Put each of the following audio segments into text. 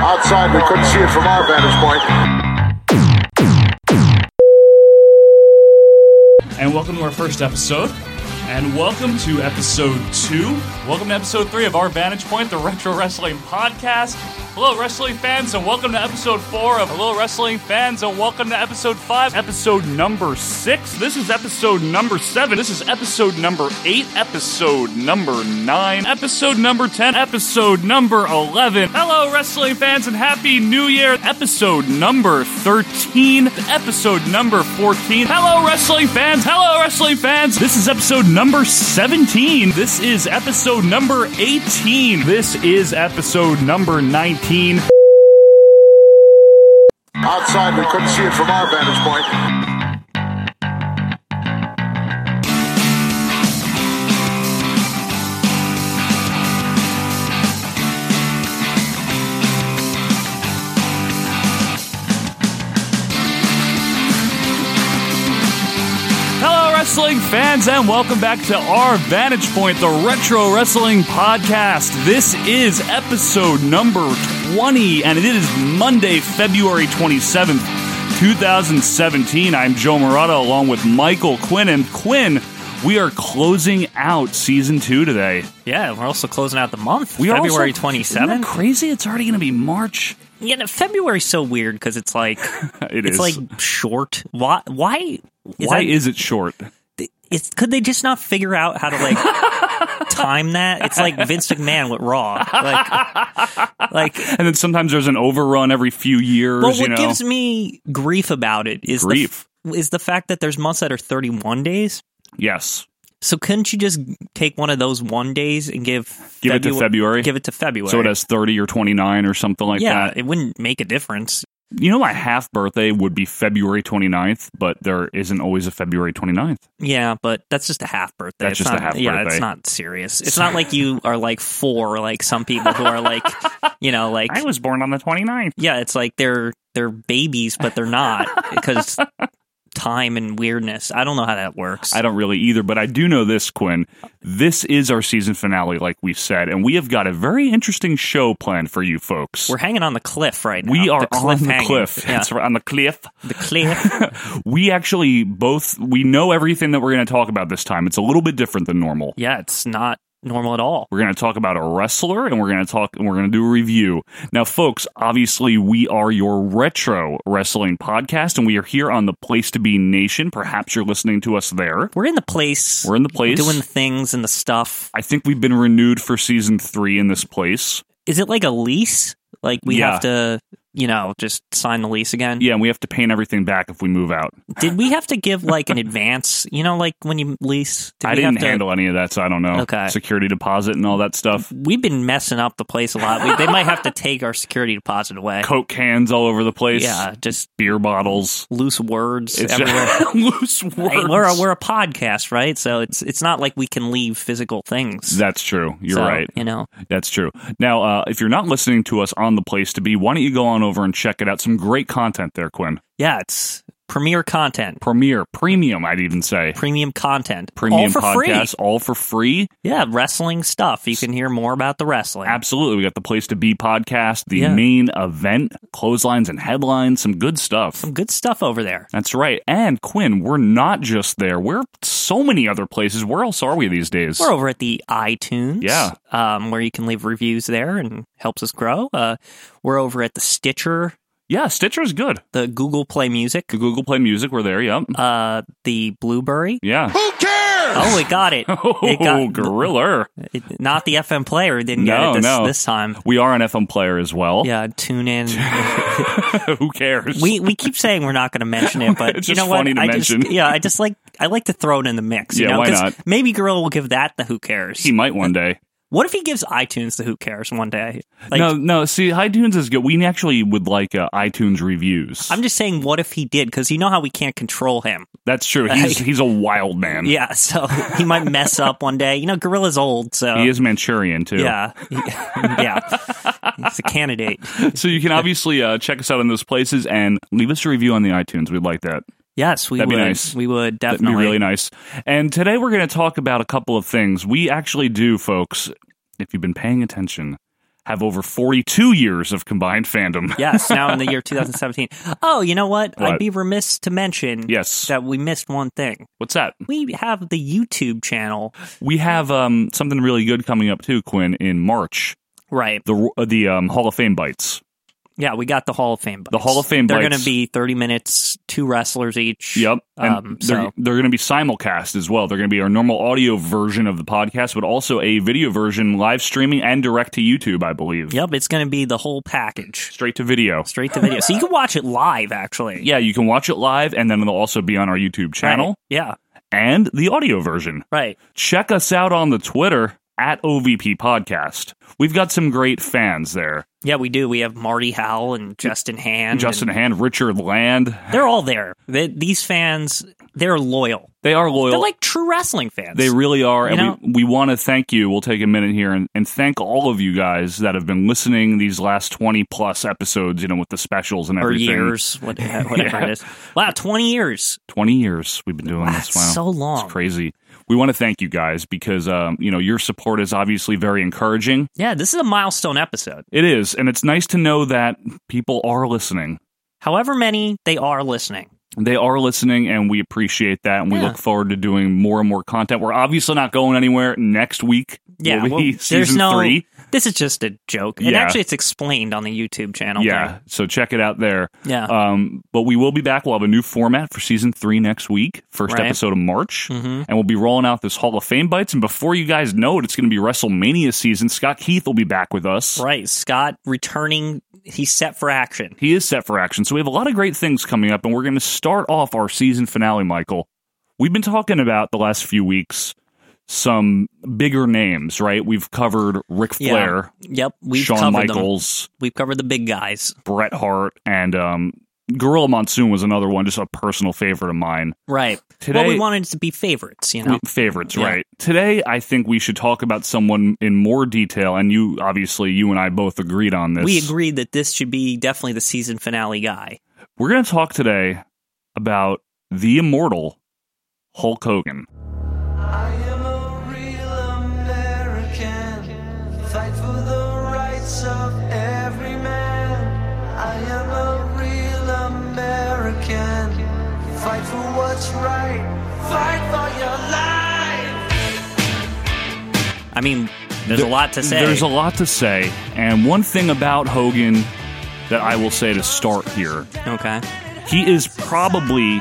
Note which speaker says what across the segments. Speaker 1: outside. We couldn't see it from our vantage point.
Speaker 2: and welcome to our first episode. And welcome to episode two. Welcome to episode three of our Vantage Point, the Retro Wrestling Podcast. Hello, wrestling fans, and welcome to episode four of Hello, Wrestling Fans, and welcome to episode five, episode number six. This is episode number seven. This is episode number eight, episode number nine, episode number 10, episode number 11. Hello, wrestling fans, and happy new year. Episode number 13, episode number 14. Hello, wrestling fans. Hello, wrestling fans. This is episode number 17. This is episode number 18. This is episode number 19.
Speaker 1: Outside. We couldn't see it from our vantage point.
Speaker 2: Hello, wrestling fans, and welcome back to our Vantage Point, the Retro Wrestling Podcast. This is episode number 20, and it is Monday, February 27th, 2017. I'm Joe Murata along with Michael Quinn. And Quinn, we are closing out season two today.
Speaker 3: Yeah, and we're also closing out the month.
Speaker 2: We are
Speaker 3: February
Speaker 2: also- Isn't that
Speaker 3: 27th.
Speaker 2: crazy? It's already going to be March.
Speaker 3: Yeah, no, February's so weird because it's like
Speaker 2: It is.
Speaker 3: it's like short. Why? Why? Is
Speaker 2: Why
Speaker 3: that-
Speaker 2: is it short?
Speaker 3: it's could they just not figure out how to like time that? It's like Vince McMahon with Raw. Like, like
Speaker 2: And then sometimes there's an overrun every few years.
Speaker 3: well, what
Speaker 2: you know,
Speaker 3: gives me grief about it is
Speaker 2: Grief.
Speaker 3: The, f- is the fact that there's months that are 31 days.
Speaker 2: yes,
Speaker 3: So couldn't you just take one of those one days and give
Speaker 2: Give it to
Speaker 3: Febu-
Speaker 2: February?
Speaker 3: Give it to February.
Speaker 2: so it has thirty or twenty nine or something like
Speaker 3: yeah,
Speaker 2: that.
Speaker 3: it wouldn't make a difference.
Speaker 2: You know, my half birthday would be February 29th, but there isn't always a February 29th.
Speaker 3: Yeah, but that's just a half birthday.
Speaker 2: That's
Speaker 3: it's
Speaker 2: just a
Speaker 3: not,
Speaker 2: half
Speaker 3: yeah,
Speaker 2: birthday.
Speaker 3: it's not serious. It's not like you are like four, like some people who are like, you know, like
Speaker 2: was born on the 29th.
Speaker 3: yeah, it's like they're they're babies, but they're not because time and weirdness. I don't know how that works.
Speaker 2: I don't really either, but I do know this, Quinn. This is our season finale, like we've said, and we have got a very interesting show planned for you folks.
Speaker 3: We're hanging on the cliff right now.
Speaker 2: we are
Speaker 3: the
Speaker 2: on
Speaker 3: cliff
Speaker 2: the
Speaker 3: hanging.
Speaker 2: cliff.
Speaker 3: Yeah,
Speaker 2: That's right, on the cliff.
Speaker 3: the cliff.
Speaker 2: We actually both we know everything that we're going to talk about this time. It's a little bit different than normal.
Speaker 3: yeah, it's not normal at all.
Speaker 2: We're going to talk about a wrestler and we're going to talk and we're going to do a review. Now, folks, obviously, we are your retro wrestling podcast and we are here on the Place to Be Nation. Perhaps you're listening to us there.
Speaker 3: We're in the place.
Speaker 2: We're in the place.
Speaker 3: doing the things and the stuff.
Speaker 2: I think we've been renewed for season three in this place.
Speaker 3: Is it like a lease? Like we
Speaker 2: Yeah.
Speaker 3: have to, you know, just sign the lease again.
Speaker 2: Yeah, and we have to paint everything back if we move out.
Speaker 3: Did we have to give like an advance? You know, like when you lease. Did
Speaker 2: I
Speaker 3: we
Speaker 2: didn't
Speaker 3: have to-
Speaker 2: handle any of that, so I don't know.
Speaker 3: Okay.
Speaker 2: Security deposit and all that stuff.
Speaker 3: We've been messing up the place a lot. We, they might have to take our security deposit away.
Speaker 2: Coke cans all over the place.
Speaker 3: Yeah, just
Speaker 2: Beer bottles.
Speaker 3: loose words
Speaker 2: It's
Speaker 3: everywhere.
Speaker 2: just loose words.
Speaker 3: Hey, we're a, we're a podcast, right? So it's it's not like we can leave physical things.
Speaker 2: That's true. You're
Speaker 3: So,
Speaker 2: right.
Speaker 3: You know,
Speaker 2: That's true. Now, uh, if you're not listening to us on the place to be, why don't you go on over and check it out? Some great content there, Quinn.
Speaker 3: yeah, it's premier content,
Speaker 2: Premiere, premium, I'd even say.
Speaker 3: premium content, all
Speaker 2: Premium
Speaker 3: for
Speaker 2: podcast,
Speaker 3: free.
Speaker 2: all for free.
Speaker 3: Yeah, wrestling stuff. You can hear more about the wrestling.
Speaker 2: Absolutely. We got the Place to Be podcast, the
Speaker 3: Yeah.
Speaker 2: main event, clotheslines and headlines, some good stuff.
Speaker 3: Some good stuff over there.
Speaker 2: That's right. And Quinn, we're not just there. We're so many other places. Where else are we these days?
Speaker 3: We're over at the iTunes,
Speaker 2: Yeah.
Speaker 3: um, where you can leave reviews there and helps us grow. Uh, we're over at the Stitcher,
Speaker 2: Yeah, Stitcher's good.
Speaker 3: the Google Play Music,
Speaker 2: The Google Play Music, we're there. Yep.
Speaker 3: uh, the Blueberry.
Speaker 2: Yeah.
Speaker 1: Who cares?
Speaker 3: Oh, it got it. It
Speaker 2: Oh,
Speaker 3: got
Speaker 2: gorilla.
Speaker 3: it- not the FM player didn't
Speaker 2: No,
Speaker 3: get it this,
Speaker 2: no.
Speaker 3: this time.
Speaker 2: We are an FM player as well.
Speaker 3: Yeah, tune in.
Speaker 2: Who cares?
Speaker 3: we we keep saying we're not going to mention it, but
Speaker 2: It's
Speaker 3: you
Speaker 2: just
Speaker 3: know what?
Speaker 2: funny to
Speaker 3: I
Speaker 2: mention.
Speaker 3: just yeah, I just like I like to throw it in the mix. you
Speaker 2: Yeah,
Speaker 3: know,
Speaker 2: why
Speaker 3: 'cause
Speaker 2: not?
Speaker 3: Maybe Gorilla will give that the who cares.
Speaker 2: he might one day.
Speaker 3: what if he gives iTunes the who cares one day? Like,
Speaker 2: no, no. See, iTunes is good. We actually would like uh, iTunes reviews.
Speaker 3: I'm just saying, what if he did? Because you know how we can't control him.
Speaker 2: That's true. He's he's a wild man.
Speaker 3: Yeah, so he might mess up one day. You know, Gorilla's old, so
Speaker 2: He is Manchurian too.
Speaker 3: yeah, yeah, he's a candidate.
Speaker 2: So you can obviously uh, check us out in those places and leave us a review on the iTunes. We'd like that.
Speaker 3: Yes, we
Speaker 2: That'd be
Speaker 3: would.
Speaker 2: nice.
Speaker 3: We would
Speaker 2: That'd be
Speaker 3: definitely.
Speaker 2: really nice. And today we're going to talk about a couple of things. We actually do, folks. If you've been paying attention, have over 42 years of combined fandom.
Speaker 3: Yes, now in the year 2017. Oh, you know what?
Speaker 2: What?
Speaker 3: I'd be remiss to mention
Speaker 2: Yes.
Speaker 3: that we missed one thing.
Speaker 2: What's that?
Speaker 3: We have the YouTube channel.
Speaker 2: We have um, something really good coming up too, Quinn, in March.
Speaker 3: Right.
Speaker 2: The uh, the um, Hall of Fame bites.
Speaker 3: Yeah, we got the Hall of Fame bites.
Speaker 2: The Hall of Fame
Speaker 3: They're
Speaker 2: bites.
Speaker 3: going to be 30 minutes, two wrestlers each.
Speaker 2: Yep. And
Speaker 3: Um,
Speaker 2: they're
Speaker 3: so-
Speaker 2: they're going to be simulcast as well. They're going to be our normal audio version of the podcast, but also a video version, live streaming and direct to YouTube, I believe.
Speaker 3: Yep, it's going to be the whole package.
Speaker 2: Straight to video.
Speaker 3: Straight to video. so you can watch it live, actually.
Speaker 2: Yeah, you can watch it live, and then it'll also be on our YouTube channel
Speaker 3: Right. Yeah,
Speaker 2: and the audio version.
Speaker 3: right.
Speaker 2: Check us out on the Twitter at OVP Podcast. We've got some great fans there.
Speaker 3: Yeah, we do. We have Marty Howell and Justin Hand.
Speaker 2: Justin
Speaker 3: and
Speaker 2: Hand, Richard Land.
Speaker 3: they're all there. They, these fans, they're loyal.
Speaker 2: They are loyal.
Speaker 3: They're like true wrestling fans.
Speaker 2: They really are. And
Speaker 3: You know-
Speaker 2: we, we want to thank you. We'll take a minute here and, and thank all of you guys that have been listening these last 20 plus episodes, you know, with the specials and
Speaker 3: or
Speaker 2: everything.
Speaker 3: years, what- whatever it is. Wow, 20 years.
Speaker 2: 20 years we've been doing
Speaker 3: That's
Speaker 2: this. Wow.
Speaker 3: so long.
Speaker 2: It's crazy. We want to thank you guys because, um, you know, your support is obviously very encouraging.
Speaker 3: Yeah, this is a milestone episode.
Speaker 2: It is. And it's nice to know that people are listening.
Speaker 3: However many they are listening.
Speaker 2: They are listening, and we appreciate that. And we
Speaker 3: Yeah.
Speaker 2: look forward to doing more and more content. We're obviously not going anywhere next week.
Speaker 3: Yeah,
Speaker 2: will be
Speaker 3: well, there's
Speaker 2: season
Speaker 3: no.
Speaker 2: three.
Speaker 3: This is just a joke, and
Speaker 2: Yeah.
Speaker 3: actually, it's explained on the YouTube channel.
Speaker 2: yeah,
Speaker 3: thing.
Speaker 2: so check it out there.
Speaker 3: yeah.
Speaker 2: Um, but we will be back. We'll have a new format for season three next week, first
Speaker 3: Right.
Speaker 2: episode of March,
Speaker 3: Mhm.
Speaker 2: and we'll be rolling out this Hall of Fame bites. And before you guys know it, it's going to be WrestleMania season. Scott Keith will be back with us.
Speaker 3: Right, Scott returning. He's set for action.
Speaker 2: He is set for action, so we have a lot of great things coming up, and we're going to start off our season finale. Michael, we've been talking about the last few weeks some bigger names, right? We've covered Ric
Speaker 3: Yeah.
Speaker 2: Flair,
Speaker 3: Yep, we've
Speaker 2: Shawn
Speaker 3: covered them.
Speaker 2: Michaels.
Speaker 3: We've covered the big guys.
Speaker 2: Bret Hart and um, Gorilla Monsoon was another one, just a personal favorite of mine.
Speaker 3: Right. well,
Speaker 2: Today-
Speaker 3: we wanted it to be favorites, you know.
Speaker 2: Favorites,
Speaker 3: Yeah.
Speaker 2: right? Today, I think we should talk about someone in more detail, and you obviously, you and I both agreed on this.
Speaker 3: We agreed that this should be definitely the season finale guy.
Speaker 2: We're going to talk today about the immortal Hulk Hogan.
Speaker 4: I am a real American. Fight for the rights of every man. I am a real American. Fight for what's right. Fight for your life.
Speaker 3: I mean, there's a lot to say.
Speaker 2: There's a lot to say, and one thing about Hogan that I will say to start here
Speaker 3: okay.
Speaker 2: He is probably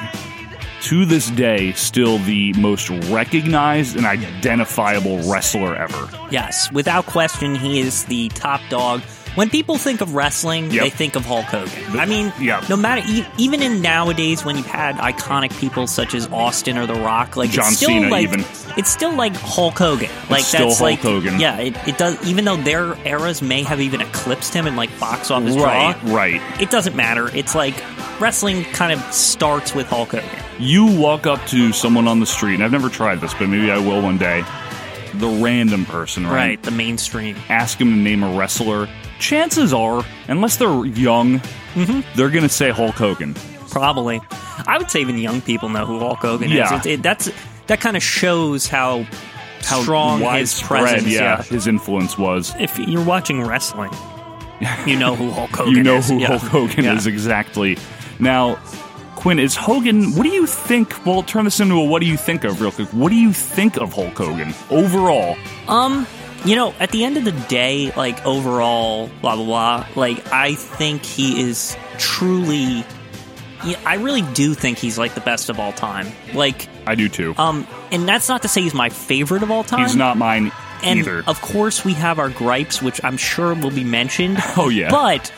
Speaker 2: to this day still the most recognized and identifiable wrestler ever.
Speaker 3: Yes, without question, he is the top dog. When people think of wrestling,
Speaker 2: Yep.
Speaker 3: they think of Hulk Hogan. I mean,
Speaker 2: yeah.
Speaker 3: no matter e- even in nowadays when you've had iconic people such as Austin or The Rock, like
Speaker 2: John
Speaker 3: it's still
Speaker 2: Cena
Speaker 3: like
Speaker 2: even.
Speaker 3: it's still like Hulk Hogan. Like
Speaker 2: still
Speaker 3: that's
Speaker 2: Hulk
Speaker 3: like
Speaker 2: Hogan.
Speaker 3: yeah, it, it does. Even though their eras may have even eclipsed him in like box office
Speaker 2: Right,
Speaker 3: draw,
Speaker 2: right.
Speaker 3: it doesn't matter. It's like wrestling kind of starts with Hulk Hogan.
Speaker 2: You walk up to someone on the street, and I've never tried this, but maybe I will one day. The random person, right?
Speaker 3: the mainstream.
Speaker 2: Ask him to name a wrestler. Chances are, unless they're young,
Speaker 3: Mm-hmm.
Speaker 2: they're going to say Hulk Hogan.
Speaker 3: Probably. I would say even young people know who Hulk Hogan
Speaker 2: Yeah.
Speaker 3: is. It's- It, that's that kind of shows how strong his
Speaker 2: Widespread,
Speaker 3: presence.
Speaker 2: yeah,
Speaker 3: Yeah.
Speaker 2: his influence was.
Speaker 3: If you're watching wrestling, you know who Hulk Hogan
Speaker 2: you know
Speaker 3: is.
Speaker 2: who
Speaker 3: yeah.
Speaker 2: Hulk Hogan
Speaker 3: Yeah.
Speaker 2: is exactly. Now, Quinn, is Hogan? What do you think? Well, turn this into a what do you think of real quick. What do you think of Hulk Hogan overall?
Speaker 3: Um, you know, at the end of the day, like overall, blah blah blah. Like, I think he is truly. Yeah, I really do think he's like the best of all time. Like,
Speaker 2: I do too.
Speaker 3: um, and that's not to say he's my favorite of all time.
Speaker 2: He's not mine
Speaker 3: And
Speaker 2: either.
Speaker 3: of course, we have our gripes, which I'm sure will be mentioned.
Speaker 2: Oh, yeah.
Speaker 3: But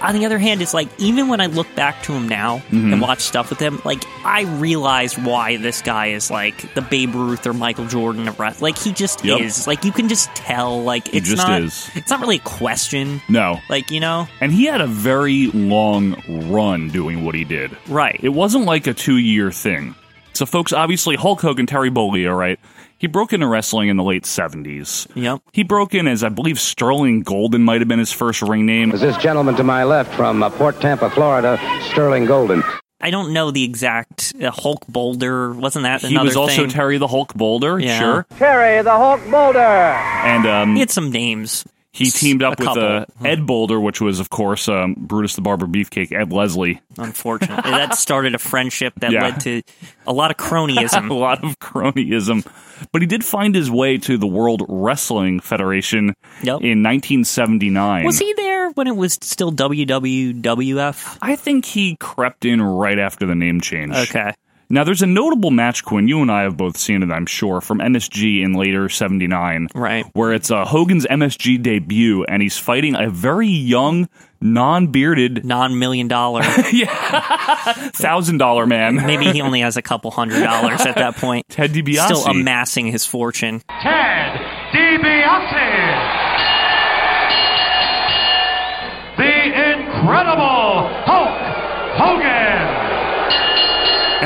Speaker 3: on the other hand, it's like even when I look back to him now
Speaker 2: Mm-hmm.
Speaker 3: and watch stuff with him, like I realize why this guy is like the Babe Ruth or Michael Jordan of rest. Like he just
Speaker 2: Yep.
Speaker 3: is. Like you can just tell. Like it's
Speaker 2: just
Speaker 3: not.
Speaker 2: is.
Speaker 3: It's not really a question.
Speaker 2: no,
Speaker 3: Like you know,
Speaker 2: and he had a very long run doing what he did.
Speaker 3: right?
Speaker 2: It wasn't like a two year thing. So, folks, obviously, Hulk Hogan, Terry Bollea, right? He broke into wrestling in the late 70s.
Speaker 3: Yep.
Speaker 2: He broke in as, I believe, Sterling Golden might have been his first ring name.
Speaker 5: is this gentleman to my left from uh, Port Tampa, Florida, Sterling Golden.
Speaker 3: I don't know the exact uh, Hulk Boulder. Wasn't that
Speaker 2: He
Speaker 3: another
Speaker 2: was also
Speaker 3: thing?
Speaker 2: Terry the Hulk Boulder,
Speaker 3: Yeah.
Speaker 2: sure.
Speaker 5: Terry, the Hulk Boulder.
Speaker 2: And um,
Speaker 3: he had some names.
Speaker 2: He teamed up
Speaker 3: A
Speaker 2: with uh,
Speaker 3: couple.
Speaker 2: Ed Boulder, which was, of course, um, Brutus the Barber Beefcake, Ed Leslie.
Speaker 3: Unfortunately, that started a friendship that
Speaker 2: Yeah.
Speaker 3: led to a lot of
Speaker 2: a
Speaker 3: cronyism.
Speaker 2: lot of cronyism. But he did find his way to the World Wrestling Federation
Speaker 3: Yep.
Speaker 2: in 1979.
Speaker 3: was he there when it was still WWWF?
Speaker 2: I think he crept in right after the name change.
Speaker 3: Okay.
Speaker 2: Now, there's a notable match, Quinn. You and I have both seen it, I'm sure, from MSG in later 79.
Speaker 3: Right.
Speaker 2: Where it's uh, Hogan's MSG debut, and he's fighting a very young, non bearded
Speaker 3: Non million dollar.
Speaker 2: $1,000 man,
Speaker 3: Maybe he only has a couple hundred dollars at that point.
Speaker 2: Ted DiBiase.
Speaker 3: Still amassing his fortune.
Speaker 6: Ted DiBiase. The incredible Hulk Hogan.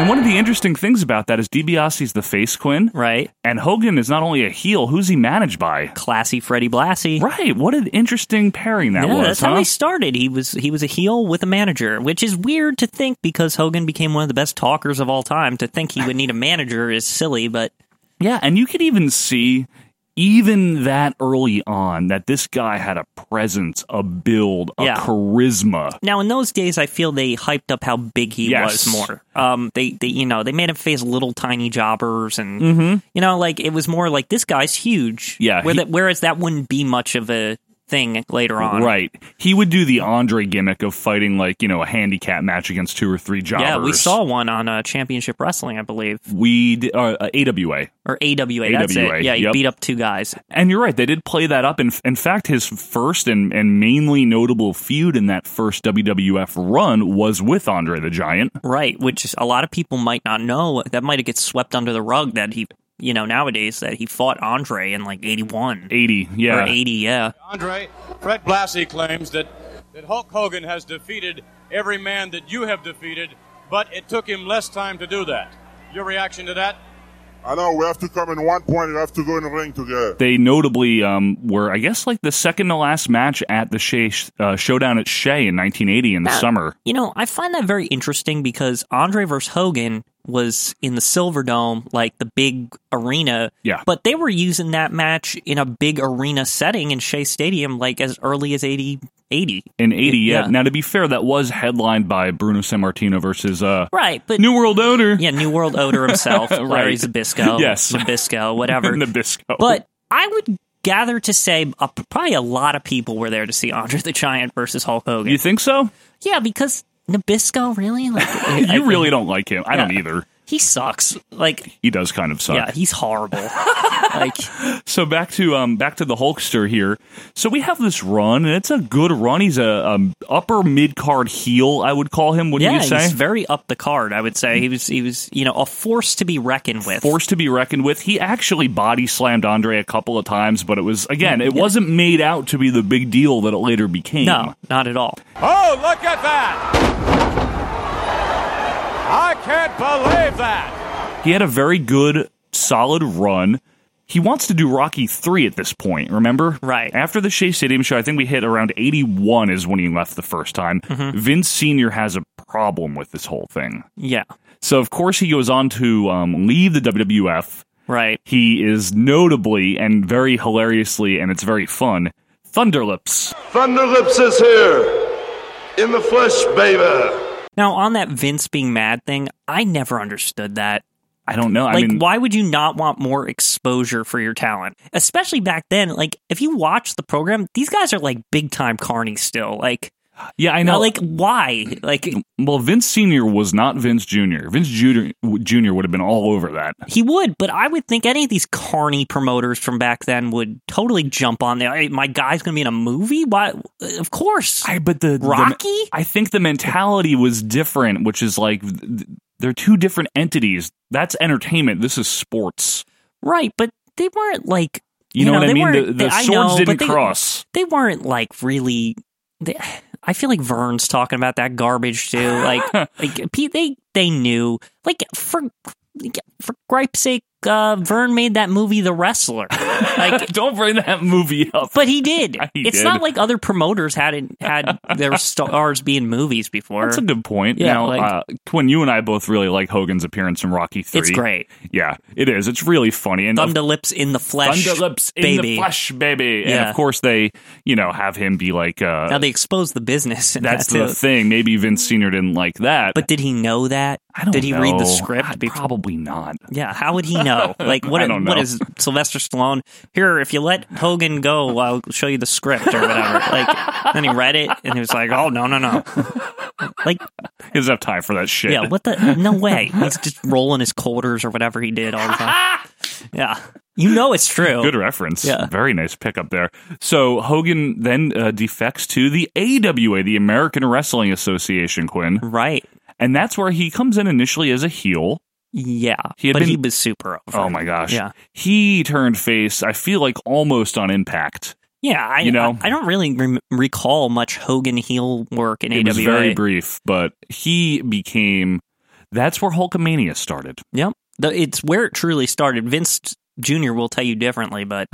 Speaker 2: and one of the interesting things about that is DiBiase's the face, Quinn.
Speaker 3: Right.
Speaker 2: And Hogan is not only a heel, who's he managed by?
Speaker 3: Classy Freddie Blassie.
Speaker 2: Right. What an interesting pairing that
Speaker 3: Yeah,
Speaker 2: was,
Speaker 3: that's
Speaker 2: huh?
Speaker 3: how he started. He was he was a heel with a manager, which is weird to think because Hogan became one of the best talkers of all time. To think he would need a manager is silly, but
Speaker 2: yeah, and you could even see even that early on that this guy had a presence, a build, a
Speaker 3: Yeah.
Speaker 2: charisma.
Speaker 3: now in those days, I feel they hyped up how big he
Speaker 2: Yes.
Speaker 3: was more. Um, they, they you know they made him face little tiny jobbers, and you know like it was more like this guy's huge.
Speaker 2: Mm-hmm. Yeah,
Speaker 3: where
Speaker 2: he-
Speaker 3: that- whereas that wouldn't be much of a thing later on.
Speaker 2: Right. He would do the Andre gimmick of fighting like, you know, a handicap match against two or three jobbers.
Speaker 3: Yeah, we saw one on uh, Championship Wrestling, I believe,
Speaker 2: we d- uh, uh, AWA.
Speaker 3: or AWA. That's
Speaker 2: AWA,
Speaker 3: it. Yeah, he
Speaker 2: yep.
Speaker 3: beat up two guys.
Speaker 2: And you're right, they did play that up. In, in fact, his first and, and mainly notable feud in that first WWF run was with Andre the Giant.
Speaker 3: Right, which is- a lot of people might not know. That might have get swept under the rug that he, you know, nowadays that he fought Andre in like 81
Speaker 2: 80, yeah.
Speaker 3: or 80, yeah.
Speaker 7: Andre, Fred Blassie claims that, that Hulk Hogan has defeated every man that you have defeated, but it took him less time to do that. Your reaction to that?
Speaker 8: I know we have to come in one point. We have to go in the ring together.
Speaker 2: they notably um, were, I guess, like the second to last match at the Shea, uh, showdown at Shea in 1980 in the summer.
Speaker 3: You know, I find that very interesting because Andre versus Hogan was in the Silver Dome, like the big arena.
Speaker 2: Yeah.
Speaker 3: But they were using that match in a big arena setting in Shea Stadium, like as early as 80. 80.
Speaker 2: In 80, yeah.
Speaker 3: Yeah.
Speaker 2: Now, to be fair, that was headlined by Bruno Sammartino versus uh,
Speaker 3: Right, but
Speaker 2: New World Order.
Speaker 3: yeah, New World Odor himself, Larry Zabisco,
Speaker 2: Yes.
Speaker 3: Zabisco, whatever.
Speaker 2: Nabisco.
Speaker 3: But I would gather to say uh, probably a lot of people were there to see Andre the Giant versus Hulk Hogan.
Speaker 2: you think so?
Speaker 3: yeah, because Nabisco really like
Speaker 2: You
Speaker 3: I-
Speaker 2: really don't like him. I don't
Speaker 3: Yeah.
Speaker 2: either.
Speaker 3: he sucks. Like
Speaker 2: He does kind of suck.
Speaker 3: yeah, he's horrible. like
Speaker 2: So back to um back to the Hulkster here. So we have this run, and it's a good run. He's a um, upper mid card heel, I would call him. Wouldn't
Speaker 3: yeah,
Speaker 2: you say?
Speaker 3: he's very up the card. I would say he was he was you know a force to be reckoned with.
Speaker 2: force to be reckoned with. He actually body slammed Andre a couple of times, but it was again, it wasn't made out to be the big deal that it later became.
Speaker 3: no, not at all.
Speaker 7: Oh, look at that! I can't believe that!
Speaker 2: He had a very good, solid run. He wants to do Rocky 3 at this point, remember?
Speaker 3: Right.
Speaker 2: After the Shea Stadium show, I think we hit around 81 is when he left the first time.
Speaker 3: Mm-hmm.
Speaker 2: Vince Sr. has a problem with this whole thing.
Speaker 3: Yeah,
Speaker 2: So, of course, he goes on to um, leave the WWF.
Speaker 3: right.
Speaker 2: He is notably and very hilariously, and it's very fun, Thunderlips.
Speaker 9: Thunderlips is here. In the flesh, baby.
Speaker 3: Now on that Vince being mad thing, I never understood that.
Speaker 2: I don't know.
Speaker 3: Like,
Speaker 2: I mean,
Speaker 3: why would you not want more exposure for your talent? Especially back then. Like, if you watch the program, these guys are like big time carnies still. Like,
Speaker 2: yeah, I
Speaker 3: no,
Speaker 2: know.
Speaker 3: like why? Like,
Speaker 2: well, Vince Senior was not Vince Junior. Vince Junior Junior would have been all over that.
Speaker 3: he would, but I would think any of these carny promoters from back then would totally jump on there. Hey, my guy's gonna be in a movie? Why? Of course.
Speaker 2: I but the the-
Speaker 3: Rocky?
Speaker 2: I think the mentality was different, which is like th- th- they're two different entities. That's entertainment. This is sports.
Speaker 3: right, but they weren't like.
Speaker 2: You, know, what
Speaker 3: they
Speaker 2: I mean? The,
Speaker 3: weren't-
Speaker 2: the
Speaker 3: I
Speaker 2: swords
Speaker 3: know, but
Speaker 2: didn't
Speaker 3: they-
Speaker 2: cross.
Speaker 3: they weren't like really. They, I feel like Vern's talking about that garbage too. Like, like pe- they they knew. Like for for gripe's sake, uh, Vern made that movie The Wrestler. Like,
Speaker 2: Don't bring that movie up.
Speaker 3: but he did.
Speaker 2: He
Speaker 3: it's
Speaker 2: did.
Speaker 3: not like other promoters hadn't had their stars be in movies before.
Speaker 2: That's a good point.
Speaker 3: Yeah,
Speaker 2: now,
Speaker 3: like-
Speaker 2: uh, Quinn, you and I both really like Hogan's appearance in Rocky Three.
Speaker 3: it's great.
Speaker 2: Yeah, it is. It's really funny. And of
Speaker 3: Thunder lips in the flesh.
Speaker 2: Thunderlips in
Speaker 3: baby.
Speaker 2: the flesh, baby. And
Speaker 3: Yeah.
Speaker 2: of course, they, you know, have him be like, uh,
Speaker 3: Now they expose the business. In
Speaker 2: that's
Speaker 3: that
Speaker 2: the
Speaker 3: too.
Speaker 2: thing. Maybe Vince Senior didn't like that.
Speaker 3: But did he know that?
Speaker 2: I don't
Speaker 3: did he read
Speaker 2: know.
Speaker 3: the script?
Speaker 2: I-
Speaker 3: before?
Speaker 2: Probably not.
Speaker 3: Yeah, how would he know? Like, what?
Speaker 2: I don't
Speaker 3: What
Speaker 2: know.
Speaker 3: is Sylvester Stallone? Here, if you let Hogan go, I'll show you the script or whatever. Like, then he read it and he was like, "Oh no, no, no!" Like,
Speaker 2: He doesn't have time for that shit.
Speaker 3: yeah, what the? No way. He's just rolling his quarters or whatever he did all the time. Yeah, you know it's true.
Speaker 2: Good reference.
Speaker 3: Yeah.
Speaker 2: Very nice pickup there. So Hogan then uh, defects to the AWA, the American Wrestling Association, Quinn.
Speaker 3: right?
Speaker 2: And that's where he comes in initially as a heel.
Speaker 3: Yeah,
Speaker 2: He had
Speaker 3: but
Speaker 2: been-
Speaker 3: he was super over.
Speaker 2: Oh my gosh.
Speaker 3: Yeah.
Speaker 2: He turned face, I feel like almost on impact.
Speaker 3: yeah. I
Speaker 2: You know?
Speaker 3: I, I don't really rem recall much Hogan heel work in
Speaker 2: It
Speaker 3: AWA.
Speaker 2: was very brief, but he became. That's where Hulkamania started.
Speaker 3: Yep. The, it's where it truly started. Vince Jr. will tell you differently, but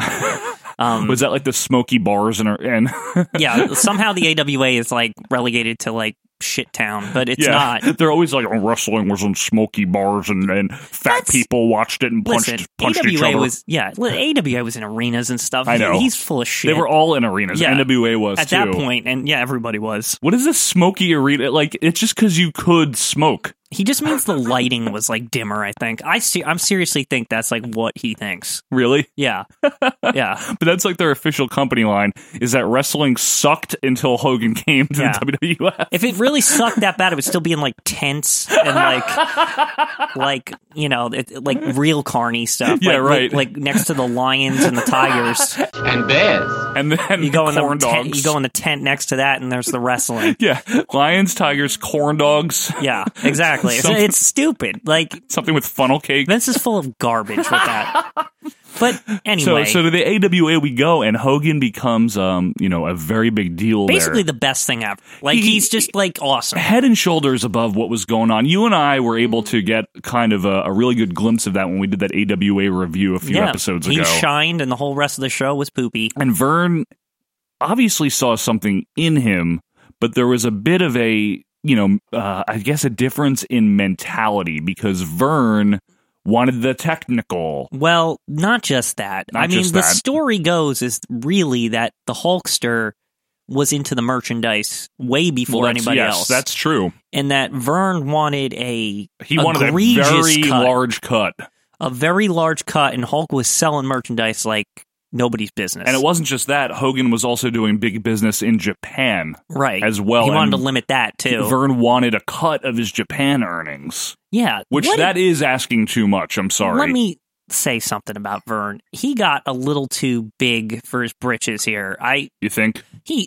Speaker 3: um,
Speaker 2: Was that like the smoky bars and and
Speaker 3: yeah, somehow the AWA is like relegated to like shit town, but it's
Speaker 2: yeah,
Speaker 3: not.
Speaker 2: they're always like oh, wrestling was in smoky bars and, and fat
Speaker 3: That's-
Speaker 2: people watched it and punched
Speaker 3: Listen,
Speaker 2: punched each
Speaker 3: AWA
Speaker 2: other.
Speaker 3: was yeah, li- AWA was in arenas and stuff.
Speaker 2: I know.
Speaker 3: He- he's full of shit.
Speaker 2: They were all in arenas.
Speaker 3: Yeah.
Speaker 2: NWA was
Speaker 3: at
Speaker 2: too.
Speaker 3: that point, and yeah, everybody was.
Speaker 2: What is this smoky arena? Like it's just because you could smoke.
Speaker 3: He just means the lighting was like dimmer. I think I see. I'm seriously think that's like what he thinks.
Speaker 2: Really?
Speaker 3: Yeah, yeah.
Speaker 2: But that's like their official company line is that wrestling sucked until Hogan came to
Speaker 3: Yeah.
Speaker 2: the WWF.
Speaker 3: If it really sucked that bad, it would still be in like tents and like, like you know, it, like real carny stuff.
Speaker 2: Yeah,
Speaker 3: like,
Speaker 2: right.
Speaker 3: Like, next to the lions and the tigers,
Speaker 2: And then
Speaker 3: you go in the
Speaker 2: corn
Speaker 3: tent,
Speaker 2: dogs.
Speaker 3: you go in the tent next to that, and there's the wrestling.
Speaker 2: yeah, lions, tigers, corn dogs,
Speaker 3: Yeah, exactly. So
Speaker 2: Something-
Speaker 3: it's stupid. Like
Speaker 2: something with funnel cake.
Speaker 3: Vince is full of garbage with that. But anyway,
Speaker 2: So, so to the AWA we go, and Hogan becomes, um, you know, a very big deal. there.
Speaker 3: basically the best thing ever. Like
Speaker 2: He-
Speaker 3: he's just like awesome.
Speaker 2: head and shoulders above what was going on. You and I were able to get kind of a, a really good glimpse of that when we did that AWA review a few
Speaker 3: yeah,
Speaker 2: episodes
Speaker 3: he
Speaker 2: ago.
Speaker 3: shined, and the whole rest of the show was poopy.
Speaker 2: and Vern obviously saw something in him, but there was a bit of a, you know, uh, I guess a difference in mentality because Vern wanted the technical.
Speaker 3: Well, not just that.
Speaker 2: Not
Speaker 3: I mean,
Speaker 2: just
Speaker 3: the
Speaker 2: that.
Speaker 3: story goes is really that the Hulkster was into the merchandise way before
Speaker 2: Well, that's-
Speaker 3: anybody
Speaker 2: yes,
Speaker 3: else,
Speaker 2: that's true.
Speaker 3: and that Vern wanted a
Speaker 2: He wanted a
Speaker 3: Egregious
Speaker 2: very
Speaker 3: cut.
Speaker 2: large cut.
Speaker 3: a very large cut, and Hulk was selling merchandise like nobody's business.
Speaker 2: And it wasn't just that. Hogan was also doing big business in Japan.
Speaker 3: right
Speaker 2: as well,
Speaker 3: He wanted
Speaker 2: and
Speaker 3: to limit that too.
Speaker 2: Vern wanted a cut of his Japan earnings,
Speaker 3: yeah,
Speaker 2: which
Speaker 3: what
Speaker 2: that is asking too much. I'm sorry.
Speaker 3: Let me say something about Vern. He got a little too big for his britches here. I
Speaker 2: you think?
Speaker 3: he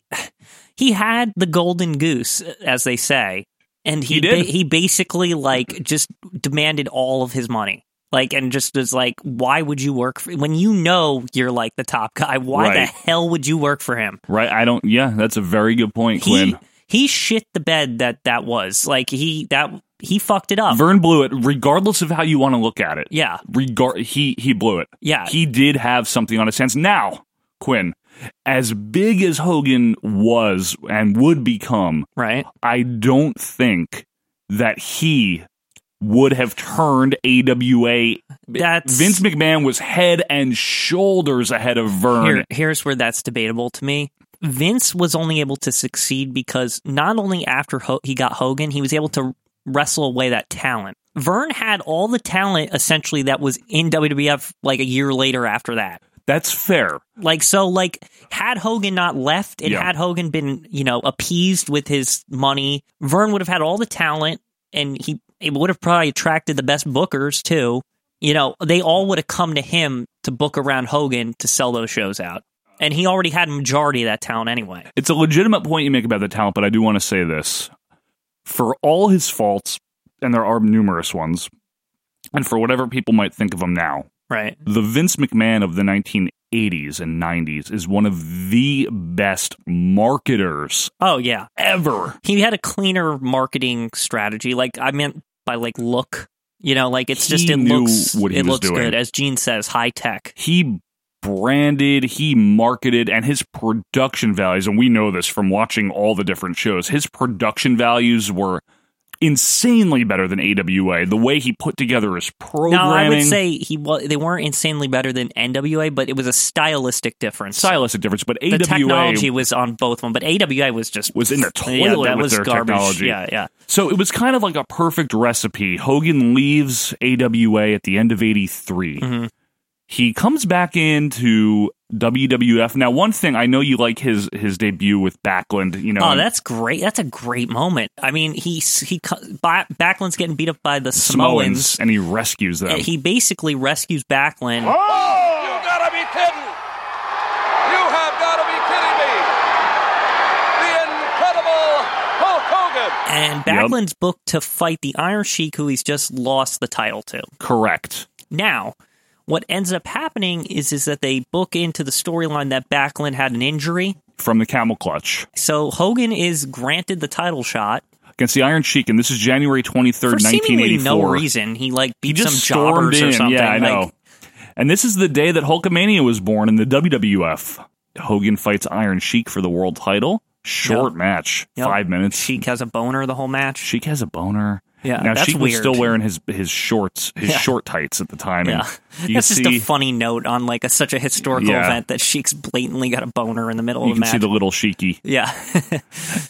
Speaker 3: he had the golden goose, as they say, and he
Speaker 2: He did.
Speaker 3: ba- he basically like just demanded all of his money. Like and just was like, why would you work for when you know you're like the top guy? Why the
Speaker 2: Right.
Speaker 3: hell would you work for him?
Speaker 2: Right? I don't. Yeah, that's a very good point,
Speaker 3: He
Speaker 2: Quinn.
Speaker 3: he shit the bed that that was like he that he fucked it up.
Speaker 2: Vern blew it, regardless of how you want to look at it.
Speaker 3: yeah,
Speaker 2: Regard he he blew it.
Speaker 3: yeah.
Speaker 2: He did have something on his hands. Now, Quinn, as big as Hogan was and would become,
Speaker 3: right.
Speaker 2: I don't think that he would have turned AWA
Speaker 3: That's
Speaker 2: Vince McMahon was head and shoulders ahead of Vern.
Speaker 3: Here, here's where that's debatable to me. Vince was only able to succeed because not only after Ho- he got Hogan, he was able to wrestle away that talent. Vern had all the talent essentially that was in WWF like a year later after that.
Speaker 2: That's fair.
Speaker 3: Like so, like had Hogan not left and
Speaker 2: Yeah.
Speaker 3: had Hogan been you know appeased with his money, Vern would have had all the talent, and he it would have probably attracted the best bookers too. You know, they all would have come to him to book around Hogan to sell those shows out, and he already had a majority of that talent anyway.
Speaker 2: It's a legitimate point you make about the talent, but I do want to say this. For all his faults, and there are numerous ones, and for whatever people might think of him now,
Speaker 3: Right?
Speaker 2: the Vince McMahon of the 1980s and 90s is one of the best marketers
Speaker 3: Oh yeah,
Speaker 2: ever.
Speaker 3: he had a cleaner marketing strategy. Like I meant by like look You know, like it's just
Speaker 2: He
Speaker 3: it
Speaker 2: knew
Speaker 3: looks
Speaker 2: what he
Speaker 3: it
Speaker 2: was
Speaker 3: looks
Speaker 2: doing.
Speaker 3: good as Gene says, high tech.
Speaker 2: He branded, he marketed, and his production values, and we know this from watching all the different shows, his production values were insanely better than AWA. The way he put together his programming.
Speaker 3: Now I would say he wa- they weren't insanely better than NWA, but it was a stylistic difference.
Speaker 2: stylistic difference, but
Speaker 3: the
Speaker 2: AWA
Speaker 3: technology was on both of them, but AWA was just
Speaker 2: was in the
Speaker 3: yeah,
Speaker 2: toilet
Speaker 3: that
Speaker 2: with
Speaker 3: was
Speaker 2: their
Speaker 3: garbage.
Speaker 2: technology.
Speaker 3: Yeah, yeah.
Speaker 2: So it was kind of like a perfect recipe. Hogan leaves AWA at the end of 83.
Speaker 3: Mm-hmm.
Speaker 2: He comes back into WWF. Now, one thing I know you like his his debut with Backlund, you know.
Speaker 3: Oh, that's great. That's a great moment. I mean, he he cu- Ba- Backlund's getting beat up by the Samoans.
Speaker 2: and he rescues them.
Speaker 3: and He basically rescues Backlund.
Speaker 6: You gotta be kidding! You have gotta be kidding me! The incredible Hulk Hogan!
Speaker 3: And
Speaker 2: Yep.
Speaker 3: Backlund's booked to fight the Iron Sheik, who he's just lost the title to.
Speaker 2: Correct.
Speaker 3: Now, what ends up happening is is that they book into the storyline that Backlund had an injury,
Speaker 2: From the camel clutch
Speaker 3: so Hogan is granted the title shot
Speaker 2: against the Iron Sheik, and this is January twenty third,
Speaker 3: for
Speaker 2: nineteen
Speaker 3: seemingly
Speaker 2: eighty
Speaker 3: no
Speaker 2: four.
Speaker 3: reason. He like
Speaker 2: He
Speaker 3: beat
Speaker 2: just
Speaker 3: some
Speaker 2: stormed
Speaker 3: jobbers
Speaker 2: in.
Speaker 3: or something.
Speaker 2: Yeah, I
Speaker 3: like,
Speaker 2: know. and this is the day that Hulkamania was born in the WWF. Hogan fights Iron Sheik for the world title. Short
Speaker 3: Yep.
Speaker 2: match,
Speaker 3: Yep.
Speaker 2: five minutes.
Speaker 3: Sheik has a boner the whole match.
Speaker 2: Sheik has a boner.
Speaker 3: Yeah,
Speaker 2: now
Speaker 3: that's
Speaker 2: Sheik was
Speaker 3: weird.
Speaker 2: still wearing his his shorts, his
Speaker 3: Yeah.
Speaker 2: short tights at the time. and
Speaker 3: yeah,
Speaker 2: you
Speaker 3: that's
Speaker 2: can
Speaker 3: just
Speaker 2: see
Speaker 3: a funny note on like a, such a historical
Speaker 2: Yeah.
Speaker 3: event that Sheik's blatantly got a boner in the middle
Speaker 2: you
Speaker 3: of the
Speaker 2: can
Speaker 3: match.
Speaker 2: see the little Sheiky
Speaker 3: yeah,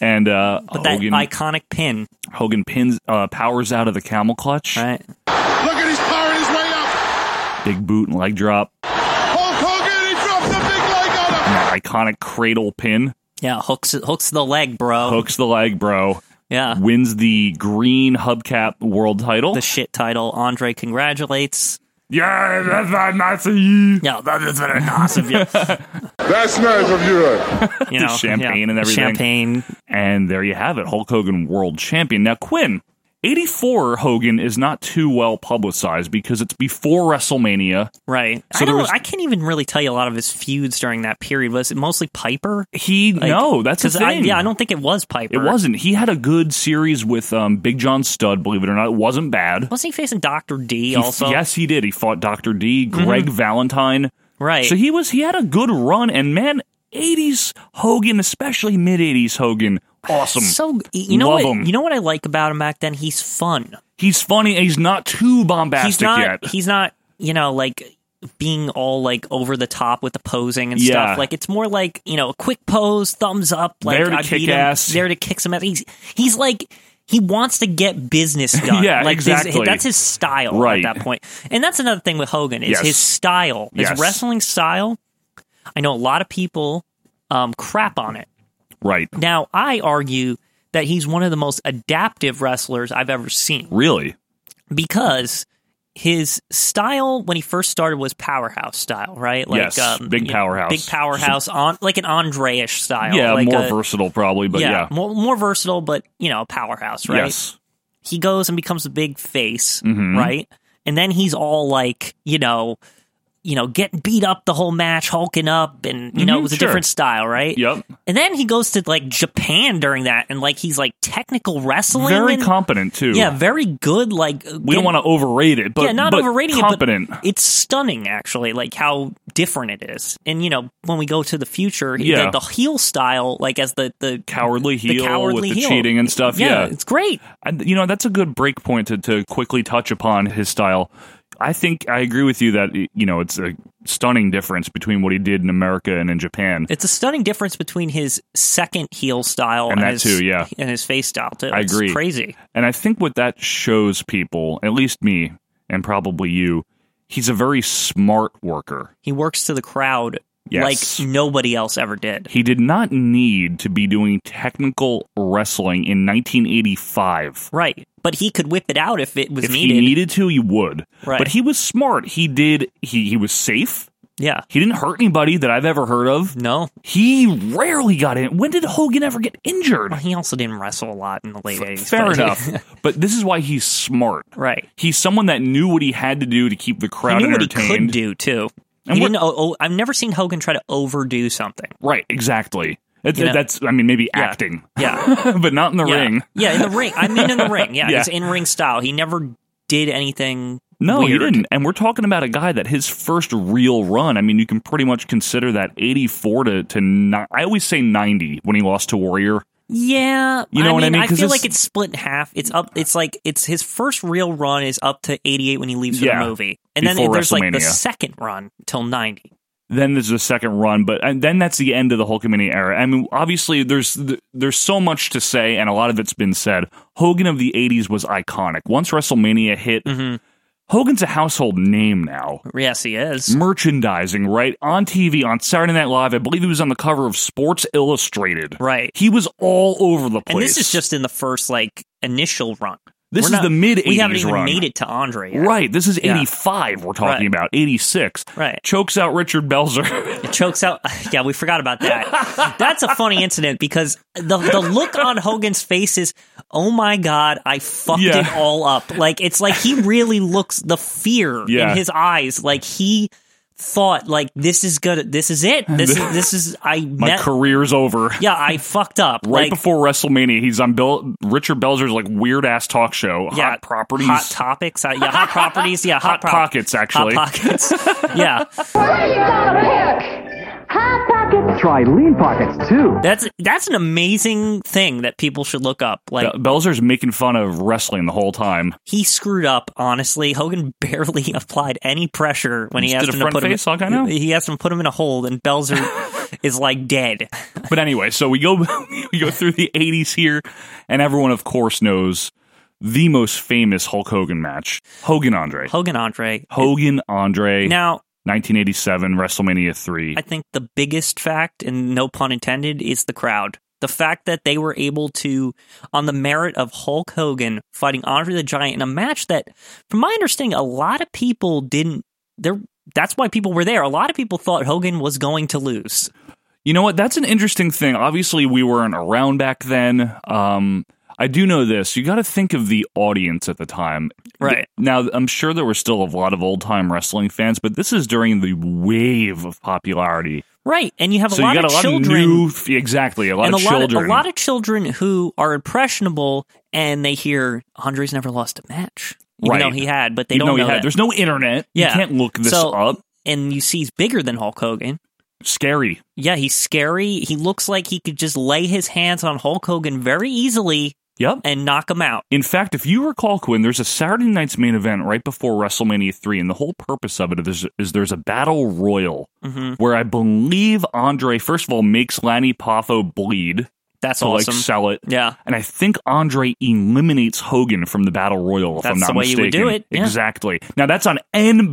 Speaker 2: and uh,
Speaker 3: but that
Speaker 2: Hogan.
Speaker 3: iconic pin,
Speaker 2: Hogan pins uh, powers out of the camel clutch,
Speaker 3: right?
Speaker 8: Look at he's powering his way up.
Speaker 2: big boot and leg drop,
Speaker 8: Hulk Hogan, he drops a big leg on him.
Speaker 2: and that iconic cradle pin
Speaker 3: Yeah, hooks hooks the leg, bro.
Speaker 2: hooks the leg, bro.
Speaker 3: Yeah,
Speaker 2: Wins the green hubcap world title.
Speaker 3: the shit title. Andre congratulates.
Speaker 2: yeah, that's not Nazi.
Speaker 3: Yeah, that is very nice of you.
Speaker 8: That's nice of you, right?
Speaker 3: You know,
Speaker 2: Champagne
Speaker 3: yeah,
Speaker 2: and everything.
Speaker 3: Champagne.
Speaker 2: And there you have it, Hulk Hogan world champion. Now, Quinn, 84 Hogan is not too well publicized because it's before WrestleMania.
Speaker 3: Right.
Speaker 2: So
Speaker 3: I
Speaker 2: there
Speaker 3: don't.
Speaker 2: was-
Speaker 3: I can't even really tell you a lot of his feuds during that period. Was it mostly Piper?
Speaker 2: He,
Speaker 3: Like,
Speaker 2: no, that's the
Speaker 3: 'cause I,
Speaker 2: thing.
Speaker 3: yeah, I don't think it was Piper.
Speaker 2: It wasn't. He had a good series with um, Big John Studd, believe it or not. It wasn't bad.
Speaker 3: Wasn't he facing Doctor D
Speaker 2: He-
Speaker 3: also? Mm-hmm.
Speaker 2: yes, he did. He fought Dr. D, Greg Valentine.
Speaker 3: Right.
Speaker 2: So he was, he had a good run. And man, 80s Hogan, especially mid 80s Hogan, awesome.
Speaker 3: So you know
Speaker 2: Love
Speaker 3: what
Speaker 2: him.
Speaker 3: you know what I like about him back then. He's fun.
Speaker 2: he's funny and he's not too bombastic
Speaker 3: He's not.
Speaker 2: yet.
Speaker 3: He's not. You know, like being all like over the top with the posing and
Speaker 2: Yeah.
Speaker 3: stuff. Like it's more like you know, a quick pose, thumbs up. Like
Speaker 2: There to
Speaker 3: I
Speaker 2: kick
Speaker 3: beat him,
Speaker 2: ass.
Speaker 3: There to kick some ass. He's he's like. He wants to get business done.
Speaker 2: Yeah,
Speaker 3: like this-
Speaker 2: exactly.
Speaker 3: that's his style
Speaker 2: Right.
Speaker 3: at that point. And that's another thing with Hogan is
Speaker 2: Yes.
Speaker 3: his style, his
Speaker 2: Yes.
Speaker 3: wrestling style. I know a lot of people um, crap on it.
Speaker 2: right.
Speaker 3: Now, I argue that he's one of the most adaptive wrestlers I've ever seen
Speaker 2: Really?
Speaker 3: because his style when he first started was powerhouse style, right? Like um,
Speaker 2: Yes, big
Speaker 3: you know,
Speaker 2: powerhouse.
Speaker 3: big powerhouse on like an Andre-ish style.
Speaker 2: yeah,
Speaker 3: like
Speaker 2: more
Speaker 3: a-
Speaker 2: versatile probably, but yeah.
Speaker 3: more more versatile, but you know, powerhouse, right?
Speaker 2: Yes. Mm-hmm.
Speaker 3: He goes and becomes a big face, right? And then he's all like, you know, you know, getting beat up the whole match, hulking up, and you know,
Speaker 2: Mhm,
Speaker 3: it was a
Speaker 2: sure.
Speaker 3: different style, right?
Speaker 2: Yep.
Speaker 3: And then he goes to like Japan during that, and like he's like technical wrestling,
Speaker 2: Very
Speaker 3: and-
Speaker 2: competent too.
Speaker 3: yeah, very good. Like
Speaker 2: We don't want to overrate it, but
Speaker 3: yeah, not
Speaker 2: but
Speaker 3: overrating
Speaker 2: competent.
Speaker 3: it, but it's stunning actually, like how different it is. And you know, when we go to the future, he-
Speaker 2: Yeah.
Speaker 3: the, the heel style, like as the the
Speaker 2: cowardly
Speaker 3: the
Speaker 2: heel
Speaker 3: cowardly
Speaker 2: with the
Speaker 3: heel.
Speaker 2: cheating and stuff. Yeah.
Speaker 3: it's great.
Speaker 2: And, you know, that's a good break point to, to quickly touch upon his style. I think I agree with you that you know it's a stunning difference between what he did in America and in Japan.
Speaker 3: It's a stunning difference between his second heel style
Speaker 2: And that
Speaker 3: his,
Speaker 2: too, yeah.
Speaker 3: and his face style too.
Speaker 2: I
Speaker 3: It's
Speaker 2: agree.
Speaker 3: crazy.
Speaker 2: And I think what that shows people, at least me and probably you, he's a very smart worker.
Speaker 3: He works to the crowd
Speaker 2: Yes.
Speaker 3: like nobody else ever did.
Speaker 2: He did not need to be doing technical wrestling in 1985.
Speaker 3: Right, but he could whip it out if it was
Speaker 2: If
Speaker 3: needed.
Speaker 2: he needed to, he would.
Speaker 3: Right.
Speaker 2: But he was smart. He did. He he was safe.
Speaker 3: yeah,
Speaker 2: He didn't hurt anybody that I've ever heard of.
Speaker 3: no,
Speaker 2: He rarely got in. When did Hogan ever get injured?
Speaker 3: he also didn't wrestle a lot in the late eighties.
Speaker 2: Fair enough. But this is why he's smart.
Speaker 3: right.
Speaker 2: He's someone that knew what he had to do to keep the crowd
Speaker 3: he knew what he
Speaker 2: entertained.
Speaker 3: could do too.
Speaker 2: And
Speaker 3: he
Speaker 2: what-
Speaker 3: didn't. Oh, oh, I've never seen Hogan try to overdo something.
Speaker 2: Right, exactly. That-
Speaker 3: You know?
Speaker 2: That's, I mean, maybe
Speaker 3: Yeah.
Speaker 2: acting,
Speaker 3: Yeah,
Speaker 2: but not in the
Speaker 3: yeah.
Speaker 2: ring.
Speaker 3: Yeah, in the ring. I mean, in the ring. Yeah,
Speaker 2: Yeah.
Speaker 3: his in ring style. He never did anything.
Speaker 2: No, he
Speaker 3: weird.
Speaker 2: didn't. And we're talking about a guy that his first real run. I mean, you can pretty much consider that eighty-four to to. Ni- I always say ninety when he lost to Warrior.
Speaker 3: Yeah,
Speaker 2: You know
Speaker 3: I
Speaker 2: what I
Speaker 3: mean.
Speaker 2: mean?
Speaker 3: I
Speaker 2: 'Cause
Speaker 3: feel
Speaker 2: this-
Speaker 3: like it's split in half. It's up. It's like it's his first real run is up to eighty eight when he leaves for
Speaker 2: Yeah.
Speaker 3: the movie, and then
Speaker 2: Before
Speaker 3: there's like the
Speaker 2: WrestleMania.
Speaker 3: second run till ninety.
Speaker 2: Then there's the second run, but and then that's the end of the Hulkamania era. I mean, obviously there's th- there's so much to say, and a lot of it's been said. Hogan of the '80s was iconic. Once WrestleMania hit,
Speaker 3: Mm-hmm.
Speaker 2: Hogan's a household name now.
Speaker 3: Yes, he is.
Speaker 2: merchandising, right? On TV, on Saturday Night Live. I believe he was on the cover of Sports Illustrated.
Speaker 3: Right.
Speaker 2: He was all over the place.
Speaker 3: And this is just in the first like initial run.
Speaker 2: This
Speaker 3: We're
Speaker 2: is
Speaker 3: not-
Speaker 2: the mid
Speaker 3: We haven't
Speaker 2: 80s
Speaker 3: even
Speaker 2: run.
Speaker 3: made it to Andre. Yet.
Speaker 2: Right. This is
Speaker 3: Yeah.
Speaker 2: 85 we're talking
Speaker 3: Right.
Speaker 2: about, 86.
Speaker 3: Right.
Speaker 2: Chokes out Richard Belzer.
Speaker 3: It chokes out. Yeah, we forgot about that. That's a funny incident because the the look on Hogan's face is, oh my god, I fucked
Speaker 2: Yeah.
Speaker 3: it all up. Like it's like he really looks the fear
Speaker 2: Yeah.
Speaker 3: in his eyes. Like he thought, like this is gonna, this is it. This is this is I
Speaker 2: My
Speaker 3: met.
Speaker 2: career's over.
Speaker 3: Yeah, I fucked up.
Speaker 2: Right
Speaker 3: like,
Speaker 2: before WrestleMania, he's on Bill Richard Belzer's like weird ass talk show,
Speaker 3: yeah,
Speaker 2: Hot Properties,
Speaker 3: hot topics, uh, yeah, hot properties, yeah,
Speaker 2: Hot
Speaker 3: hot, prop-
Speaker 2: Pockets, actually.
Speaker 3: hot pockets, yeah.
Speaker 10: Hot pockets. Try lean pockets too.
Speaker 3: That's that's an amazing thing that people should look up. Like
Speaker 2: Be- Belzer's making fun of wrestling the whole time.
Speaker 3: he screwed up. Honestly, Hogan barely applied any pressure when he
Speaker 2: Just
Speaker 3: asked
Speaker 2: did a
Speaker 3: him to
Speaker 2: front
Speaker 3: put
Speaker 2: face,
Speaker 3: him.
Speaker 2: like I know.
Speaker 3: He asked him to put him in a hold, and Belzer is like dead.
Speaker 2: But anyway, so we go we go through the '80s here, and everyone, of course, knows the most famous Hulk Hogan match: Hogan Andre,
Speaker 3: Hogan Andre.
Speaker 2: Hogan Andre,
Speaker 3: Now,
Speaker 2: 1987 WrestleMania three.
Speaker 3: I think the biggest fact, and no pun intended, is the crowd. The fact that they were able to, on the merit of Hulk Hogan fighting Andre the Giant in a match that, from my understanding, a lot of people didn't. There, that's why people were there. A lot of people thought Hogan was going to lose.
Speaker 2: You know what? That's an interesting thing. Obviously, we weren't around back then. Um, I do know this. You got to think of the audience at the time.
Speaker 3: Right.
Speaker 2: Now, I'm sure there were still a lot of old time wrestling fans, but this is during the wave of popularity.
Speaker 3: Right, and you have a
Speaker 2: So
Speaker 3: lot
Speaker 2: you got
Speaker 3: of
Speaker 2: a lot
Speaker 3: children.
Speaker 2: of new, exactly, a lot
Speaker 3: and
Speaker 2: of
Speaker 3: a lot
Speaker 2: children.
Speaker 3: Of, a lot of children who are impressionable and they hear Andre's never lost a match, even
Speaker 2: Right.
Speaker 3: though he had, but they
Speaker 2: Even though
Speaker 3: don't know
Speaker 2: he had-
Speaker 3: that.
Speaker 2: There's no internet.
Speaker 3: Yeah.
Speaker 2: You can't look this
Speaker 3: So-
Speaker 2: up.
Speaker 3: and you see he's bigger than Hulk Hogan.
Speaker 2: Scary.
Speaker 3: Yeah, he's scary. He looks like he could just lay his hands on Hulk Hogan very easily
Speaker 2: Yep.
Speaker 3: and knock him out.
Speaker 2: In fact, if you recall, Quinn, there's a Saturday night's main event right before WrestleMania 3, and the whole purpose of it is, is there's a battle royal
Speaker 3: Mm-hmm.
Speaker 2: where I believe Andre, first of all, makes Lanny Poffo bleed
Speaker 3: That's
Speaker 2: to
Speaker 3: awesome.
Speaker 2: like sell it.
Speaker 3: yeah.
Speaker 2: And I think Andre eliminates Hogan from the battle royal, if
Speaker 3: That's
Speaker 2: I'm not
Speaker 3: the way you
Speaker 2: mistaken.
Speaker 3: would do it, yeah.
Speaker 2: Exactly. Now, that's on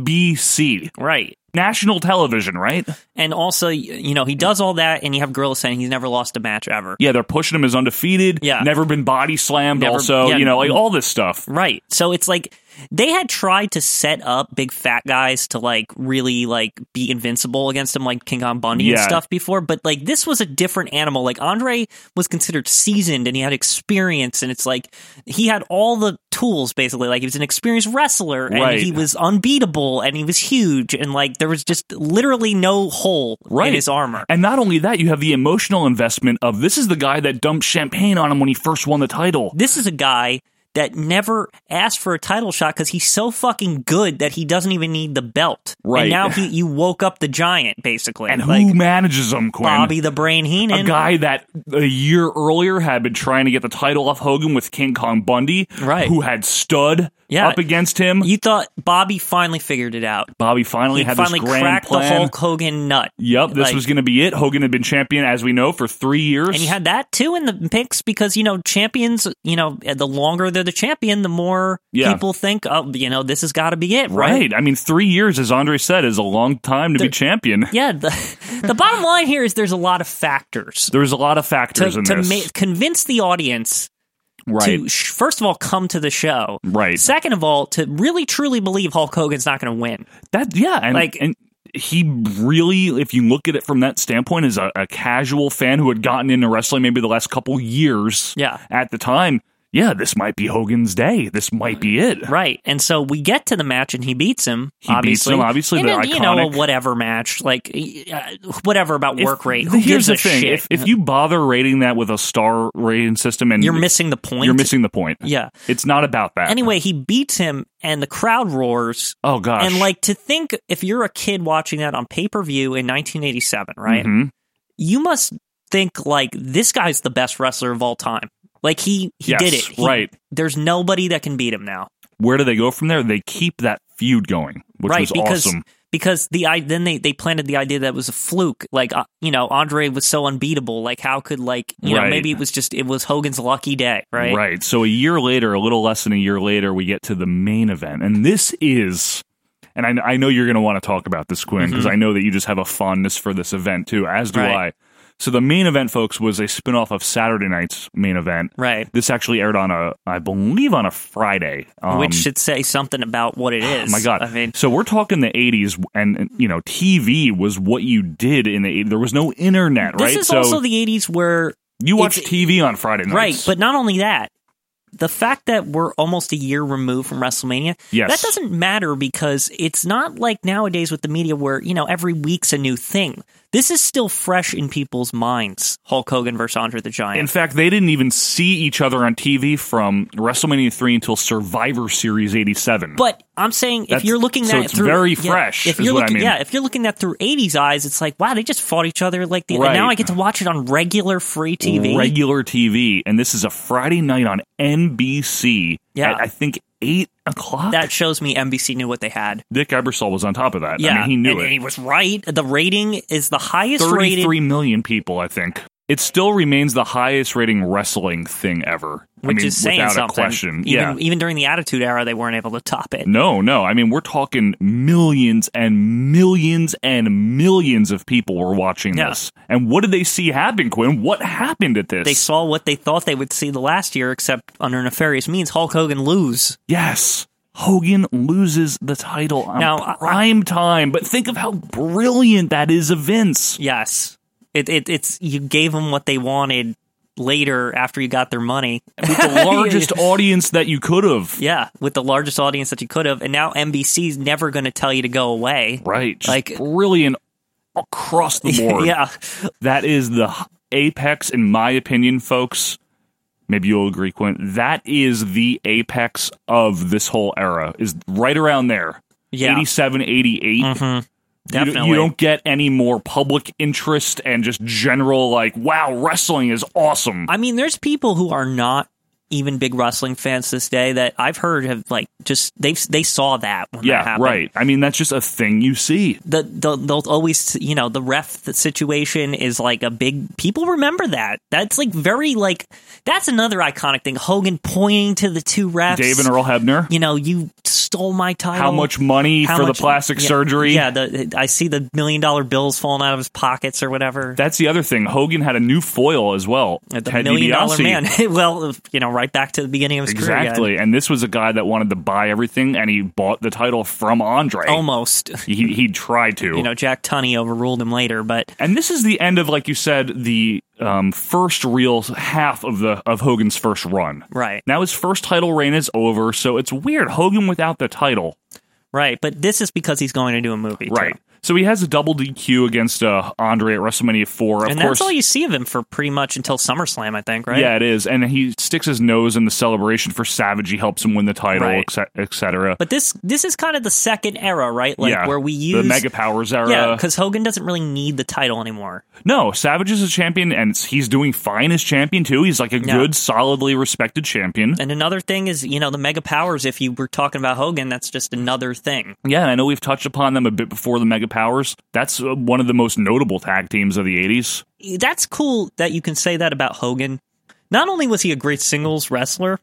Speaker 2: NBC,
Speaker 3: Right.
Speaker 2: national television, right?
Speaker 3: And also, y- you know, he does all that, and you have Gorilla saying he's never lost a match ever.
Speaker 2: Yeah, they're pushing him as undefeated.
Speaker 3: Yeah.
Speaker 2: Never been body slammed,
Speaker 3: Never-
Speaker 2: also,
Speaker 3: yeah.
Speaker 2: you know, like all this stuff.
Speaker 3: Right. So it's like they had tried to set up big fat guys to like really like be invincible against them like King Kong Bundy and
Speaker 2: Yeah.
Speaker 3: stuff before, but like this was a different animal. Like Andre was considered seasoned and he had experience and it's like he had all the tools basically. Like he was an experienced wrestler and
Speaker 2: Right.
Speaker 3: he was unbeatable and he was huge and like there was just literally no hole in his armor.
Speaker 2: And not only that, you have the emotional investment of this is the guy that dumped champagne on him when he first won the title.
Speaker 3: This is a guy that never asked for a title shot because he's so fucking good that he doesn't even need the belt.
Speaker 2: Right.
Speaker 3: And now he, you woke up the giant, basically.
Speaker 2: And who
Speaker 3: like
Speaker 2: manages him, Quinn?
Speaker 3: Bobby the Brain Heenan.
Speaker 2: a guy that a year earlier had been trying to get the title off Hogan with King Kong Bundy,
Speaker 3: Right.
Speaker 2: who had stud
Speaker 3: Yeah.
Speaker 2: up against him.
Speaker 3: You thought Bobby finally figured it out.
Speaker 2: Bobby finally
Speaker 3: He
Speaker 2: had
Speaker 3: finally
Speaker 2: this grand
Speaker 3: cracked
Speaker 2: plan.
Speaker 3: the Hulk Hogan nut.
Speaker 2: Yep, this
Speaker 3: Like,
Speaker 2: was going to be it. Hogan had been champion, as we know, for three years.
Speaker 3: And you had that too in the picks because you know champions. You know, the longer they're the champion, the more
Speaker 2: Yeah.
Speaker 3: people think, oh, you know, this has got to be it,
Speaker 2: right. I mean, three years, as Andre said, is a long time to be champion.
Speaker 3: Yeah. The, the bottom line here is there's a lot of factors
Speaker 2: There's a lot of
Speaker 3: to,
Speaker 2: factors in
Speaker 3: to
Speaker 2: this.
Speaker 3: ma- convince the audience
Speaker 2: right.
Speaker 3: to sh- first of all come to the show,
Speaker 2: Right.
Speaker 3: Second of all, to really truly believe Hulk Hogan's not going to win.
Speaker 2: That yeah, and
Speaker 3: Like-
Speaker 2: and he really, if you look at it from that standpoint, is a, a casual fan who had gotten into wrestling maybe the last couple years.
Speaker 3: Yeah.
Speaker 2: at the time, yeah, this might be Hogan's day. This might be it.
Speaker 3: Right. And so we get to the match and he beats him.
Speaker 2: He beats
Speaker 3: obviously.
Speaker 2: him, obviously,
Speaker 3: And
Speaker 2: the
Speaker 3: then, you know, a
Speaker 2: iconic-
Speaker 3: whatever match, like uh, whatever about
Speaker 2: If-
Speaker 3: work rate.
Speaker 2: the-
Speaker 3: Who
Speaker 2: here's
Speaker 3: gives
Speaker 2: the
Speaker 3: a
Speaker 2: thing:
Speaker 3: shit?
Speaker 2: if if you bother rating that with a star rating system, and
Speaker 3: You're missing the point.
Speaker 2: you're missing the point.
Speaker 3: Yeah.
Speaker 2: It's not about that.
Speaker 3: Anyway, he beats him and the crowd roars.
Speaker 2: oh gosh,
Speaker 3: And like to think if you're a kid watching that on pay per view in 1987, right?
Speaker 2: Mhm.
Speaker 3: You must think like this guy's the best wrestler of all time. Like he he
Speaker 2: Yes,
Speaker 3: did it. He-
Speaker 2: right.
Speaker 3: There's nobody that can beat him now.
Speaker 2: where do they go from there? They keep that feud going, which
Speaker 3: right
Speaker 2: was
Speaker 3: because
Speaker 2: awesome.
Speaker 3: because the I then they they planted the idea that it was a fluke. Like uh, you know, Andre was so unbeatable. Like how could like you know
Speaker 2: Right.
Speaker 3: maybe it was just it was Hogan's lucky day, right?
Speaker 2: So a year later, a little less than a year later, we get to the main event, and this is. And I, I know you're going to want to talk about this, Quinn, because I know that you just have a fondness for this event too, as do
Speaker 3: Mm-hmm. Right.
Speaker 2: I. So the main event, folks, was a spinoff of Saturday night's main event.
Speaker 3: Right.
Speaker 2: This actually aired on a, I believe, on a Friday, um,
Speaker 3: Which should say something about what it is.
Speaker 2: Oh my god!
Speaker 3: I mean,
Speaker 2: so we're talking the '80s, and and, you know, TV was what you did in the '80s. There was no internet,
Speaker 3: this
Speaker 2: right?
Speaker 3: is
Speaker 2: so
Speaker 3: also the '80s where
Speaker 2: you watch
Speaker 3: it's-
Speaker 2: TV on Friday nights,
Speaker 3: Right, but not only that, the fact that we're almost a year removed from WrestleMania,
Speaker 2: Yes.
Speaker 3: that doesn't matter because it's not like nowadays with the media where, you know, every week's a new thing. This is still fresh in people's minds, Hulk Hogan versus Andre the Giant.
Speaker 2: in fact, they didn't even see each other on TV from WrestleMania three until Survivor Series '87.
Speaker 3: but I'm saying if
Speaker 2: That's-
Speaker 3: you're looking
Speaker 2: so
Speaker 3: that
Speaker 2: it's
Speaker 3: through
Speaker 2: very
Speaker 3: yeah,
Speaker 2: fresh
Speaker 3: if
Speaker 2: is
Speaker 3: you're
Speaker 2: what I
Speaker 3: looking
Speaker 2: mean.
Speaker 3: yeah, if you're looking that through 80s eyes, it's like wow, they just fought each other like the, and
Speaker 2: Right.
Speaker 3: now I get to watch it on regular free TV.
Speaker 2: regular TV, and this is a Friday night on NBC.
Speaker 3: Yeah.
Speaker 2: at, I think eight o'clock.
Speaker 3: that shows me NBC knew what they had.
Speaker 2: Dick Ebersol was on top of that.
Speaker 3: Yeah,
Speaker 2: I mean, he knew
Speaker 3: and
Speaker 2: it.
Speaker 3: He was right. The rating is the highest rated.
Speaker 2: Thirty-three million people, I think. It still remains the highest rating wrestling thing ever. I
Speaker 3: which
Speaker 2: mean,
Speaker 3: is saying
Speaker 2: without
Speaker 3: something.
Speaker 2: a question.
Speaker 3: Even,
Speaker 2: yeah.
Speaker 3: even during the Attitude Era, they weren't able to top it.
Speaker 2: no, no. I mean, we're talking millions and millions and millions of people were watching
Speaker 3: Yeah.
Speaker 2: this. And what did they see happen, Quinn? What happened at this?
Speaker 3: They saw what they thought they would see the last year, except under nefarious means, Hulk Hogan lose.
Speaker 2: yes. Hogan loses the title on
Speaker 3: Now, I-
Speaker 2: prime time, but think of how brilliant that is of Vince.
Speaker 3: Yes, it, it it's you gave them what they wanted later after you got their money.
Speaker 2: With the largest audience that you could have.
Speaker 3: yeah, with the largest audience that you could have, and now NBC's never going to tell you to go away.
Speaker 2: Right. Just
Speaker 3: Like-
Speaker 2: brilliant across the board.
Speaker 3: yeah,
Speaker 2: That is the h- apex, in my opinion, folks. Maybe you'll agree, Quint. That is the apex of this whole era, is right around there.
Speaker 3: Yeah. Mm-hmm.
Speaker 2: 87, 88. You,
Speaker 3: definitely.
Speaker 2: don't- you don't get any more public interest and just general, like, wow, wrestling is awesome.
Speaker 3: I mean, there's people who are not even big wrestling fans this day that I've heard have like just they they saw that when that
Speaker 2: yeah,
Speaker 3: happened.
Speaker 2: right. I mean, that's just a thing you see.
Speaker 3: the, the they'll always you know the ref situation is like a big people remember that that's like very like that's another iconic thing Hogan pointing to the two refs
Speaker 2: Dave and Earl Hebner.
Speaker 3: you know you stole my title
Speaker 2: How much money
Speaker 3: How
Speaker 2: for
Speaker 3: much-
Speaker 2: the plastic
Speaker 3: yeah,
Speaker 2: surgery?
Speaker 3: yeah the, I see the million dollar bills falling out of his pockets or whatever
Speaker 2: That's the other thing. Hogan had a new foil as well.
Speaker 3: the
Speaker 2: Ted
Speaker 3: million dollar
Speaker 2: DiBiase.
Speaker 3: man well you know right back to the beginning of his career
Speaker 2: Exactly. And this was a guy that wanted to buy everything, and he bought the title from Andre.
Speaker 3: yeah. almost
Speaker 2: He, he tried to.
Speaker 3: Oh you know Jack Tunney overruled him later but
Speaker 2: and this is the end of, like you said, the um, first real half of the of Hogan's first run.
Speaker 3: right
Speaker 2: Now his first title reign is over, so it's weird. Hogan without the title.
Speaker 3: right but this is because he's going to do a movie too.
Speaker 2: Right. So he has a double DQ against uh, Andre at WrestleMania 4. Of
Speaker 3: and
Speaker 2: course,
Speaker 3: that's all you see of him for pretty much until SummerSlam, I think, right?
Speaker 2: Yeah, it is. And he sticks his nose in the celebration for Savage. He helps him win the title,
Speaker 3: Right.
Speaker 2: etc. et cetera.
Speaker 3: But this this is kind of the second era, right? Like
Speaker 2: yeah,
Speaker 3: where we use
Speaker 2: the Mega Powers era.
Speaker 3: Yeah, because Hogan doesn't really need the title anymore.
Speaker 2: No, Savage is a champion, and it's- he's doing fine as champion too. He's like a
Speaker 3: Yeah.
Speaker 2: good, solidly respected champion.
Speaker 3: And another thing is, you know, the Mega Powers. If you were talking about Hogan, that's just another thing.
Speaker 2: Yeah, and I know we've touched upon them a bit before the Mega Powers. That's uh, one of the most notable tag teams of the '80s.
Speaker 3: That's cool that you can say that about Hogan. Not only was he a great singles wrestler,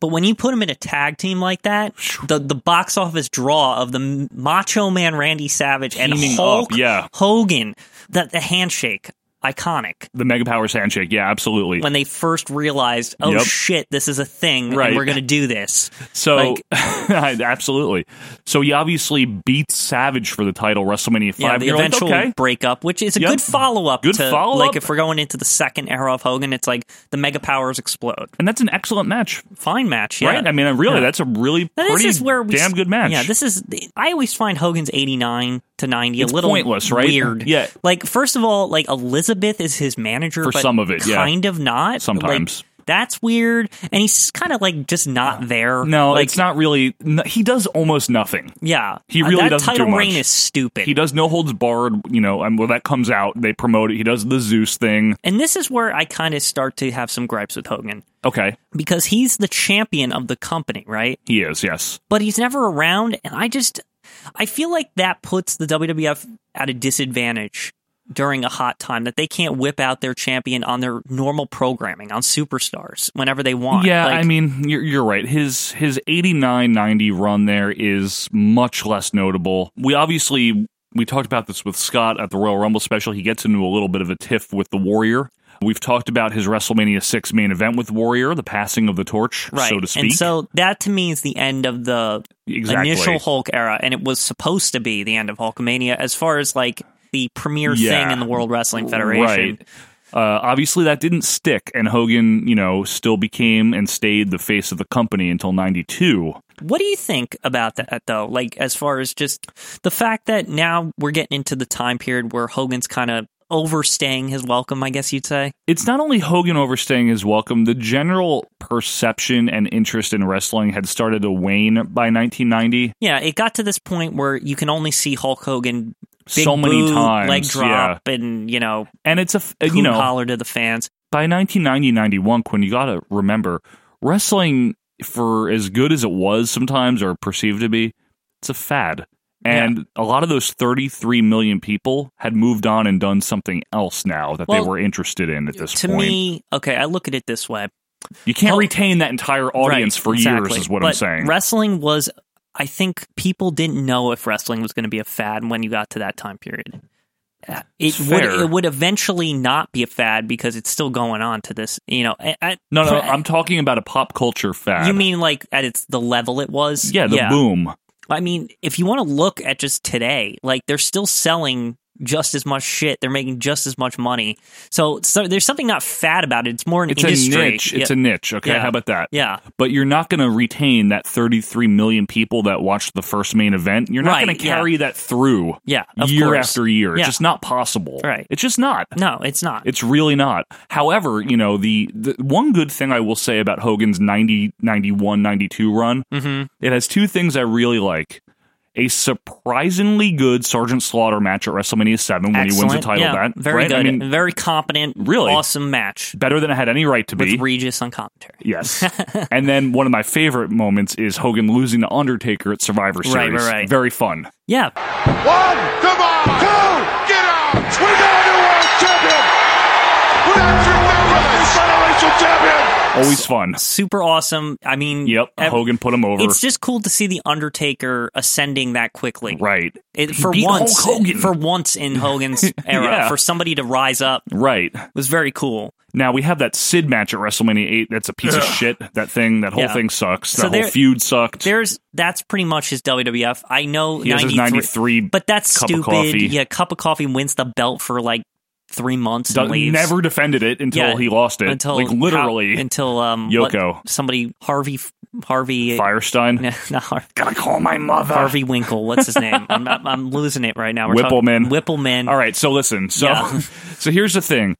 Speaker 3: but when you put him in a tag team like that, the the box office draw of the Macho Man Randy Savage and
Speaker 2: Teaming
Speaker 3: Hulk
Speaker 2: up, yeah.
Speaker 3: Hogan, that the handshake. iconic.
Speaker 2: The Mega Powers handshake. Yeah, absolutely.
Speaker 3: When they first realized, oh
Speaker 2: Yep.
Speaker 3: shit, this is a thing,
Speaker 2: Right.
Speaker 3: and we're going to do this.
Speaker 2: So
Speaker 3: Like-
Speaker 2: absolutely. So he obviously beats Savage for the title WrestleMania five.
Speaker 3: Yeah, the
Speaker 2: You're like,
Speaker 3: eventual
Speaker 2: okay.
Speaker 3: breakup, which is a
Speaker 2: Yep.
Speaker 3: good follow up.
Speaker 2: Good
Speaker 3: to,
Speaker 2: follow-up.
Speaker 3: Like if we're going into the second era of Hogan, it's like the mega powers explode.
Speaker 2: and that's an excellent match,
Speaker 3: Fine match, yeah.
Speaker 2: right? I mean, uh, really,
Speaker 3: Yeah.
Speaker 2: that's a really
Speaker 3: Now,
Speaker 2: pretty
Speaker 3: this is where we
Speaker 2: damn good match.
Speaker 3: Yeah, this is. I always find Hogan's eighty nine to ninety
Speaker 2: It's
Speaker 3: a little
Speaker 2: pointless, right?
Speaker 3: Weird.
Speaker 2: Yeah.
Speaker 3: Like first of all, like Elizabeth is his manager
Speaker 2: For
Speaker 3: but
Speaker 2: some of it, yeah.
Speaker 3: kind of not.
Speaker 2: Sometimes.
Speaker 3: Like, that's weird, and he's kind of like just not there.
Speaker 2: no,
Speaker 3: like,
Speaker 2: it's not really. No, he does almost nothing.
Speaker 3: Yeah,
Speaker 2: He
Speaker 3: Uh,
Speaker 2: really
Speaker 3: that
Speaker 2: doesn't do
Speaker 3: title
Speaker 2: much.
Speaker 3: reign is stupid.
Speaker 2: He does no holds barred. You know, and well, that comes out. They promote it. He does the Zeus thing.
Speaker 3: and this is where I kind of start to have some gripes with Hogan
Speaker 2: Okay,
Speaker 3: because he's the champion of the company, right?
Speaker 2: he is. Yes,
Speaker 3: but he's never around and i just i feel like that puts the wwf at a disadvantage during a hot time that they can't whip out their champion on their normal programming on superstars whenever they want
Speaker 2: Yeah,
Speaker 3: Like,
Speaker 2: I mean, you're, you're right. His his 89-90 run there is much less notable. We obviously we talked about this with Scott at the Royal Rumble special. He gets into a little bit of a tiff with the Warrior. We've talked about his WrestleMania 6 main event with Warrior, the passing of the torch,
Speaker 3: right
Speaker 2: so to speak.
Speaker 3: and so that to me is the end of the
Speaker 2: Exactly.
Speaker 3: initial hulk era and it was supposed to be the end of hulkamania as far as like the premier
Speaker 2: Yeah.
Speaker 3: thing in the world wrestling federation
Speaker 2: Right. Uh, obviously, that didn't stick, and Hogan, you know, still became and stayed the face of the company until 92.
Speaker 3: What do you think about that though? Like as far as just the fact that now we're getting into the time period where Hogan's kind of overstaying his welcome, I guess you'd say.
Speaker 2: it's not only Hogan overstaying his welcome, the general perception and interest in wrestling had started to wane by 1990.
Speaker 3: Yeah, it got to this point where you can only see Hulk Hogan big
Speaker 2: So many
Speaker 3: boo,
Speaker 2: times,
Speaker 3: leg drop and you know
Speaker 2: And it's a, f-
Speaker 3: coon
Speaker 2: you know,
Speaker 3: holler to the fans.
Speaker 2: by 1990, 91, Quinn, you got to remember wrestling, for as good as it was sometimes or perceived to be, it's a fad. And a lot of those 33 million people had moved on and done something else now that
Speaker 3: Well,
Speaker 2: they were interested in at this
Speaker 3: To
Speaker 2: point.
Speaker 3: me, okay, I look at it this way.
Speaker 2: you can't
Speaker 3: Hul-
Speaker 2: retain that entire audience
Speaker 3: Right,
Speaker 2: for
Speaker 3: exactly.
Speaker 2: years, is what I'm
Speaker 3: But
Speaker 2: saying.
Speaker 3: Wrestling was I think people didn't know if wrestling was going to be a fad when you got to that time period. Uh, It
Speaker 2: It's
Speaker 3: would,
Speaker 2: fair.
Speaker 3: it would eventually not be a fad because it's still going on to this, you know. I, I-
Speaker 2: no, no, I'm talking about a pop culture fad.
Speaker 3: You mean like at its the level it was?
Speaker 2: Yeah, the boom.
Speaker 3: I mean, if you want to look at just today, like they're still selling just as much shit. They're making just as much money. So, so there's something not fad about it. It's more an
Speaker 2: It's
Speaker 3: industry.
Speaker 2: a niche. It's
Speaker 3: Yeah.
Speaker 2: a niche. Okay,
Speaker 3: Yeah.
Speaker 2: how about that?
Speaker 3: Yeah.
Speaker 2: But you're not going to retain that 33 million people that watched the first main event. You're not
Speaker 3: Right,
Speaker 2: going to
Speaker 3: yeah.
Speaker 2: carry that through
Speaker 3: Yeah, of
Speaker 2: year
Speaker 3: course.
Speaker 2: after year. It's
Speaker 3: Yeah.
Speaker 2: just not possible.
Speaker 3: Right.
Speaker 2: It's just not.
Speaker 3: No, it's not.
Speaker 2: It's really not. However, you know, the, the one good thing I will say about Hogan's 90, 91, 92 run,
Speaker 3: Mm-hmm.
Speaker 2: it has two things I really like. A surprisingly good Sergeant Slaughter match at WrestleMania 7 when he wins
Speaker 3: Excellent.
Speaker 2: the title.
Speaker 3: Yeah,
Speaker 2: that
Speaker 3: very
Speaker 2: right? I
Speaker 3: good,
Speaker 2: mean,
Speaker 3: very competent,
Speaker 2: Really?
Speaker 3: awesome match
Speaker 2: better than it had any right to be.
Speaker 3: with Regis on commentary.
Speaker 2: Yes. and then one of my favorite moments is Hogan losing to Undertaker at Survivor Series.
Speaker 3: Right, right, right.
Speaker 2: Very fun.
Speaker 3: Yeah,
Speaker 11: One, come on, two, get out. We got a new world champion. Patrick Melrose, Federation champion.
Speaker 2: Always fun.
Speaker 3: super awesome. I mean,
Speaker 2: Yep.
Speaker 3: ev-
Speaker 2: Hogan put him over.
Speaker 3: It's just cool to see the Undertaker ascending that quickly.
Speaker 2: right.
Speaker 3: It,
Speaker 2: He
Speaker 3: for
Speaker 2: beat
Speaker 3: once,
Speaker 2: Hulk Hogan.
Speaker 3: for once in Hogan's era,
Speaker 2: Yeah.
Speaker 3: for somebody to rise up
Speaker 2: right.
Speaker 3: was very cool.
Speaker 2: Now we have that Sid match at WrestleMania 8. That's a piece of shit. That thing, that whole
Speaker 3: Yeah.
Speaker 2: thing sucks.
Speaker 3: So
Speaker 2: that whole
Speaker 3: there-
Speaker 2: feud sucked.
Speaker 3: There's that's pretty much his WWF. I know
Speaker 2: He has his 93
Speaker 3: but that's
Speaker 2: cup of
Speaker 3: stupid.
Speaker 2: coffee.
Speaker 3: Yeah, cup of coffee wins the belt for like three months
Speaker 2: Do-
Speaker 3: and leaves.
Speaker 2: never defended it until
Speaker 3: Yeah,
Speaker 2: he lost it.
Speaker 3: until
Speaker 2: like literally
Speaker 3: how- until um what-
Speaker 2: Yoko.
Speaker 3: somebody Harvey Harvey
Speaker 2: Firestein.
Speaker 3: No, not Harvey.
Speaker 2: Gotta call my mother.
Speaker 3: Harvey Winkle. What's his name? I'm, I'm, I'm losing it right now. We're
Speaker 2: Whippleman.
Speaker 3: Talking, Whippleman.
Speaker 2: All right, so listen. So
Speaker 3: Yeah.
Speaker 2: so here's the thing.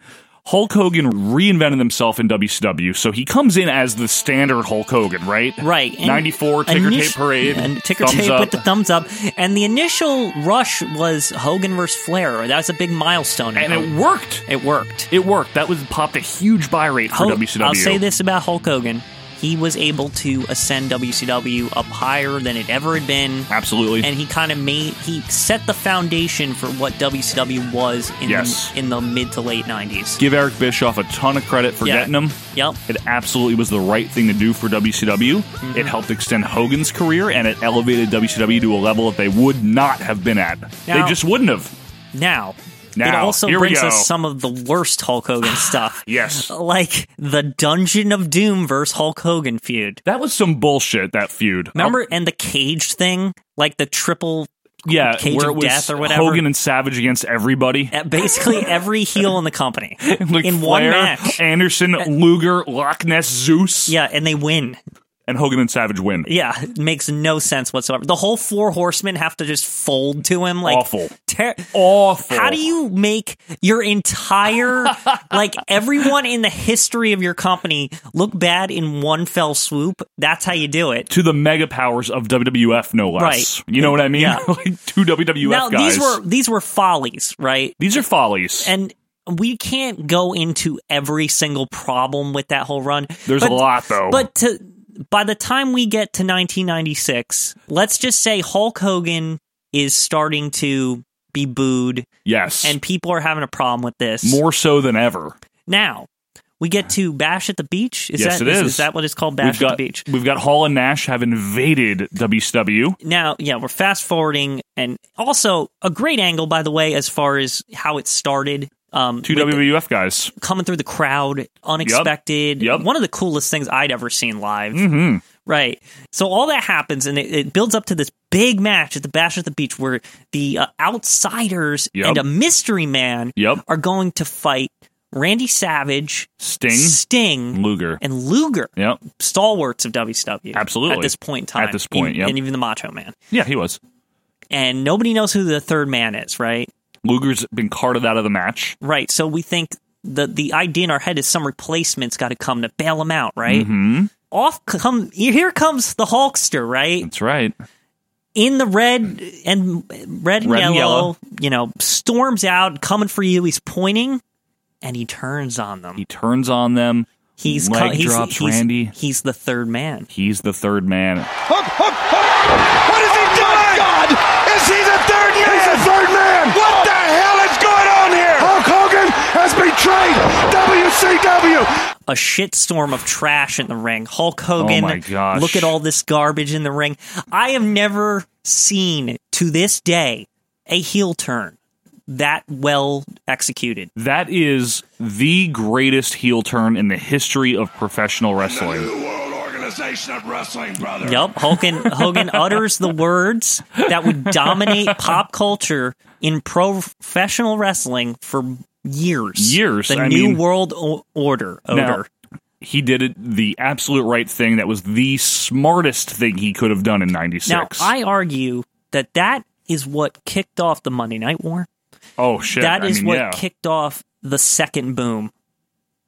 Speaker 2: Hulk Hogan reinvented himself in WCW, so he comes in as the standard Hulk Hogan, right?
Speaker 3: Right. and
Speaker 2: Ninety four ticker
Speaker 3: init-
Speaker 2: tape parade.
Speaker 3: And ticker
Speaker 2: thumbs
Speaker 3: tape
Speaker 2: up.
Speaker 3: with the thumbs up. And the initial rush was Hogan versus Flair. That was a big milestone.
Speaker 2: and it worked.
Speaker 3: It worked.
Speaker 2: It worked. That was popped a huge buy rate for
Speaker 3: Hul-
Speaker 2: WCW.
Speaker 3: I'll say this about Hulk Hogan. He was able to ascend WCW up higher than it ever had been.
Speaker 2: Absolutely.
Speaker 3: And he kind of made, he set the foundation for what WCW was in,
Speaker 2: Yes.
Speaker 3: the, in the mid to late 90s.
Speaker 2: Give Eric Bischoff a ton of credit for
Speaker 3: Yeah.
Speaker 2: getting him.
Speaker 3: Yep.
Speaker 2: It absolutely was the right thing to do for WCW.
Speaker 3: Mm-hmm.
Speaker 2: It helped extend Hogan's career and it elevated WCW to a level that they would not have been at.
Speaker 3: Now-
Speaker 2: they just wouldn't have.
Speaker 3: Now, it
Speaker 2: Now,
Speaker 3: also
Speaker 2: here we
Speaker 3: brings
Speaker 2: go.
Speaker 3: us some of the worst Hulk Hogan stuff.
Speaker 2: Yes.
Speaker 3: Like the Dungeon of Doom versus Hulk Hogan feud.
Speaker 2: That was some bullshit. That feud.
Speaker 3: Remember, and the cage thing, like the triple
Speaker 2: Yeah,
Speaker 3: cage
Speaker 2: where it
Speaker 3: of
Speaker 2: was
Speaker 3: death or whatever.
Speaker 2: Hogan and Savage against everybody.
Speaker 3: At e, basically every heel in the company
Speaker 2: like
Speaker 3: in one
Speaker 2: Flair,
Speaker 3: match.
Speaker 2: Anderson, Luger, Loch Ness, Zeus,
Speaker 3: yeah, and they win.
Speaker 2: and Hogan and Savage win.
Speaker 3: Yeah, it makes no sense whatsoever. The whole four horsemen have to just fold to him. Like
Speaker 2: Awful.
Speaker 3: ter-
Speaker 2: Awful.
Speaker 3: How do you make your entire, like everyone in the history of your company look bad in one fell swoop? That's how you do it.
Speaker 2: to the mega powers of WWF, no less. You know what I mean?
Speaker 3: Yeah.
Speaker 2: like two WWF
Speaker 3: now
Speaker 2: guys.
Speaker 3: these were these were follies, right?
Speaker 2: These are follies.
Speaker 3: And we can't go into every single problem with that whole run.
Speaker 2: There's a lot, though.
Speaker 3: But to by the time we get to 1996, let's just say Hulk Hogan is starting to be booed,
Speaker 2: yes,
Speaker 3: and people are having a problem with this
Speaker 2: more so than ever.
Speaker 3: Now we get to Bash at the Beach. Is
Speaker 2: yes,
Speaker 3: that
Speaker 2: it is.
Speaker 3: is that what it's called? Bash
Speaker 2: we've got,
Speaker 3: at the Beach.
Speaker 2: We've got Hall and Nash have invaded WCW.
Speaker 3: now yeah we're fast forwarding and also a great angle by the way as far as how it started um
Speaker 2: Two
Speaker 3: with the-
Speaker 2: WWF guys.
Speaker 3: coming through the crowd unexpected
Speaker 2: Yep.
Speaker 3: one of the coolest things i'd ever seen live
Speaker 2: Mm-hmm.
Speaker 3: right so all that happens and it, it builds up to this big match at the bash at the beach where the uh, outsiders
Speaker 2: Yep.
Speaker 3: and a mystery man
Speaker 2: Yep.
Speaker 3: are going to fight randy savage
Speaker 2: Sting,
Speaker 3: sting
Speaker 2: Luger.
Speaker 3: and luger
Speaker 2: Yep.
Speaker 3: stalwarts of wcw
Speaker 2: Absolutely.
Speaker 3: at this point in time
Speaker 2: At this point,
Speaker 3: and,
Speaker 2: yep.
Speaker 3: and even the macho man
Speaker 2: Yeah, he was.
Speaker 3: and nobody knows who the third man is, right?
Speaker 2: Luger's been carted out of the match.
Speaker 3: Right. So we think the the idea in our head is some replacement's got to come to bail him out, right?
Speaker 2: Mm-hmm.
Speaker 3: Off come here comes the Hulkster, right?
Speaker 2: That's right.
Speaker 3: In the red and red
Speaker 2: Red
Speaker 3: and, yellow,
Speaker 2: and yellow.
Speaker 3: you know, storms out, coming for you. He's pointing, and he turns on them.
Speaker 2: He turns on them.
Speaker 3: He's
Speaker 2: leg
Speaker 3: co- he's-
Speaker 2: drops
Speaker 3: he's-
Speaker 2: Randy.
Speaker 3: He's the third man.
Speaker 2: He's the third man.
Speaker 11: Hook, hook, hook. What is he doing? God. Is he the third man? He's the third man. What the hell is going on here? Hulk Hogan has betrayed WCW.
Speaker 3: a shitstorm of trash in the ring. Hulk Hogan,
Speaker 2: Oh my gosh.
Speaker 3: look at all this garbage in the ring. I have never seen to this day a heel turn that well executed.
Speaker 2: That is the greatest heel turn in the history of professional wrestling.
Speaker 11: World Organization of Wrestling, brother.
Speaker 3: Yep, Hogan Hogan utters the words that would dominate pop culture in professional wrestling for years.
Speaker 2: Years,
Speaker 3: the
Speaker 2: I
Speaker 3: new
Speaker 2: mean-
Speaker 3: world o- order.
Speaker 2: Now,
Speaker 3: Order.
Speaker 2: he did it the absolute right thing. That was the smartest thing he could have done in
Speaker 3: Now,
Speaker 2: '96.
Speaker 3: I argue that that is what kicked off the Monday Night War.
Speaker 2: oh shit!
Speaker 3: That
Speaker 2: I
Speaker 3: is
Speaker 2: mean,
Speaker 3: what
Speaker 2: yeah.
Speaker 3: kicked off the second boom.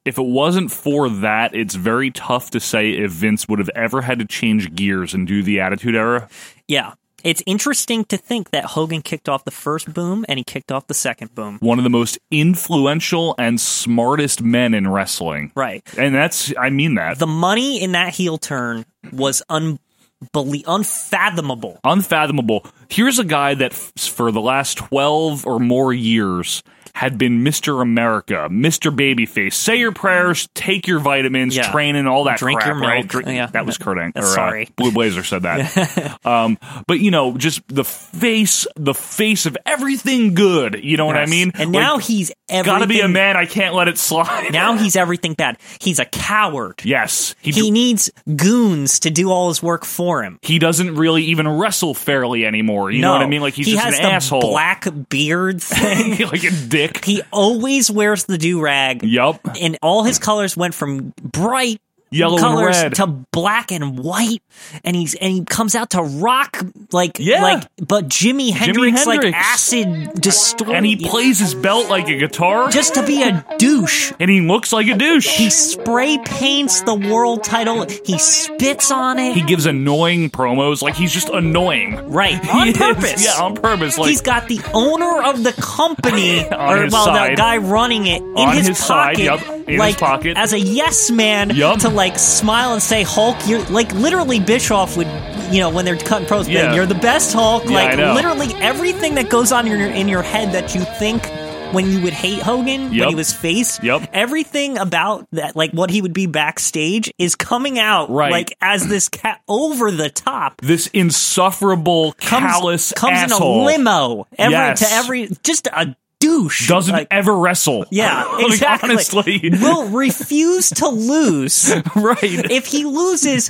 Speaker 2: if it wasn't for that, it's very tough to say if Vince would have ever had to change gears and do the Attitude Era.
Speaker 3: Yeah. It's interesting to think that Hogan kicked off the first boom and he kicked off the second boom.
Speaker 2: One of the most influential and smartest men in wrestling,
Speaker 3: Right.
Speaker 2: and that's I mean that
Speaker 3: The money in that heel turn was unbelie- unfathomable.
Speaker 2: unfathomable. Here's a guy that f- for the last twelve or more years. Had been Mr. America, Mr. Babyface. Say your prayers, take your vitamins,
Speaker 3: Yeah.
Speaker 2: train, and all that
Speaker 3: Drink
Speaker 2: crap,
Speaker 3: your milk.
Speaker 2: right? Drink-
Speaker 3: Yeah.
Speaker 2: That was Kurt Angle.
Speaker 3: Uh, sorry.
Speaker 2: Blue Blazer said that. um, but you know, just the face, the face of everything good. You know what I
Speaker 3: Yes.
Speaker 2: mean?
Speaker 3: And now he's everything.
Speaker 2: got to be a man. I can't let it slide.
Speaker 3: Now he's everything bad. He's a coward.
Speaker 2: yes, he
Speaker 3: He needs goons to do all his work for him.
Speaker 2: he doesn't really even wrestle fairly anymore. You know
Speaker 3: No.
Speaker 2: what I mean? Like he's
Speaker 3: he
Speaker 2: just
Speaker 3: has
Speaker 2: an
Speaker 3: the
Speaker 2: asshole,
Speaker 3: black beard thing.
Speaker 2: like a dick.
Speaker 3: he always wears the do rag.
Speaker 2: Yup.
Speaker 3: and all his colors went from bright
Speaker 2: Yellow and
Speaker 3: colors
Speaker 2: red.
Speaker 3: to black and white and he's and he comes out to rock like
Speaker 2: Yeah.
Speaker 3: like but Jimi Hendrix, like
Speaker 2: Hendrix.
Speaker 3: acid distorted
Speaker 2: And he plays his belt like a guitar,
Speaker 3: just to be a douche
Speaker 2: and he looks like a douche.
Speaker 3: he spray paints the world title he spits on it
Speaker 2: he gives annoying promos, like he's just annoying.
Speaker 3: right on
Speaker 2: He is-
Speaker 3: purpose
Speaker 2: yeah, on purpose. Like
Speaker 3: he's got the owner of the company,
Speaker 2: On
Speaker 3: or
Speaker 2: his
Speaker 3: well, the
Speaker 2: side.
Speaker 3: guy running it in
Speaker 2: On
Speaker 3: his,
Speaker 2: his side,
Speaker 3: pocket,
Speaker 2: yup, in his
Speaker 3: like
Speaker 2: pocket.
Speaker 3: as a yes man
Speaker 2: Yup.
Speaker 3: to like smile and say Hulk, you're like literally Bischoff would, you know, when they're cutting pros,
Speaker 2: Yeah.
Speaker 3: you're the best Hulk.
Speaker 2: Yeah, I
Speaker 3: like
Speaker 2: know.
Speaker 3: literally everything that goes on in your in your head that you think. When you would hate Hogan when
Speaker 2: Yup.
Speaker 3: he was face,
Speaker 2: Yup.
Speaker 3: everything about that, like what he would be backstage, is coming out
Speaker 2: Right.
Speaker 3: like as this cat over the top
Speaker 2: this insufferable,
Speaker 3: comes,
Speaker 2: callous
Speaker 3: comes in a
Speaker 2: asshole.
Speaker 3: limo every,
Speaker 2: Yes.
Speaker 3: to every just a douche douche.
Speaker 2: Doesn't
Speaker 3: Like-
Speaker 2: ever wrestle.
Speaker 3: Yeah,
Speaker 2: Like,
Speaker 3: exactly.
Speaker 2: honestly.
Speaker 3: will refuse to lose.
Speaker 2: right.
Speaker 3: If he loses,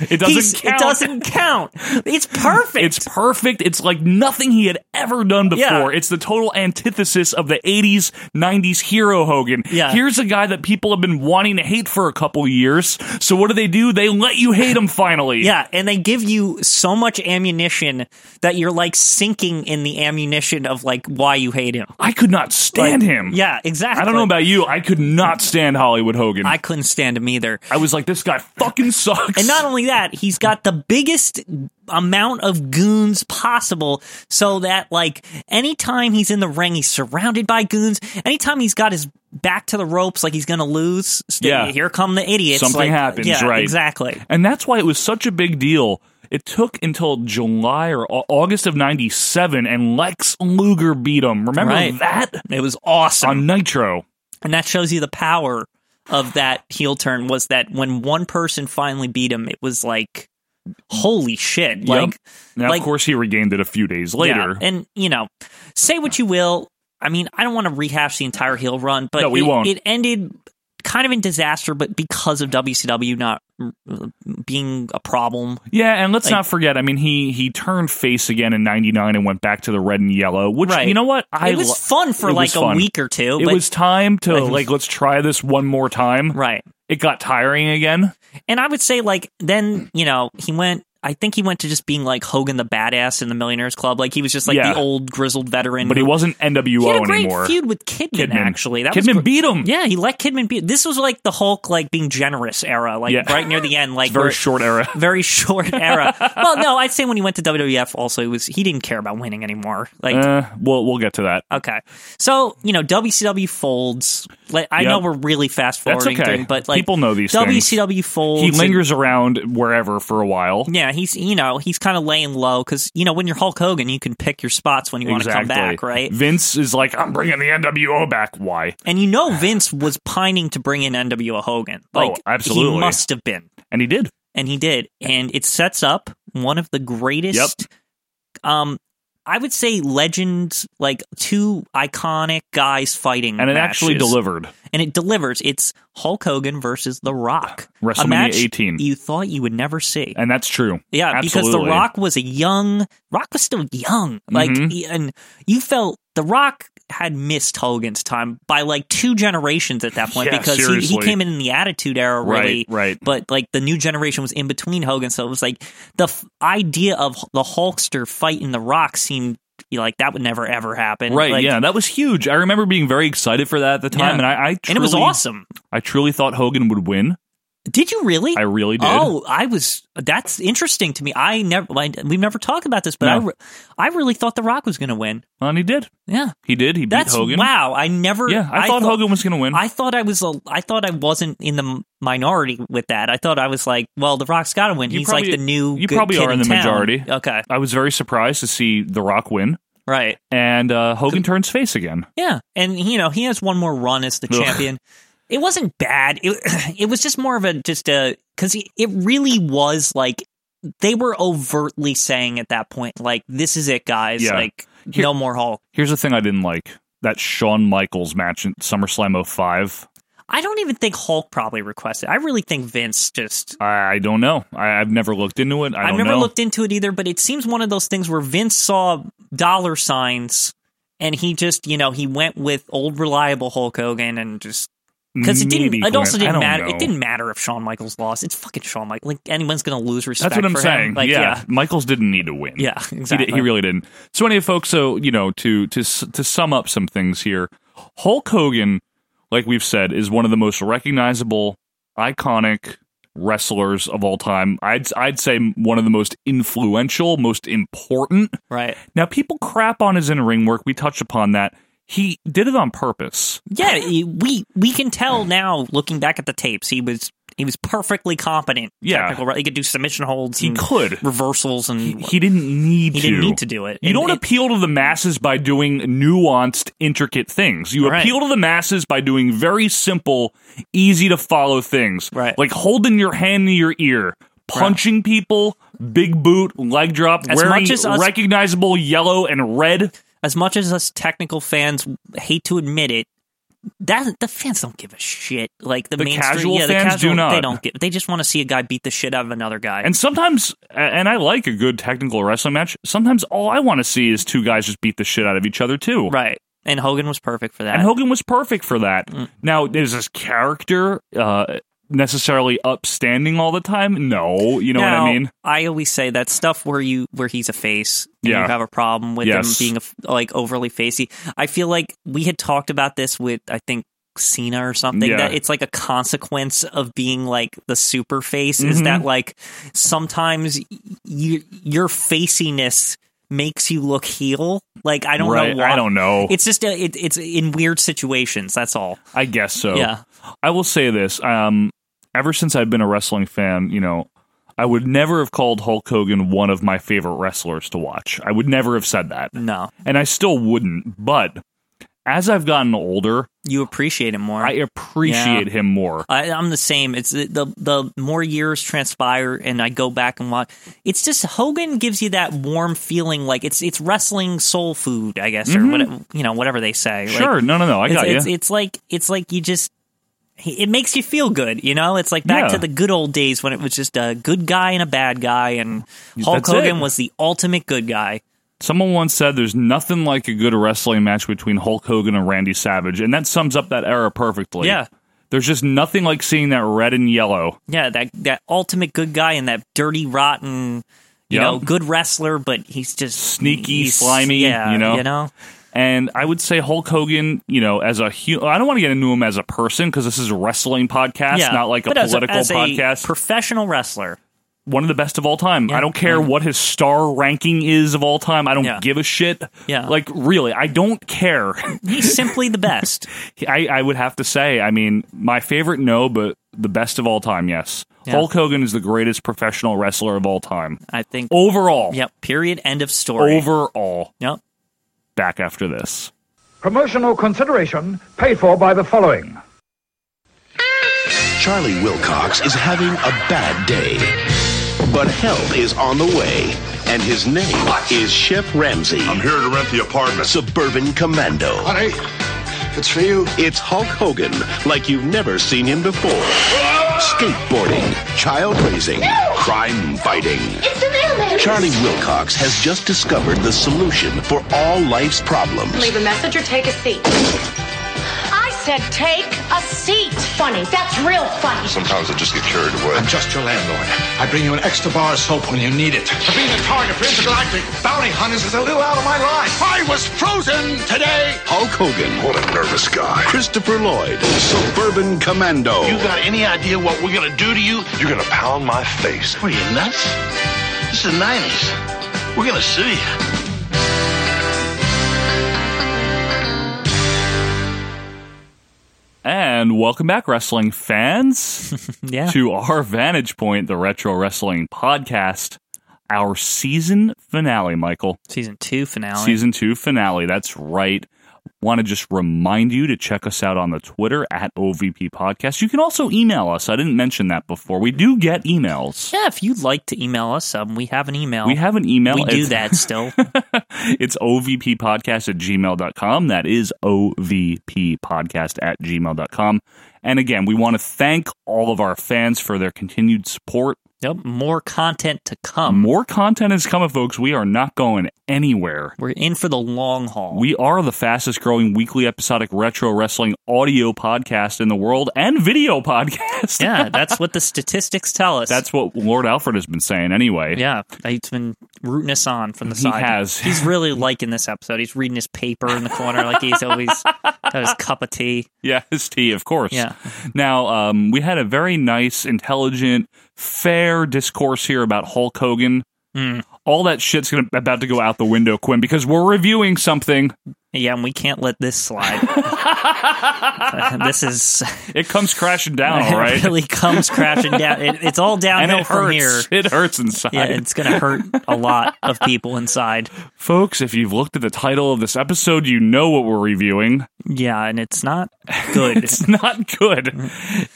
Speaker 2: It doesn't
Speaker 3: he's-
Speaker 2: count.
Speaker 3: It doesn't count. It's perfect.
Speaker 2: It's perfect. It's like nothing he had ever done before.
Speaker 3: Yeah.
Speaker 2: It's the total antithesis of the 80s, 90s hero Hogan.
Speaker 3: Yeah.
Speaker 2: Here's a guy that people have been wanting to hate for a couple years. So what do they do? They let you hate him finally.
Speaker 3: yeah, and they give you so much ammunition that you're like sinking in the ammunition of like why you hate him.
Speaker 2: I could not stand
Speaker 3: Like,
Speaker 2: him.
Speaker 3: Yeah, exactly.
Speaker 2: I don't know about you. I could not stand Hollywood Hogan.
Speaker 3: I
Speaker 2: I,
Speaker 3: couldn't stand him either.
Speaker 2: was like, this guy fucking sucks.
Speaker 3: And not only that, he's got the biggest amount of goons possible so that like anytime he's in the ring he's surrounded by goons anytime he's got his back to the ropes like he's gonna lose st-
Speaker 2: Yeah.
Speaker 3: here come the idiots
Speaker 2: Something
Speaker 3: like,
Speaker 2: happens,
Speaker 3: yeah,
Speaker 2: right.
Speaker 3: exactly
Speaker 2: And that's why it was such a big deal. It took until July or Au- August of 97 and Lex Luger beat him. Remember
Speaker 3: Right.
Speaker 2: that?
Speaker 3: it was awesome
Speaker 2: On Nitro.
Speaker 3: and that shows you the power of that heel turn was that when one person finally beat him it was like holy shit like
Speaker 2: now,
Speaker 3: like-
Speaker 2: of course, he regained it a few days later.
Speaker 3: Yeah, And you know, say what you will. I mean, I don't want to rehash the entire heel run, but
Speaker 2: No, we
Speaker 3: it,
Speaker 2: won't.
Speaker 3: it ended kind of in disaster, but because of WCW not uh, being a problem.
Speaker 2: Yeah, and let's
Speaker 3: Like-
Speaker 2: not forget. I mean, he he turned face again in '99 and went back to the red and yellow. Which
Speaker 3: Right.
Speaker 2: you know what? I
Speaker 3: it was
Speaker 2: lo-
Speaker 3: fun for
Speaker 2: it
Speaker 3: like
Speaker 2: was
Speaker 3: a
Speaker 2: fun.
Speaker 3: week or two.
Speaker 2: It
Speaker 3: but,
Speaker 2: was time to
Speaker 3: Like-
Speaker 2: like let's try this one more time.
Speaker 3: right.
Speaker 2: It got tiring again.
Speaker 3: And I would say like then, you know, he went I think he went to just being like Hogan the badass in the Millionaires Club. Like he was just like
Speaker 2: Yeah.
Speaker 3: the old grizzled veteran.
Speaker 2: But he
Speaker 3: who-
Speaker 2: wasn't
Speaker 3: Mm-hmm. He had a
Speaker 2: NWO
Speaker 3: great
Speaker 2: anymore.
Speaker 3: feud with Kidman,
Speaker 2: Kidman.
Speaker 3: actually. That was
Speaker 2: Kidman
Speaker 3: gr-
Speaker 2: beat him.
Speaker 3: Yeah, he let Kidman be. This was like the Hulk, like being generous era, like
Speaker 2: Yeah.
Speaker 3: right near the end, like
Speaker 2: Very
Speaker 3: where-
Speaker 2: short era.
Speaker 3: very short era. well, no, I'd say when he went to WWF, also he was he didn't care about winning anymore. Like,
Speaker 2: Uh, we'll we'll get to that.
Speaker 3: okay, so you know WCW folds. Like, I know
Speaker 2: Yep.
Speaker 3: we're really fast
Speaker 2: That's
Speaker 3: forwarding,
Speaker 2: okay.
Speaker 3: through, but like
Speaker 2: People know these things.
Speaker 3: WCW folds.
Speaker 2: He
Speaker 3: and-
Speaker 2: lingers around wherever for a while.
Speaker 3: yeah, he's you know he's kind of laying low because you know when you're Hulk Hogan, you can pick your spots when you want to come back, right?
Speaker 2: Vince is like, I'm bringing the NWO back. Why?
Speaker 3: And you know Vince was pining to bring in NWO Hogan.
Speaker 2: Oh,
Speaker 3: Like
Speaker 2: absolutely.
Speaker 3: he must have been.
Speaker 2: And he did.
Speaker 3: And he did. And it sets up one of the greatest um I would say legends like two iconic guys fighting.
Speaker 2: And it
Speaker 3: matches.
Speaker 2: actually delivered.
Speaker 3: And it delivers. It's Hulk Hogan versus The Rock.
Speaker 2: Ah, WrestleMania
Speaker 3: a match
Speaker 2: 18.
Speaker 3: You thought you would never see.
Speaker 2: And that's true.
Speaker 3: Yeah,
Speaker 2: Absolutely.
Speaker 3: because The Rock was a young Rock was still young. Like
Speaker 2: Mhm.
Speaker 3: he- and you felt The Rock had missed Hogan's time by like two generations at that point
Speaker 2: Yeah,
Speaker 3: because he, he
Speaker 2: seriously.
Speaker 3: came in in the Attitude Era really
Speaker 2: Right, right.
Speaker 3: but like the new generation was in between Hogan so it was like the f- idea of the Hulkster fighting The Rock seemed like that would never ever happen.
Speaker 2: Right,
Speaker 3: Like,
Speaker 2: yeah, that was huge. I remember being very excited for that at the time,
Speaker 3: Yeah.
Speaker 2: and I, I truly,
Speaker 3: and it was awesome.
Speaker 2: I truly thought Hogan would win.
Speaker 3: Did you really?
Speaker 2: I really did.
Speaker 3: Oh, I was. That's interesting to me. I never. I, we've never talked about this, but I,
Speaker 2: No.
Speaker 3: re- I really thought The Rock was going to win.
Speaker 2: and he did.
Speaker 3: Yeah,
Speaker 2: He did. He
Speaker 3: that's
Speaker 2: beat Hogan.
Speaker 3: wow. I never.
Speaker 2: Yeah, I, thought Hogan was going to win.
Speaker 3: I thought I was. A, I thought I wasn't in the m- minority with that. I thought I was like, well, The Rock's got to win.
Speaker 2: You
Speaker 3: He's
Speaker 2: probably-
Speaker 3: like the new.
Speaker 2: you
Speaker 3: good
Speaker 2: probably
Speaker 3: kid
Speaker 2: are in the
Speaker 3: town.
Speaker 2: majority.
Speaker 3: Okay.
Speaker 2: I was very surprised to see The Rock win,
Speaker 3: Right.
Speaker 2: and uh, Hogan turns face again.
Speaker 3: Yeah, and you know he has one more run as the
Speaker 2: Ugh.
Speaker 3: champion. It wasn't bad. It it was just more of a just a because it really was like they were overtly saying at that point like this is it, guys.
Speaker 2: Yeah.
Speaker 3: Like
Speaker 2: Here-
Speaker 3: no more Hulk.
Speaker 2: Here's the thing I didn't like that Shawn Michaels match in SummerSlam 05.
Speaker 3: I don't even think Hulk probably requested. I really think Vince just.
Speaker 2: I, I don't know. I, I've never looked into it. I
Speaker 3: I've
Speaker 2: don't
Speaker 3: never
Speaker 2: know.
Speaker 3: looked into it either, but it seems one of those things where Vince saw dollar signs and he just, you know, he went with old reliable Hulk Hogan and just Because it didn't.
Speaker 2: Maybe
Speaker 3: It also
Speaker 2: Glenn. I
Speaker 3: didn't
Speaker 2: don't
Speaker 3: matter.
Speaker 2: know.
Speaker 3: It didn't matter if Shawn Michaels lost. It's fucking Shawn Michaels. Like anyone's gonna lose respect.
Speaker 2: That's what I'm
Speaker 3: for him.
Speaker 2: saying.
Speaker 3: Like,
Speaker 2: yeah.
Speaker 3: yeah,
Speaker 2: Michaels didn't need to win.
Speaker 3: yeah,
Speaker 2: He,
Speaker 3: exactly.
Speaker 2: did, he really didn't. So anyway, folks. So you know, to to s- to sum up some things here, Hulk Hogan, like we've said, is one of the most recognizable, iconic wrestlers of all time. I'd I'd say one of the most influential, most important.
Speaker 3: right.
Speaker 2: Now, people crap on his in ring work. We touched upon that. He did it on purpose.
Speaker 3: Yeah, he- we we can tell now looking back at the tapes. He was he was perfectly competent.
Speaker 2: Yeah.
Speaker 3: technical, right? He could do submission holds.
Speaker 2: He
Speaker 3: and
Speaker 2: could.
Speaker 3: reversals and he,
Speaker 2: He didn't need to.
Speaker 3: didn't need to do it.
Speaker 2: You
Speaker 3: And
Speaker 2: don't
Speaker 3: it-
Speaker 2: appeal to the masses by doing nuanced, intricate things. You
Speaker 3: Right.
Speaker 2: appeal to the masses by doing very simple, easy to follow things.
Speaker 3: Right.
Speaker 2: Like holding your hand to your ear, punching people, big boot, leg drop,
Speaker 3: As
Speaker 2: wearing
Speaker 3: much as us-
Speaker 2: recognizable yellow and red.
Speaker 3: as much as us technical fans hate to admit it, that the fans don't give a shit. Like the,
Speaker 2: The
Speaker 3: mainstream,
Speaker 2: casual
Speaker 3: yeah, the
Speaker 2: fans
Speaker 3: casual,
Speaker 2: do not.
Speaker 3: They don't give. They just want to see a guy beat the shit out of another guy.
Speaker 2: And sometimes, and I like a good technical wrestling match. Sometimes all I want to see is two guys just beat the shit out of each other too.
Speaker 3: Right. And Hogan was perfect for that.
Speaker 2: And Hogan was perfect for that.
Speaker 3: Mm.
Speaker 2: Now, is his character uh, necessarily upstanding all the time? No. You know
Speaker 3: Now,
Speaker 2: what I mean?
Speaker 3: I always say that stuff where you where he's a face, and
Speaker 2: Yeah.
Speaker 3: you have a problem with him
Speaker 2: Yes.
Speaker 3: being a f like overly facey. I feel like we had talked about this with I think Cena or something.
Speaker 2: Yeah.
Speaker 3: That it's like a consequence of being like the super face is
Speaker 2: Mhm.
Speaker 3: that like sometimes y- you, your faciness makes you look heel. Like I don't
Speaker 2: Right,
Speaker 3: know. Why.
Speaker 2: I don't know.
Speaker 3: It's just a, it, it's in weird situations. That's all.
Speaker 2: I guess so.
Speaker 3: Yeah.
Speaker 2: I will say this. Um, ever since I've been a wrestling fan, you know, I would never have called Hulk Hogan one of my favorite wrestlers to watch. I would never have said that.
Speaker 3: No.
Speaker 2: And I still wouldn't. But as I've gotten older,
Speaker 3: You appreciate him more.
Speaker 2: I appreciate
Speaker 3: Yeah.
Speaker 2: him more.
Speaker 3: I, I'm the same. It's the, the the more years transpire, and I go back and watch. It's just Hogan gives you that warm feeling, like it's it's wrestling soul food, I guess, or
Speaker 2: Mhm.
Speaker 3: whatever you know, whatever they say. Like,
Speaker 2: Sure. No, no, no. I
Speaker 3: it's,
Speaker 2: got
Speaker 3: it's,
Speaker 2: you.
Speaker 3: It's like it's like you just. It makes you feel good, you know. It's like back
Speaker 2: Yeah.
Speaker 3: to the good old days when it was just a good guy and a bad guy, and Hulk
Speaker 2: That's
Speaker 3: Hogan
Speaker 2: it.
Speaker 3: was the ultimate good guy.
Speaker 2: Someone once said there's nothing like a good wrestling match between Hulk Hogan and Randy Savage, and that sums up that era perfectly.
Speaker 3: Yeah.
Speaker 2: There's just nothing like seeing that red and yellow.
Speaker 3: Yeah, that that ultimate good guy and that dirty, rotten, you
Speaker 2: Yeah.
Speaker 3: know, good wrestler, but he's just
Speaker 2: sneaky,
Speaker 3: he's-
Speaker 2: slimy,
Speaker 3: yeah,
Speaker 2: you know.
Speaker 3: you know.
Speaker 2: And I would say Hulk Hogan, you know, as a hu- I don't want to get into him as a person because this is a wrestling podcast, not like a
Speaker 3: but as
Speaker 2: political
Speaker 3: as a
Speaker 2: podcast.
Speaker 3: professional wrestler.
Speaker 2: One of the best of all time.
Speaker 3: Yeah,
Speaker 2: I don't care
Speaker 3: yeah.
Speaker 2: what his star ranking is of all time. I don't
Speaker 3: Yeah.
Speaker 2: give a shit.
Speaker 3: Yeah.
Speaker 2: Like really, I don't care.
Speaker 3: He's simply the best.
Speaker 2: I, I would have to say, I mean, my favorite no, but the best of all time, yes.
Speaker 3: Yeah.
Speaker 2: Hulk Hogan is the greatest professional wrestler of all time.
Speaker 3: I think.
Speaker 2: Overall.
Speaker 3: Yep. Period. End of story.
Speaker 2: Overall.
Speaker 3: Yep.
Speaker 2: Back after this.
Speaker 10: Promotional consideration paid for by the following.
Speaker 12: Charlie Wilcox is having a bad day. But help is on the way, and his name is Chef Ramsey. I'm here to rent the apartment. Suburban Commando. Honey, it's for you. It's Hulk Hogan, like you've never seen him before. Skateboarding, child raising, crime fighting.
Speaker 13: It's the mailman.
Speaker 12: Charlie Wilcox has just discovered the solution for all life's problems.
Speaker 13: Leave a message or take a seat. I said take a seat. Funny. That's real funny.
Speaker 14: Sometimes I just get carried away. I'm just your landlord. I bring you an extra bar of soap when you need it. But being a target for intergalactic bounty hunters is a little out of my line. I was frozen today.
Speaker 12: Hulk Hogan. What a nervous guy. Christopher Lloyd, Suburban Commando.
Speaker 9: You got any idea what we're gonna do to you? You're gonna pound my face. What are you nuts? This is the 90s. We're gonna sue you.
Speaker 2: And welcome back, wrestling fans,
Speaker 3: Yeah.
Speaker 2: to our Vantage Point, the Retro Wrestling Podcast, our season finale, Michael.
Speaker 3: Season two finale.
Speaker 2: Season two finale. That's right. Want to just remind you to check us out on the Twitter at OVP Podcast. You can also email us. I didn't mention that before. We do get emails.
Speaker 3: Yeah. If you'd like to email us, um, we have an email.
Speaker 2: We have an email.
Speaker 3: We do
Speaker 2: It's-
Speaker 3: that still.
Speaker 2: it's ovppodcast at gmail.com. That is ovppodcast at gmail.com. And again, we want to thank all of our fans for their continued support.
Speaker 3: Yep. More content to come.
Speaker 2: More content is coming, folks. We are not going anywhere.
Speaker 3: We're in for the long haul.
Speaker 2: We are the fastest growing weekly episodic retro wrestling audio podcast in the world and video podcast.
Speaker 3: yeah, that's what the statistics tell us.
Speaker 2: That's what Lord Alfred has been saying anyway.
Speaker 3: yeah, he's been rooting us on from the
Speaker 2: He
Speaker 3: side.
Speaker 2: has.
Speaker 3: He's really liking this episode. He's reading his paper in the corner like he's always got his cup of tea.
Speaker 2: Yeah, his tea, of course.
Speaker 3: Yeah.
Speaker 2: Now, um, we had a very nice, intelligent, fair discourse here about Hulk Hogan.
Speaker 3: Hmm.
Speaker 2: All that shit's gonna, about to go out the window, Quinn, because we're reviewing something.
Speaker 3: Yeah, and we can't let this slide. this is
Speaker 2: It comes crashing down, all right?
Speaker 3: it really comes crashing down. It, it's all
Speaker 2: and
Speaker 3: downhill
Speaker 2: it
Speaker 3: from
Speaker 2: hurts.
Speaker 3: here.
Speaker 2: It hurts inside.
Speaker 3: Yeah, it's gonna hurt a lot of people inside.
Speaker 2: Folks, if you've looked at the title of this episode, you know what we're reviewing.
Speaker 3: Yeah, and it's not good.
Speaker 2: It's not good.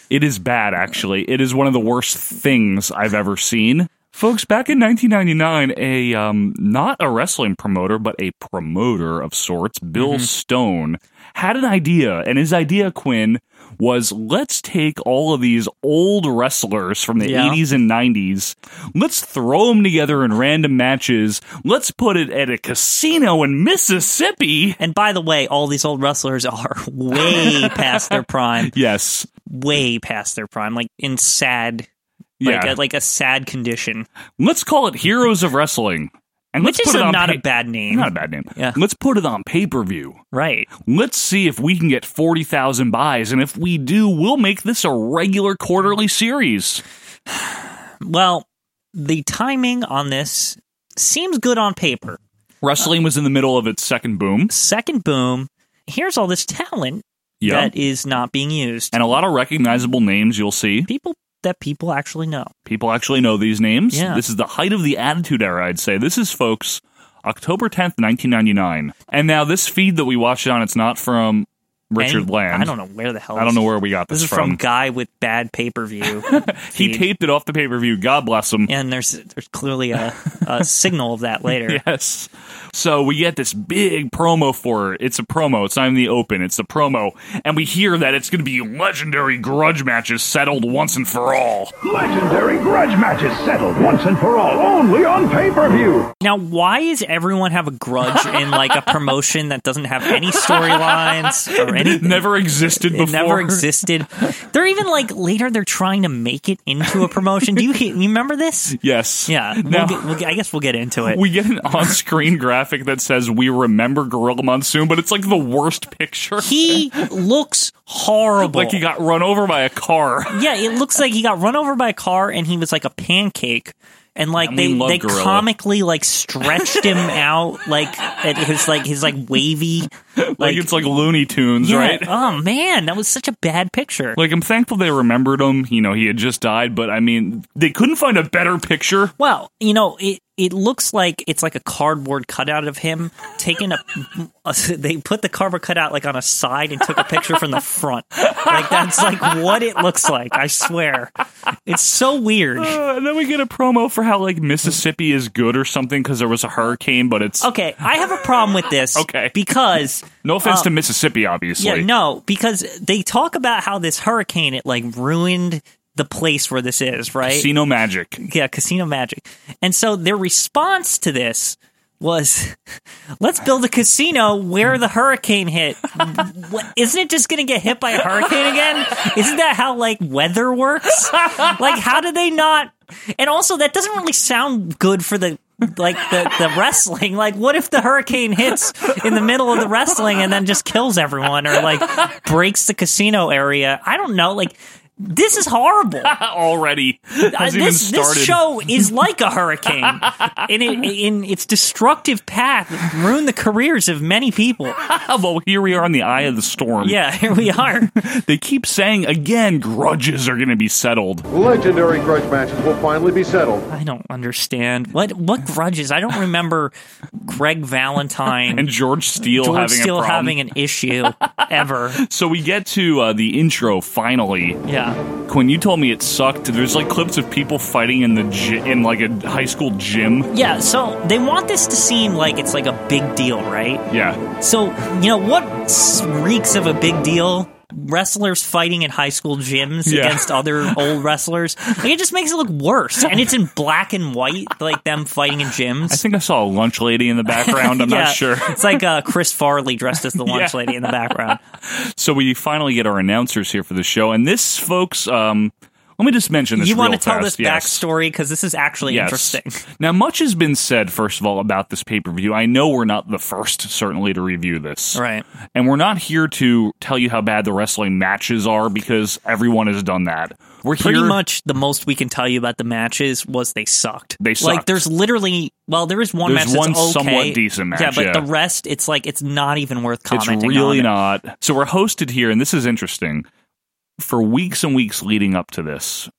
Speaker 2: It is bad, actually. It is one of the worst things I've ever seen. Folks, back in 1999, a um, not a wrestling promoter, but a promoter of sorts, Bill
Speaker 15: Mhm.
Speaker 2: Stone, had an idea, and his idea, Quinn, was let's take all of these old wrestlers from the
Speaker 15: Yeah.
Speaker 2: 80s and 90s, let's throw them together in random matches, let's put it at a casino in Mississippi.
Speaker 3: And by the way, all these old wrestlers are way past their prime.
Speaker 2: Yes.
Speaker 3: Way past their prime, like in sad, like,
Speaker 2: Yeah.
Speaker 3: a, like a sad condition.
Speaker 2: Let's call it Heroes of Wrestling. And
Speaker 3: Which
Speaker 2: let's
Speaker 3: is
Speaker 2: put it
Speaker 3: a-
Speaker 2: on
Speaker 3: not
Speaker 2: pa-
Speaker 3: a bad name.
Speaker 2: Not a bad name. Yeah. Let's put it on pay per view.
Speaker 3: Right.
Speaker 2: Let's see if we can get 40,000 buys. And if we do, we'll make this a regular quarterly series.
Speaker 3: Well, the timing on this seems good on paper.
Speaker 2: Wrestling was in the middle of its second boom.
Speaker 3: Second boom. Here's all this talent
Speaker 2: Yeah.
Speaker 3: that is not being used.
Speaker 2: And a lot of recognizable names you'll see.
Speaker 3: People that people actually know.
Speaker 2: People actually know these names.
Speaker 3: Yeah.
Speaker 2: This is the height of the Attitude Era, I'd say. This is, folks, October 10th, 1999. And now this feed that we watched it on, it's not from Richard
Speaker 3: Any-
Speaker 2: Land.
Speaker 3: I don't know where the hell.
Speaker 2: I don't know where we got this,
Speaker 3: is from guy with bad pay per view.
Speaker 2: he taped it off the pay per view. God bless him.
Speaker 3: And there's there's clearly a, a signal of that later.
Speaker 2: yes. So we get this big promo for her. It's a promo. It's not in the open. It's a promo. And we hear that it's going to be legendary grudge matches settled once and for all.
Speaker 16: Legendary grudge matches settled once and for all, only on pay-per-view.
Speaker 3: Now, why is everyone have a grudge in like a promotion that doesn't have any storylines or
Speaker 2: It
Speaker 3: anything?
Speaker 2: never existed before.
Speaker 3: It never existed. They're even like later. They're trying to make it into a promotion. Do you, you remember this?
Speaker 2: Yes.
Speaker 3: Yeah. We'll
Speaker 2: Now-
Speaker 3: get- we'll get- I guess we'll get into it.
Speaker 2: We get an on screen graphic that says, We remember Gorilla Monsoon, but it's like the worst picture.
Speaker 3: He looks horrible.
Speaker 2: Like he got run over by a car.
Speaker 3: yeah, it looks like he got run over by a car and he was like a pancake. And like
Speaker 2: And we
Speaker 3: they,
Speaker 2: love
Speaker 3: they
Speaker 2: Gorilla.
Speaker 3: comically like stretched him out like at his like his like wavy
Speaker 2: like, it's like Looney Tunes,
Speaker 3: Yeah.
Speaker 2: right?
Speaker 3: Oh man, that was such a bad picture.
Speaker 2: Like I'm thankful they remembered him. You know, he had just died, but I mean, they couldn't find a better picture.
Speaker 3: Well, you know, it it looks like it's like a cardboard cutout of him taking a, a- They put the cardboard cutout like on a side and took a picture from the front. Like that's like what it looks like. I swear, it's so weird.
Speaker 2: Uh, and then we get a promo for how like Mississippi is good or something because there was a hurricane, but it's
Speaker 3: Okay, I have a problem with this.
Speaker 2: Okay.
Speaker 3: because
Speaker 2: No offense
Speaker 3: uh,
Speaker 2: to Mississippi, obviously.
Speaker 3: Yeah, no, because they talk about how this hurricane it like ruined the place where this is, right?
Speaker 2: Casino magic.
Speaker 3: yeah, casino magic. And so their response to this was let's build a casino where the hurricane hit. what, isn't it just going to get hit by a hurricane again? Isn't that how like weather works? like how do they not And also that doesn't really sound good for the like the, the wrestling like what if the hurricane hits in the middle of the wrestling and then just kills everyone or like breaks the casino area i don't know like this is horrible
Speaker 2: Already has
Speaker 3: uh,
Speaker 2: even
Speaker 3: this,
Speaker 2: started.
Speaker 3: this show is like a hurricane, and it, in its destructive path, ruined the careers of many people.
Speaker 2: Oh, well, here we are in the eye of the storm.
Speaker 3: Yeah, here we are.
Speaker 2: they keep saying again, grudges are going to be settled.
Speaker 1: Legendary grudge matches will finally be settled.
Speaker 3: I don't understand what what grudges. I don't remember Greg Valentine
Speaker 2: And George Steele
Speaker 3: George
Speaker 2: having
Speaker 3: Steele
Speaker 2: a problem.
Speaker 3: having an issue ever.
Speaker 2: So we get to uh, the intro finally.
Speaker 3: Yeah.
Speaker 2: Quinn, you told me it sucked. There's like clips of people fighting in the gy- in like a high school gym.
Speaker 3: Yeah, so they want this to seem like it's like a big deal, right?
Speaker 2: Yeah.
Speaker 3: So, you know, what s- reeks of a big deal? Wrestlers fighting in high school gyms
Speaker 2: Yeah.
Speaker 3: against other old wrestlers. Like, it just makes it look worse. And it's in black and white, like them fighting in gyms.
Speaker 2: I think I saw a lunch lady in the background. I'm
Speaker 3: Yeah.
Speaker 2: not sure.
Speaker 3: It's like uh, Chris Farley dressed as the lunch
Speaker 2: Yeah.
Speaker 3: lady in the background.
Speaker 2: So we finally get our announcers here for the show, and this, folks, um, let me just mention this.
Speaker 3: you
Speaker 2: want
Speaker 3: want to tell this backstory because this is actually
Speaker 2: Yes.
Speaker 3: interesting.
Speaker 2: Now, much has been said, first of all, about this pay per view. I know we're not the first, certainly, to review this.
Speaker 3: Right.
Speaker 2: And we're not here to tell you how bad the wrestling matches are because everyone has done that. We're
Speaker 3: Pretty
Speaker 2: here.
Speaker 3: much the most we can tell you about the matches was they sucked.
Speaker 2: They
Speaker 3: Like
Speaker 2: sucked.
Speaker 3: there's literally well, there is one
Speaker 2: There's
Speaker 3: match
Speaker 2: one
Speaker 3: that's okay.
Speaker 2: somewhat decent match,
Speaker 3: Yeah, but
Speaker 2: yeah.
Speaker 3: the rest, it's like it's not even worth
Speaker 2: It's
Speaker 3: commenting.
Speaker 2: really
Speaker 3: on it.
Speaker 2: not. So we're hosted here, and this is interesting. For weeks and weeks leading up to this,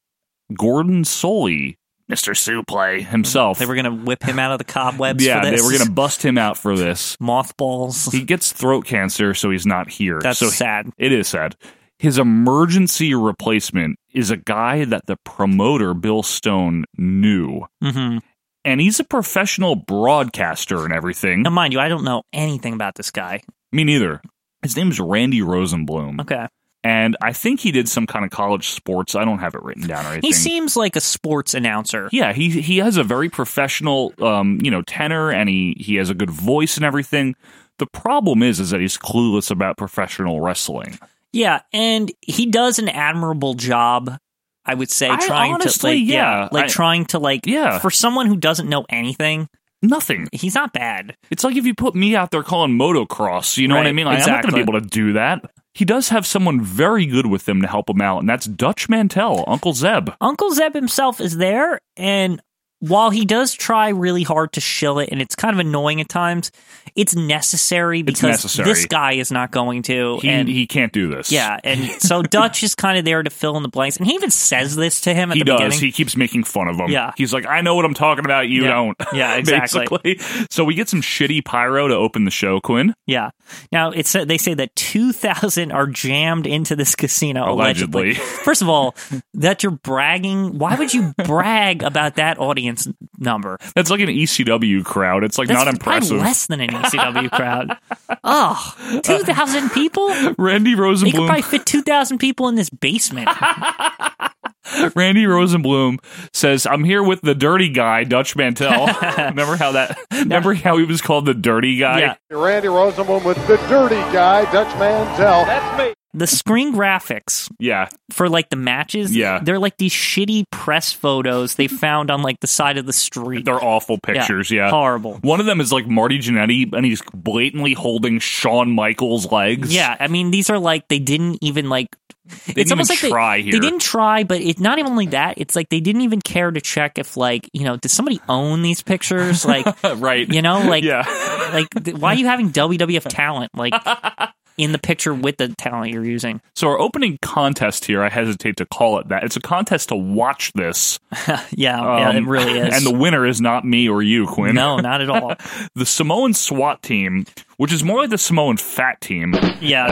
Speaker 2: Gordon Soley, Mr. Suplay himself,
Speaker 3: They were gonna whip him out of the cobwebs.
Speaker 2: yeah,
Speaker 3: for
Speaker 2: they
Speaker 3: this.
Speaker 2: were going to bust him out for this.
Speaker 3: mothballs.
Speaker 2: He gets throat cancer, so he's not here.
Speaker 3: That's
Speaker 2: so he-
Speaker 3: sad.
Speaker 2: it is sad. His emergency replacement is a guy that the promoter, Bill Stone, knew.
Speaker 3: Mm-hmm.
Speaker 2: And he's a professional broadcaster and everything. Now,
Speaker 3: mind you, I don't know anything about this guy.
Speaker 2: Me neither. His name's Randy Rosenblum.
Speaker 3: Okay.
Speaker 2: And I think he did some kind of college sports. I don't have it written down or anything.
Speaker 3: He seems like a sports announcer.
Speaker 2: Yeah, he he has a very professional, um, you know, tenor, and he he has a good voice and everything. The problem is, is that he's clueless about professional wrestling.
Speaker 3: Yeah, and he does an admirable job. I would say
Speaker 2: I
Speaker 3: trying
Speaker 2: honestly,
Speaker 3: to like
Speaker 2: yeah,
Speaker 3: like
Speaker 2: I-
Speaker 3: trying to like
Speaker 2: Yeah.
Speaker 3: for someone who doesn't know anything,
Speaker 2: nothing.
Speaker 3: He's not bad.
Speaker 2: It's like if you put me out there calling motocross, you know what I
Speaker 3: Right,
Speaker 2: mean? Like, I'm not going
Speaker 3: exactly.
Speaker 2: to be able to do that. He does have someone very good with him to help him out, and that's Dutch Mantel, Uncle Zeb.
Speaker 3: Uncle Zeb himself is there, and while he does try really hard to shill it, and it's kind of annoying at times, it's necessary because
Speaker 2: necessary.
Speaker 3: this guy is not going to.
Speaker 2: He,
Speaker 3: and
Speaker 2: he can't do this.
Speaker 3: yeah, and so Dutch is kind of there to fill in the blanks, and he even says this to him at
Speaker 2: he does.
Speaker 3: the beginning.
Speaker 2: He keeps making fun of him.
Speaker 3: Yeah.
Speaker 2: He's like, I know what I'm talking about. You
Speaker 3: Yeah.
Speaker 2: don't.
Speaker 3: Yeah, exactly.
Speaker 2: Basically. So we get some shitty pyro to open the show, Quinn.
Speaker 3: Yeah. Now it's they say that two thousand are jammed into this casino
Speaker 2: Allegedly.
Speaker 3: allegedly. First of all, that you're bragging. Why would you brag about that audience number?
Speaker 2: That's like an ECW crowd. It's like
Speaker 3: That's
Speaker 2: not impressive.
Speaker 3: Probably less than an ECW crowd. Oh, 2,000 people?
Speaker 2: Randy
Speaker 3: They could
Speaker 2: Rosenblum.
Speaker 3: probably fit 2,000 people in this basement.
Speaker 2: Randy Rosenblum says, "I'm here with the dirty guy, Dutch Mantel." remember how that? Remember how he was called the dirty guy?
Speaker 3: Yeah.
Speaker 1: Randy Rosenblum with the dirty guy, Dutch Mantel. That's me.
Speaker 3: The screen graphics
Speaker 2: Yeah.
Speaker 3: for like the matches,
Speaker 2: Yeah.
Speaker 3: they're like these shitty press photos they found on like the side of the street.
Speaker 2: They're awful pictures. Yeah.
Speaker 3: Horrible.
Speaker 2: One of them is like Marty Jannetty, and he's blatantly holding Shawn Michaels' legs.
Speaker 3: Yeah, I mean, these are like they didn't even like.
Speaker 2: didn't
Speaker 3: it's almost
Speaker 2: even
Speaker 3: like
Speaker 2: try
Speaker 3: they,
Speaker 2: here.
Speaker 3: they didn't try, but it's not even only that. It's like they didn't even care to check if, like, you know, does somebody own these pictures? Like,
Speaker 2: right.
Speaker 3: you know, like,
Speaker 2: Yeah.
Speaker 3: like, th- why are you having WWF talent like in the picture with the talent you're using?
Speaker 2: So our opening contest here, I hesitate to call it that. It's a contest to watch this.
Speaker 3: Yeah, yeah, it
Speaker 2: Um,
Speaker 3: really is.
Speaker 2: And the winner is not me or you, Quinn.
Speaker 3: no, not at all.
Speaker 2: the Samoan SWAT team, which is more like the Samoan fat team.
Speaker 3: Yeah.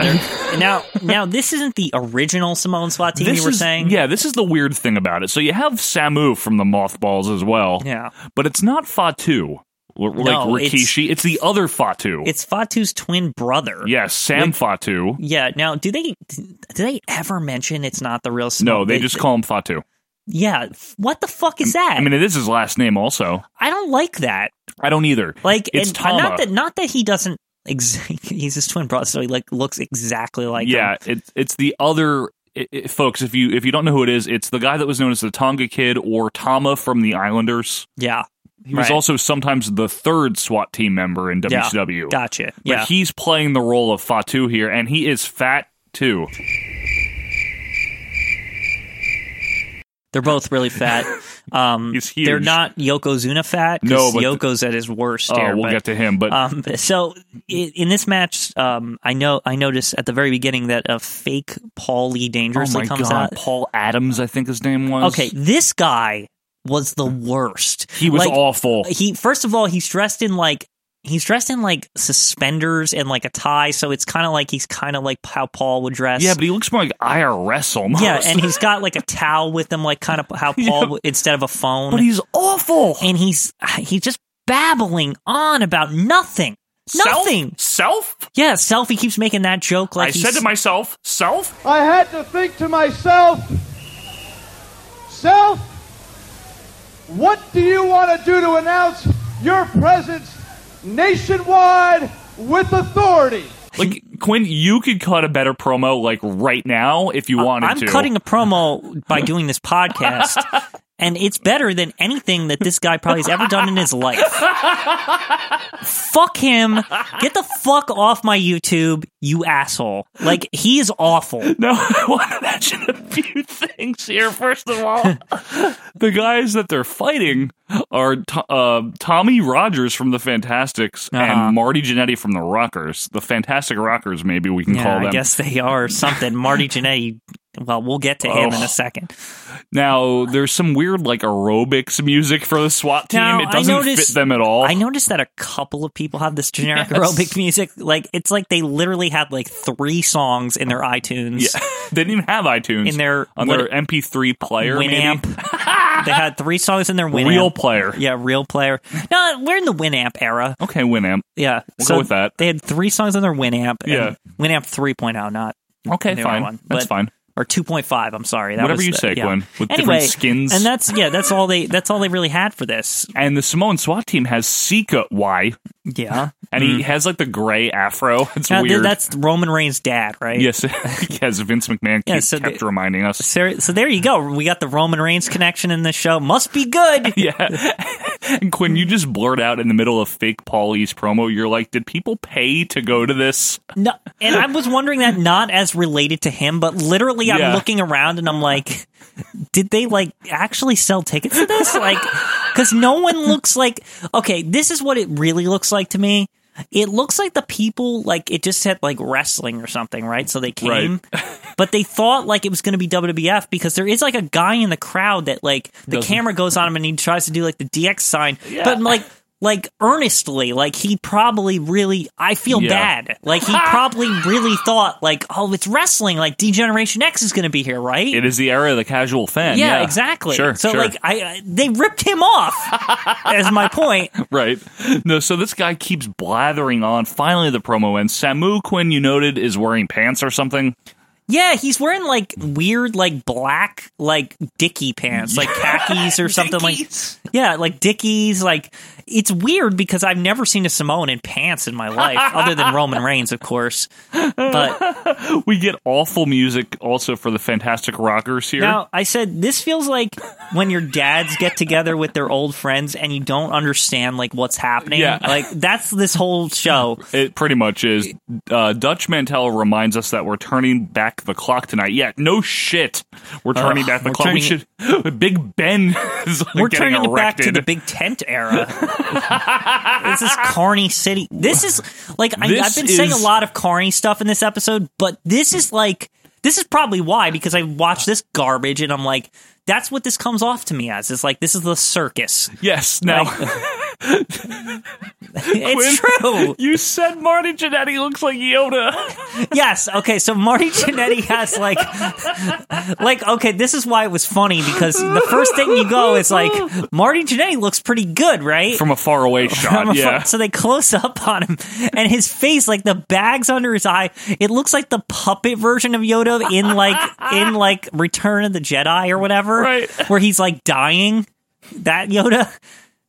Speaker 3: they're- Now, now this isn't the original Simone SWAT team you were
Speaker 2: is,
Speaker 3: saying.
Speaker 2: Yeah, this is the weird thing about it. So you have Samu from the Mothballs as well.
Speaker 3: Yeah.
Speaker 2: But it's not Fatu, l- like
Speaker 3: No, it's-
Speaker 2: Rikishi. It's, the other Fatu.
Speaker 3: It's Fatu's twin brother.
Speaker 2: yes, Sam
Speaker 3: Like-
Speaker 2: Fatu.
Speaker 3: Yeah. Now, do they do they ever mention it's not the real? Simone?
Speaker 2: No, they just call him Fatu.
Speaker 3: Yeah. f- What the fuck is that?
Speaker 2: I mean, it is his last name also.
Speaker 3: I don't like that.
Speaker 2: I don't either.
Speaker 3: Like,
Speaker 2: it's
Speaker 3: and,
Speaker 2: Tama.
Speaker 3: not that not that he doesn't. Ex- he's his twin brother, so he like looks exactly like him.
Speaker 2: yeah, it's it's the other i i folks. If you if you don't know who it is, it's the guy that was known as the Tonga Kid or Tama from the Islanders.
Speaker 3: Yeah.
Speaker 2: He was
Speaker 3: Right.
Speaker 2: also sometimes the third SWAT team member in
Speaker 3: Yeah.
Speaker 2: WCW.
Speaker 3: Gotcha.
Speaker 2: But
Speaker 3: Yeah.
Speaker 2: he's playing the role of Fatu here, and he is fat too.
Speaker 3: They're both really fat. Um,
Speaker 2: He's huge.
Speaker 3: They're not Yokozuna fat. 'cause
Speaker 2: No, but the-
Speaker 3: Yoko's at his worst.
Speaker 2: Oh,
Speaker 3: here,
Speaker 2: we'll
Speaker 3: but-
Speaker 2: get to him, but
Speaker 3: Um, so i- in this match, um, I know I noticed at the very beginning that a fake Paulie
Speaker 2: oh
Speaker 3: dangerously
Speaker 2: my
Speaker 3: comes
Speaker 2: god,
Speaker 3: out.
Speaker 2: Paul Adams, I think his name was.
Speaker 3: Okay, this guy was the worst.
Speaker 2: He was
Speaker 3: Like, uh,
Speaker 2: awful.
Speaker 3: He first of all, he's dressed in like he's dressed in like suspenders and like a tie, so it's kind of like he's kind of like how Paul would dress.
Speaker 2: Yeah, but he looks more like IRS almost.
Speaker 3: yeah, and he's got like a towel with him, like kind of how Paul would- instead of a phone.
Speaker 2: but he's awful.
Speaker 3: and he's he's just babbling on about nothing, nothing.
Speaker 2: Self?
Speaker 3: Yeah, self. He keeps making that joke. Like
Speaker 2: I
Speaker 3: he's- Oh,
Speaker 2: said to myself, self?
Speaker 17: I had to think to myself, self, what do you want to do to announce your presence nationwide with authority?
Speaker 2: Like Quinn, you could cut a better promo like right now if you wanted
Speaker 3: Uh, I'm
Speaker 2: to.
Speaker 3: cutting a promo by doing this podcast, and it's better than anything that this guy probably has ever done in his life. fuck him. Get the fuck off my YouTube, you asshole. Like, he is awful.
Speaker 2: No, I want to mention a few things here. First of all, the guys that they're fighting are to- uh, Tommy Rogers from the Fantastics
Speaker 3: Uh-huh.
Speaker 2: and Marty Jannetty from the Rockers. The Fantastic Rockers, maybe we can
Speaker 3: Yeah,
Speaker 2: call them.
Speaker 3: I guess they are something. Marty Jannetty Well, we'll get to him in
Speaker 2: Oh.
Speaker 3: a second.
Speaker 2: Now, there's some weird like aerobics music for the SWAT team.
Speaker 3: Now,
Speaker 2: it
Speaker 3: I
Speaker 2: doesn't
Speaker 3: noticed-
Speaker 2: fit them at all.
Speaker 3: I noticed that a couple of people have this generic
Speaker 2: Yes.
Speaker 3: aerobic music. Like it's like they literally had like three songs in their iTunes.
Speaker 2: Yeah. they didn't even have iTunes
Speaker 3: In their
Speaker 2: on
Speaker 3: what-
Speaker 2: their MP3 player. maybe?
Speaker 3: Winamp. they had three songs in their Winamp.
Speaker 2: Real player.
Speaker 3: Yeah, real player. No, we're in the Winamp era.
Speaker 2: Okay, Winamp.
Speaker 3: Yeah.
Speaker 2: We'll go with that.
Speaker 3: They had three songs on their Winamp. and
Speaker 2: Yeah.
Speaker 3: Winamp 3.0, not
Speaker 2: Okay,
Speaker 3: the newer
Speaker 2: fine.
Speaker 3: One,
Speaker 2: That's
Speaker 3: but-
Speaker 2: fine.
Speaker 3: Or 2.5, I'm sorry. That
Speaker 2: Whatever
Speaker 3: was
Speaker 2: you
Speaker 3: the-
Speaker 2: say,
Speaker 3: yeah.
Speaker 2: Gwen, with different
Speaker 3: anyway,
Speaker 2: skins.
Speaker 3: And that's yeah, that's all they that's all they really had for this.
Speaker 2: And the Samoan SWAT team has Sika Y,
Speaker 3: Yeah.
Speaker 2: and he has like the gray afro. It's
Speaker 3: Mm. Now, Uh, th-
Speaker 2: weird.
Speaker 3: that's Roman Reigns' dad, right?
Speaker 2: yes, yes. Vince McMahon
Speaker 3: Yeah,
Speaker 2: keep-
Speaker 3: so
Speaker 2: kept
Speaker 3: the-
Speaker 2: reminding us.
Speaker 3: So, so there you go. We got the Roman Reigns connection in this show. Must be good.
Speaker 2: yeah. And Quinn, you just blurt out in the middle of fake Paulie's promo. You're like, did people pay to go to this?
Speaker 3: No, and I was wondering that not as related to him, but literally I'm
Speaker 2: Yeah.
Speaker 3: looking around and I'm like, did they like actually sell tickets to this? Like, because no one looks like. Okay, this is what it really looks like to me. It looks like the people like it just said like wrestling or something, right? So they came, but they thought like it was going to be WWF because there is like a guy in the crowd that like the
Speaker 2: Doesn't-
Speaker 3: camera goes on him and he tries to do like the DX sign, but like like earnestly, like he probably really I feel
Speaker 2: Yeah.
Speaker 3: bad. Like he probably really thought like, oh, it's wrestling. Like Degeneration X is going to be here, right?
Speaker 2: It is the era of the casual fan.
Speaker 3: yeah,
Speaker 2: Yeah,
Speaker 3: exactly.
Speaker 2: Sure.
Speaker 3: so
Speaker 2: sure.
Speaker 3: like I, I they ripped him off. as my point.
Speaker 2: Right. No, so this guy keeps blathering on. Finally, the promo ends. Samu Quinn, you noted, is wearing pants or something.
Speaker 3: Yeah, he's wearing like weird like black like dicky pants, like khakis or something like Yeah, like dickies, like it's weird because I've never seen a Samoan in pants in my life other than Roman Reigns, of course. But
Speaker 2: We get awful music also for the Fantastic Rockers here.
Speaker 3: Now, I said this feels like when your dads get together with their old friends and you don't understand like what's happening.
Speaker 2: Yeah.
Speaker 3: Like that's this whole show.
Speaker 2: It pretty much is. Uh, Dutch Mantel reminds us that we're turning back the clock tonight. Yeah, no shit. We're turning
Speaker 3: Ugh,
Speaker 2: back the
Speaker 3: Uh, we're
Speaker 2: clock. We
Speaker 3: turning
Speaker 2: should. Big Ben is like
Speaker 3: We're
Speaker 2: getting
Speaker 3: turning it back to
Speaker 2: erected.
Speaker 3: the big tent era. this is corny city. This is like I,
Speaker 2: This
Speaker 3: I've been saying a
Speaker 2: is-
Speaker 3: lot of corny stuff in this episode, but this is like this is probably why because I watched this garbage and I'm like that's what this comes off to me as. It's like this is the circus.
Speaker 2: Yes. Now,
Speaker 3: it's true.
Speaker 2: You said Marty Jannetty looks like Yoda.
Speaker 3: yes. Okay. So Marty Jannetty has like, like, okay, this is why it was funny because the first thing you go is like, Marty Jannetty looks pretty good, right?
Speaker 2: From a faraway
Speaker 3: From
Speaker 2: shot.
Speaker 3: a
Speaker 2: Yeah.
Speaker 3: front- so they close up on him, and his face, like the bags under his eye, it looks like the puppet version of Yoda in like in like Return of the Jedi or whatever,
Speaker 2: Right.
Speaker 3: Where he's like dying. That Yoda.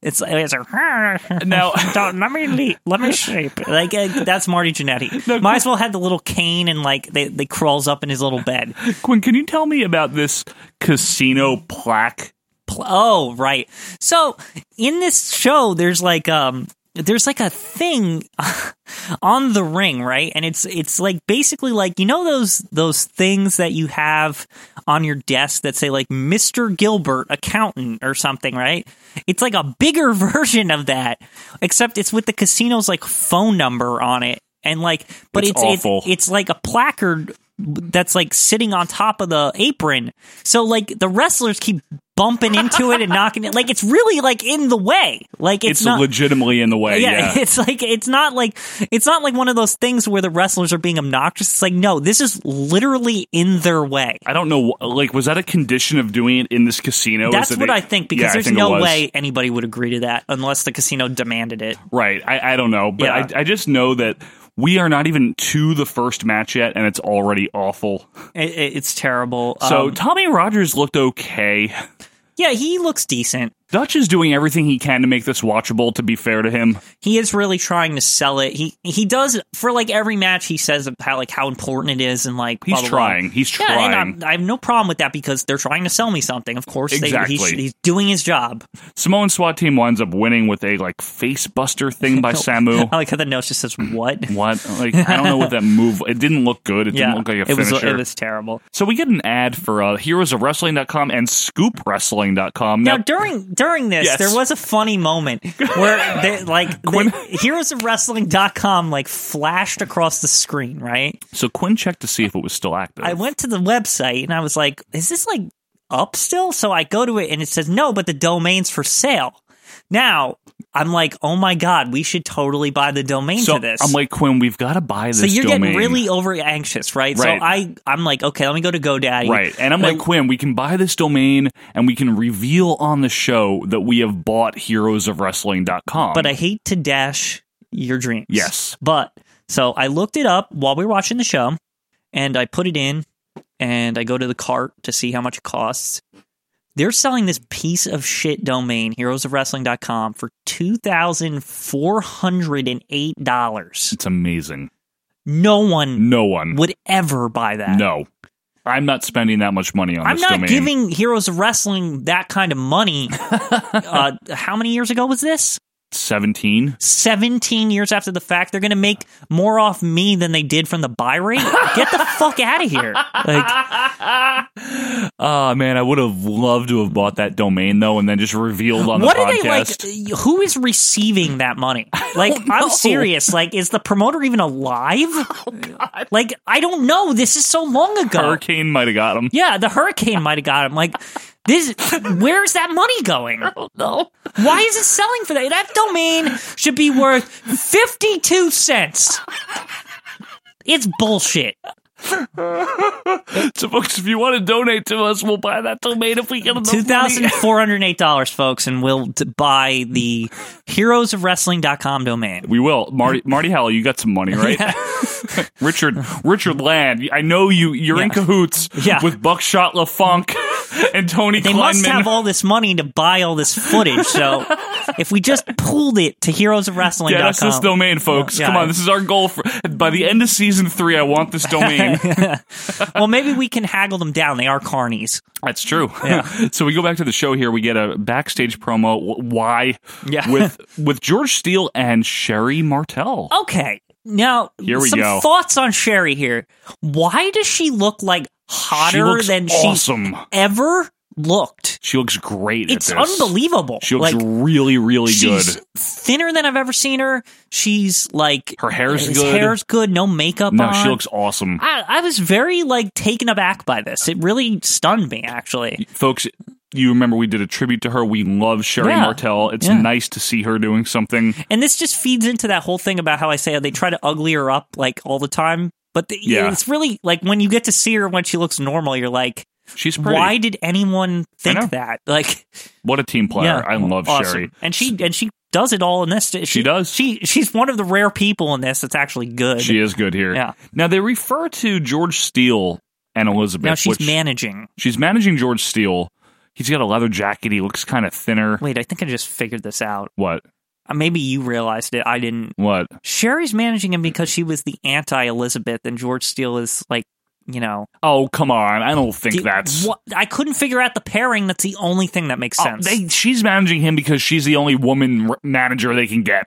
Speaker 3: It's, it's like,
Speaker 2: Now-
Speaker 3: don't, let me le- let me shape. Like uh, that's Marty Jannetty. Might as well have the little cane and like they, they crawls up in his little bed.
Speaker 2: Quinn, can you tell me about this casino plaque?
Speaker 3: Pl- Oh, right. So in this show, there's like um, there's like a thing on the ring, right? And it's it's like basically like you know those those things that you have on your desk that say like Mister Gilbert, accountant or something, right? It's like a bigger version of that, except it's with the casino's like phone number on it, and like, but
Speaker 2: It's
Speaker 3: it's it's-
Speaker 2: awful.
Speaker 3: it's like a placard that's like sitting on top of the apron. So like the wrestlers keep bumping into it and knocking it. Like it's really like in the way. Like it's,
Speaker 2: It's,
Speaker 3: not.
Speaker 2: legitimately in the way. Yeah.
Speaker 3: it's like it's not like it's not like one of those things where the wrestlers are being obnoxious. It's like no, this is literally in their way.
Speaker 2: I don't know. wh- Like, was that a condition of doing it in this casino? Is
Speaker 3: That's
Speaker 2: that
Speaker 3: what
Speaker 2: they-
Speaker 3: I think because
Speaker 2: Yeah, I
Speaker 3: there's
Speaker 2: think it
Speaker 3: no
Speaker 2: was.
Speaker 3: way anybody would agree to that unless the casino demanded it.
Speaker 2: Right. I, I don't know, but
Speaker 3: Yeah.
Speaker 2: I, I just know that we are not even to the first match yet, and it's already awful.
Speaker 3: It, it- it's terrible.
Speaker 2: So
Speaker 3: Um,
Speaker 2: Tommy Rogers looked okay.
Speaker 3: yeah, he looks decent.
Speaker 2: Dutch is doing everything he can to make this watchable. To be fair to him,
Speaker 3: he is really trying to sell it. He he does for like every match. He says how like how important it is and like
Speaker 2: he's
Speaker 3: blah, blah, blah.
Speaker 2: trying. He's
Speaker 3: Yeah,
Speaker 2: trying.
Speaker 3: and I'm, I have no problem with that because they're trying to sell me something. Of course,
Speaker 2: Exactly.
Speaker 3: they, he's, he's doing his job.
Speaker 2: Samoan SWAT team winds up winning with a like face buster thing by Samu.
Speaker 3: I like how the notes just says what.
Speaker 2: What? Like I don't know what that move. It didn't look good. It
Speaker 3: yeah,
Speaker 2: didn't look like a
Speaker 3: it was
Speaker 2: finisher.
Speaker 3: it was terrible.
Speaker 2: so we get an ad for uh, heroes of wrestling.com and scoopwrestling.com.
Speaker 3: Now
Speaker 2: Now,
Speaker 3: during during this,
Speaker 11: Yes.
Speaker 3: there was a funny moment where, they, like, the Heroes of Wrestling.com, like, flashed across the screen, right?
Speaker 2: So Quinn checked to see if it was still active.
Speaker 3: I went to the website and I was like, is this like up still? So I go to it and it says, no, but the domain's for sale. Now, I'm like, oh my God, we should totally buy the domain
Speaker 2: so
Speaker 3: to this.
Speaker 2: I'm like, Quinn, we've got to buy this
Speaker 3: so you're
Speaker 2: domain.
Speaker 3: getting really over anxious, right?
Speaker 2: Right.
Speaker 3: So I, I'm like, okay, let me go to GoDaddy.
Speaker 2: Right. And I'm
Speaker 3: And I-
Speaker 2: like, Quinn, we can buy this domain and we can reveal on the show that we have bought heroesofwrestling.com.
Speaker 3: but I hate to dash your dreams.
Speaker 2: Yes.
Speaker 3: But so I looked it up while we were watching the show and I put it in and I go to the cart to see how much it costs. They're selling this piece of shit domain, heroesofwrestling.com, for $2,408.
Speaker 2: It's amazing.
Speaker 3: No one
Speaker 2: no one
Speaker 3: would ever buy that.
Speaker 2: No. I'm not spending that much money on
Speaker 3: I'm
Speaker 2: this
Speaker 3: not
Speaker 2: domain.
Speaker 3: giving Heroes of Wrestling that kind of money. uh, how many years ago was this?
Speaker 2: 17.
Speaker 3: 17 years after the fact, they're going to make more off me than they did from the buy rate. Get the fuck out of here. Like,
Speaker 2: Oh, man, I would have loved to have bought that domain, though, and then just revealed on
Speaker 3: what
Speaker 2: the
Speaker 3: are
Speaker 2: podcast.
Speaker 3: they like? Who is receiving that money? Like, I'm serious. Like, is the promoter even alive?
Speaker 2: Oh,
Speaker 3: Like, I don't know. This is so long ago.
Speaker 2: Hurricane might have got him.
Speaker 3: Yeah, the hurricane might have got him. Like, this, where's that money going? I don't know. Why is it selling for that? That domain should be worth 52 cents. It's bullshit.
Speaker 2: so, folks, if you want to donate to us, we'll buy that domain if we get enough
Speaker 3: Two thousand
Speaker 2: money.
Speaker 3: four hundred eight dollars, folks, and we'll t- buy the heroes of wrestling.com domain.
Speaker 2: We will. Marty Marty Howell, you got some money, right? Richard Richard Land, I know you you're in cahoots with Buckshot LaFunk and Tony
Speaker 3: They
Speaker 2: Kleinman.
Speaker 3: must have all this money to buy all this footage. So if we just pooled it to heroes of wrestling.com,
Speaker 2: Get us this domain, folks.
Speaker 3: Yeah.
Speaker 2: Come on, this is our goal for by the end of season three, I want this domain.
Speaker 3: well, maybe we can haggle them down. They are carnies.
Speaker 2: That's true. so we go back to the show here. We get a backstage promo. w- Why?
Speaker 3: Yeah.
Speaker 2: With with George Steele and Sherry Martel.
Speaker 3: Okay. Now,
Speaker 2: Here we
Speaker 3: some
Speaker 2: go.
Speaker 3: thoughts on Sherry here. Why does she look like hotter
Speaker 2: She looks
Speaker 3: than
Speaker 2: awesome.
Speaker 3: she ever looked?
Speaker 2: She looks great.
Speaker 3: It's
Speaker 2: at this.
Speaker 3: unbelievable.
Speaker 2: She looks
Speaker 3: Like,
Speaker 2: really, really
Speaker 3: She's
Speaker 2: good.
Speaker 3: thinner than I've ever seen her. She's like
Speaker 2: Her hair's
Speaker 3: his
Speaker 2: good.
Speaker 3: hair's good. No makeup.
Speaker 2: No,
Speaker 3: on.
Speaker 2: she looks awesome.
Speaker 3: I, I was very like taken aback by this. It really stunned me, actually.
Speaker 2: folks you remember we did a tribute to her we love sherry
Speaker 3: Yeah.
Speaker 2: martel it's
Speaker 3: Yeah.
Speaker 2: nice to see her doing something
Speaker 3: And this just feeds into that whole thing about how I say they try to ugly her up like all the time, but the,
Speaker 2: Yeah.
Speaker 3: it's really like when you get to see her when she looks normal, you're like,
Speaker 2: she's pretty
Speaker 3: why did anyone
Speaker 2: know.
Speaker 3: think that? Like,
Speaker 2: what a team player
Speaker 3: yeah,
Speaker 2: i love
Speaker 3: awesome.
Speaker 2: sherry
Speaker 3: and she and she does it all in this. She, does. She she's one of the rare people in this that's actually good.
Speaker 2: she is good here
Speaker 3: Yeah.
Speaker 2: now they refer to george steele and elizabeth
Speaker 3: Now she's
Speaker 2: which-
Speaker 3: managing.
Speaker 2: she's managing george steele he's got a leather jacket he looks kind of thinner
Speaker 3: Wait, I think I just figured this out.
Speaker 2: what
Speaker 3: Uh, Maybe you realized it. I didn't.
Speaker 2: what
Speaker 3: Sherry's managing him because she was the anti Elizabeth, and George Steele is like, you know.
Speaker 2: oh come on i don't think that's
Speaker 3: What? I couldn't figure out the pairing. That's the only thing that makes
Speaker 2: Oh,
Speaker 3: sense.
Speaker 2: they, she's managing him because she's the only woman r- manager they can get.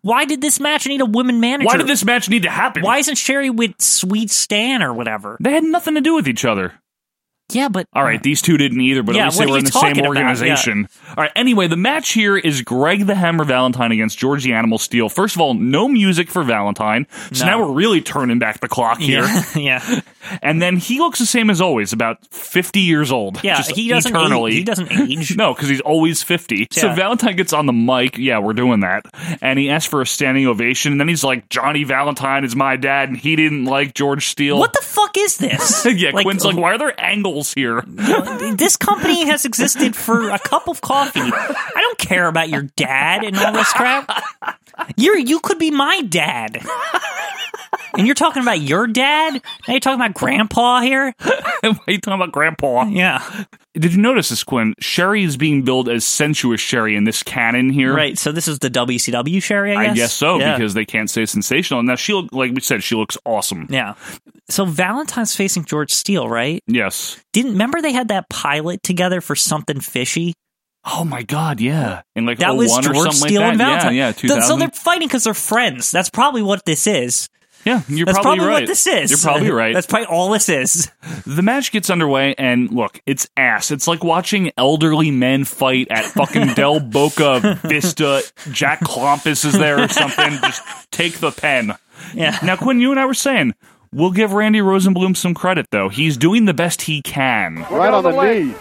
Speaker 3: Why did this match need a women manager?
Speaker 2: Why did this match need to happen?
Speaker 3: Why isn't Sherry with Sweet Stan or whatever?
Speaker 2: They had nothing to do with each other.
Speaker 3: Yeah, but
Speaker 2: All right, these two didn't either, but
Speaker 3: Yeah,
Speaker 2: at least
Speaker 3: what
Speaker 2: they
Speaker 3: are
Speaker 2: were in
Speaker 3: you
Speaker 2: the same
Speaker 3: talking about? Yeah.
Speaker 2: organization. All right, anyway, the match here is Greg the Hammer Valentine against George the Animal Steel. First of all, no music for Valentine, so
Speaker 3: No.
Speaker 2: now we're really turning back the clock here.
Speaker 3: Yeah, yeah,
Speaker 2: And then he looks the same as always, about 50 years old.
Speaker 3: yeah.
Speaker 2: just
Speaker 3: He doesn't.
Speaker 2: eternally.
Speaker 3: Age, he doesn't age.
Speaker 2: No, because he's always 50. So
Speaker 3: Yeah.
Speaker 2: Valentine gets on the mic. Yeah, we're doing that. And he asks for a standing ovation. And then he's like, Johnny Valentine is my dad, and he didn't like George Steele.
Speaker 3: What the uh, fuck is this?
Speaker 2: yeah, Quinn's like, why are there angles here?
Speaker 3: this company has existed for a cup of coffee. I don't care about your dad and all this crap. You you could be my dad. And you're talking about your dad? Now you're talking about grandpa here?
Speaker 2: Why are you talking about grandpa?
Speaker 3: Yeah.
Speaker 2: Did you notice this, Quinn? Sherry is being billed as sensuous Sherry in this canon here.
Speaker 3: Right. So this is the WCW Sherry, I
Speaker 2: I
Speaker 3: guess?
Speaker 2: guess, so,
Speaker 3: Yeah.
Speaker 2: because they can't say sensational. Now, she, look- like we said, she looks awesome.
Speaker 3: Yeah. So Valentine's facing George Steele, right?
Speaker 2: Yes.
Speaker 3: Didn't remember they had that pilot together for something fishy?
Speaker 2: Oh, my God, yeah. In like
Speaker 3: That was
Speaker 2: 01 Oh, or
Speaker 3: George
Speaker 2: something
Speaker 3: Steele
Speaker 2: like
Speaker 3: and
Speaker 2: that.
Speaker 3: Valentine.
Speaker 2: Yeah, yeah,
Speaker 3: Th- So
Speaker 2: 2000.
Speaker 3: they're fighting because they're friends. That's probably what this is.
Speaker 2: Yeah, you're
Speaker 3: That's
Speaker 2: probably,
Speaker 3: probably what
Speaker 2: right.
Speaker 3: this is.
Speaker 2: You're probably right.
Speaker 3: That's probably all this is.
Speaker 2: The match gets underway, and look, it's ass. It's like watching elderly men fight at fucking Del Boca Vista. Jack Klompus is there or something. Just take the pen.
Speaker 3: Yeah.
Speaker 2: Now, Quinn, you and I were saying we'll give Randy Rosenblum some credit, though. He's doing the best he can.
Speaker 1: Right on the knee.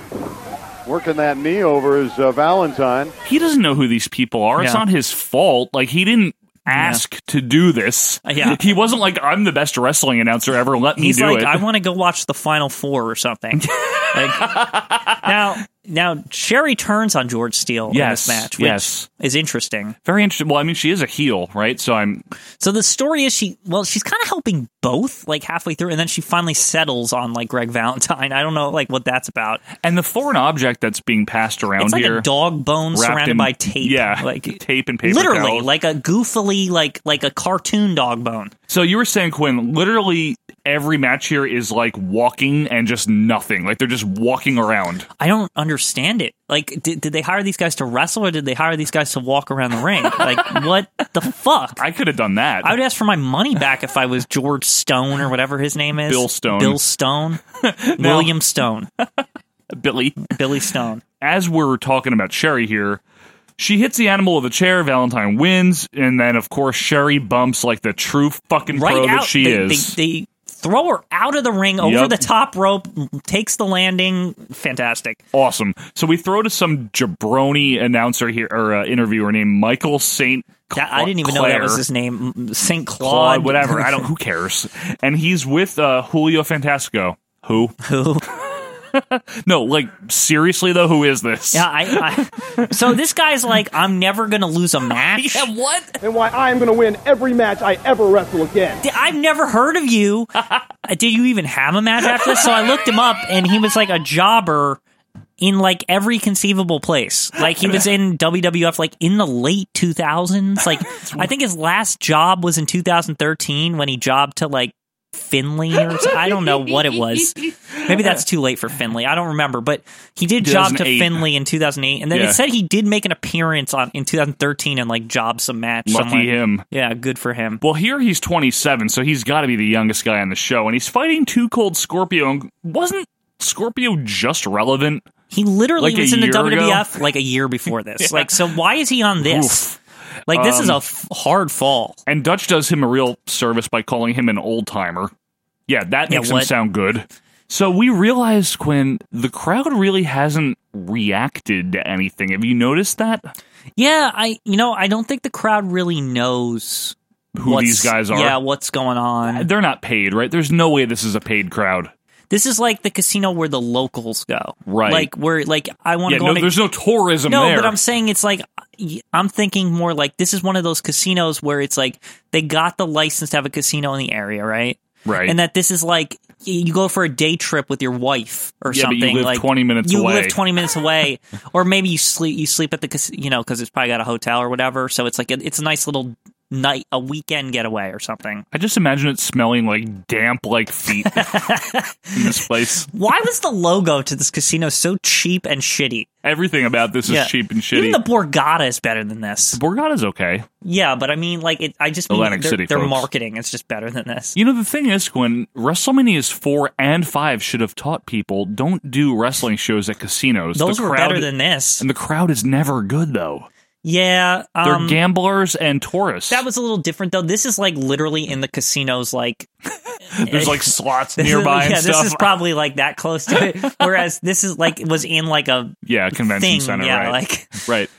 Speaker 1: Working that knee over is uh, Valentine.
Speaker 2: He doesn't know who these people are. It's
Speaker 1: Yeah.
Speaker 2: not his fault. Like he didn't ask to do this.
Speaker 3: Uh, yeah.
Speaker 2: He wasn't like I'm the best wrestling announcer ever. Let me
Speaker 3: He's
Speaker 2: do
Speaker 3: like,
Speaker 2: it.
Speaker 3: I want to go watch the Final Four or something. like now, now Sherry turns on George Steele
Speaker 2: Yes,
Speaker 3: in this match, which
Speaker 2: yes.
Speaker 3: is interesting.
Speaker 2: Very interesting. Well, I mean, she is a heel, right? So I'm.
Speaker 3: So the story is she. Well, she's kind of helping both, like halfway through, and then she finally settles on like Greg Valentine. I don't know, like what that's about.
Speaker 2: And the foreign object that's being passed around
Speaker 3: It's like
Speaker 2: here,
Speaker 3: a dog bone
Speaker 2: wrapped
Speaker 3: surrounded
Speaker 2: in-
Speaker 3: by tape.
Speaker 2: Yeah,
Speaker 3: like
Speaker 2: tape and paper.
Speaker 3: literally,
Speaker 2: towels.
Speaker 3: like a goofily, like like a cartoon dog bone.
Speaker 2: So you were saying, Quinn, literally every match here is like walking and just nothing. Like they're just walking around.
Speaker 3: I don't understand it. Like, did, did they hire these guys to wrestle or did they hire these guys to walk around the ring? Like, what the fuck?
Speaker 2: I could have done that.
Speaker 3: I would ask for my money back if I was George Stone or whatever his name is.
Speaker 2: Bill Stone.
Speaker 3: Bill Stone. William Stone.
Speaker 2: Billy.
Speaker 3: Billy Stone.
Speaker 2: As we're talking about Sherry here, she hits the animal with a chair. Valentine wins, and then of course Sherry bumps like the true fucking
Speaker 3: Right
Speaker 2: pro
Speaker 3: out.
Speaker 2: that she
Speaker 3: they,
Speaker 2: is.
Speaker 3: They, they throw her out of the ring, over
Speaker 2: Yep.
Speaker 3: the top rope, takes the landing. Fantastic.
Speaker 2: awesome. So we throw to some jabroni announcer here or uh, interviewer named Michael Saint.
Speaker 3: That- I didn't even know that was his name. St. Claude.
Speaker 2: Claude, whatever. I don't. Who cares? And he's with uh, Julio Fantastico. Who?
Speaker 3: Who?
Speaker 2: no, like seriously though, who is this?
Speaker 3: Yeah, I, I. So this guy's like, I'm never gonna lose a match. yeah,
Speaker 18: what? And why I am going to win every match I ever wrestle again.
Speaker 3: I've never heard of you. Uh, Did you even have a match after this? So I looked him up, and he was like a jobber in like every conceivable place. Like he was in WWF, like in the late 2000s. Like I think his last job was in 2013 when he jobbed to like Finley or something. I don't know what it was. Maybe that's too late for Finley. I don't remember, but he did job to
Speaker 2: 2008.
Speaker 3: Finley in 2008, and then
Speaker 2: Yeah.
Speaker 3: it said he did make an appearance on in 2013 and like job some match.
Speaker 2: Lucky
Speaker 3: somewhere.
Speaker 2: him.
Speaker 3: Yeah, good for him.
Speaker 2: Well, here he's 27, so he's got to be the youngest guy on the show, and he's fighting Two Cold Scorpio. And wasn't Scorpio just relevant?
Speaker 3: He literally
Speaker 2: Like a
Speaker 3: was in the
Speaker 2: year ago?
Speaker 3: WWF like a year before this.
Speaker 2: Yeah.
Speaker 3: Like, so why is he on this? Like, this is a. F- hard fall.
Speaker 2: And Dutch does him a real service by calling him an old timer. Yeah, that
Speaker 3: Yeah,
Speaker 2: makes him
Speaker 3: what?
Speaker 2: sound good. So we realized, Quinn, the crowd really hasn't reacted to anything. Have you noticed that?
Speaker 3: yeah, I. You know, I don't think the crowd really knows
Speaker 2: Who
Speaker 3: what's-
Speaker 2: these guys are?
Speaker 3: Yeah, what's going on?
Speaker 2: They're not paid, right? There's no way this is a paid crowd.
Speaker 3: This is like the casino where the locals go.
Speaker 2: Right.
Speaker 3: Like where, like I want to
Speaker 2: Yeah,
Speaker 3: go.
Speaker 2: no,
Speaker 3: on a-
Speaker 2: there's no tourism
Speaker 3: No,
Speaker 2: there.
Speaker 3: but I'm saying it's like I'm thinking more like this is one of those casinos where it's like they got the license to have a casino in the area, right?
Speaker 2: Right.
Speaker 3: And that this is like y- you go for a day trip with your wife or
Speaker 2: Yeah, but
Speaker 3: something.
Speaker 2: you live
Speaker 3: like
Speaker 2: 20 minutes
Speaker 3: you
Speaker 2: away.
Speaker 3: live 20 minutes away, or maybe you sleep you sleep at the cas- you know because it's probably got a hotel or whatever. So it's like a, it's a nice little night, a weekend getaway or something.
Speaker 2: I just imagine it smelling like damp, like feet in this place.
Speaker 3: Why was the logo to this casino so cheap and shitty?
Speaker 2: Everything about this is
Speaker 3: Yeah.
Speaker 2: cheap and
Speaker 3: Even
Speaker 2: shitty.
Speaker 3: the Borgata is better than this.
Speaker 2: Borgata's okay.
Speaker 3: Yeah, but I mean, like, it, I just mean
Speaker 2: Atlantic
Speaker 3: their,
Speaker 2: City,
Speaker 3: their
Speaker 2: folks.
Speaker 3: marketing is just better than this.
Speaker 2: You know, the thing is, Quinn, WrestleManias 4 and 5 should have taught people don't do wrestling shows at casinos. The
Speaker 3: Those were
Speaker 2: crowd-
Speaker 3: better than this.
Speaker 2: And the crowd is never good, though.
Speaker 3: Yeah,
Speaker 2: They're
Speaker 3: um,
Speaker 2: gamblers and tourists.
Speaker 3: that was a little different though. This is like literally in the casinos, like
Speaker 2: There's like slots
Speaker 3: This is-
Speaker 2: nearby
Speaker 3: Yeah,
Speaker 2: and stuff.
Speaker 3: this is probably like that close to it. Whereas this is like was in like a
Speaker 2: yeah, convention
Speaker 3: thing,
Speaker 2: center,
Speaker 3: yeah,
Speaker 2: right?
Speaker 3: like-
Speaker 2: right.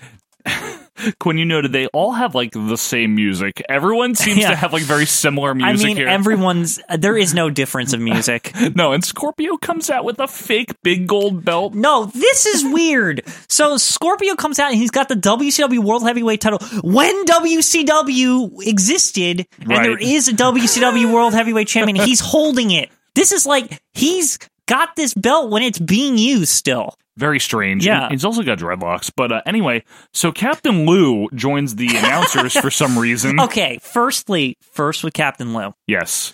Speaker 2: Quinn, you noted they all have like the same music. Everyone seems
Speaker 3: Yeah.
Speaker 2: to have like very similar
Speaker 3: I
Speaker 2: music
Speaker 3: mean,
Speaker 2: here.
Speaker 3: everyone's uh, there is no difference of music.
Speaker 2: no, and Scorpio comes out with a fake big gold belt.
Speaker 3: No, this is weird. So Scorpio comes out and he's got the WCW World Heavyweight title when WCW existed,
Speaker 2: Right.
Speaker 3: and there is a WCW World Heavyweight Champion. He's holding it. This is like he's got this belt when it's being used still.
Speaker 2: Very strange.
Speaker 3: Yeah.
Speaker 2: And he's also got dreadlocks. But uh, anyway, so Captain Lou joins the announcers for some reason.
Speaker 3: Okay, firstly, first with Captain Lou.
Speaker 2: Yes.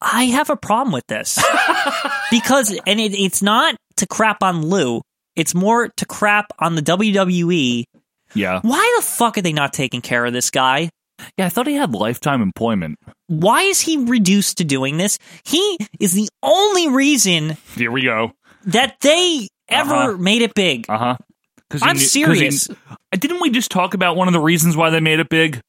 Speaker 3: I have a problem with this because, and it, it's not to crap on Lou. It's more to crap on the E. WWE.
Speaker 2: Yeah.
Speaker 3: Why the fuck are they not taking care of this guy?
Speaker 2: Yeah, I thought he had lifetime employment.
Speaker 3: Why is he reduced to doing this? He is the only reason
Speaker 2: Here we go.
Speaker 3: that they ever
Speaker 2: Uh-huh.
Speaker 3: made it big.
Speaker 2: Uh huh.
Speaker 3: I'm serious.
Speaker 2: didn't we just talk about one of the reasons why they made it big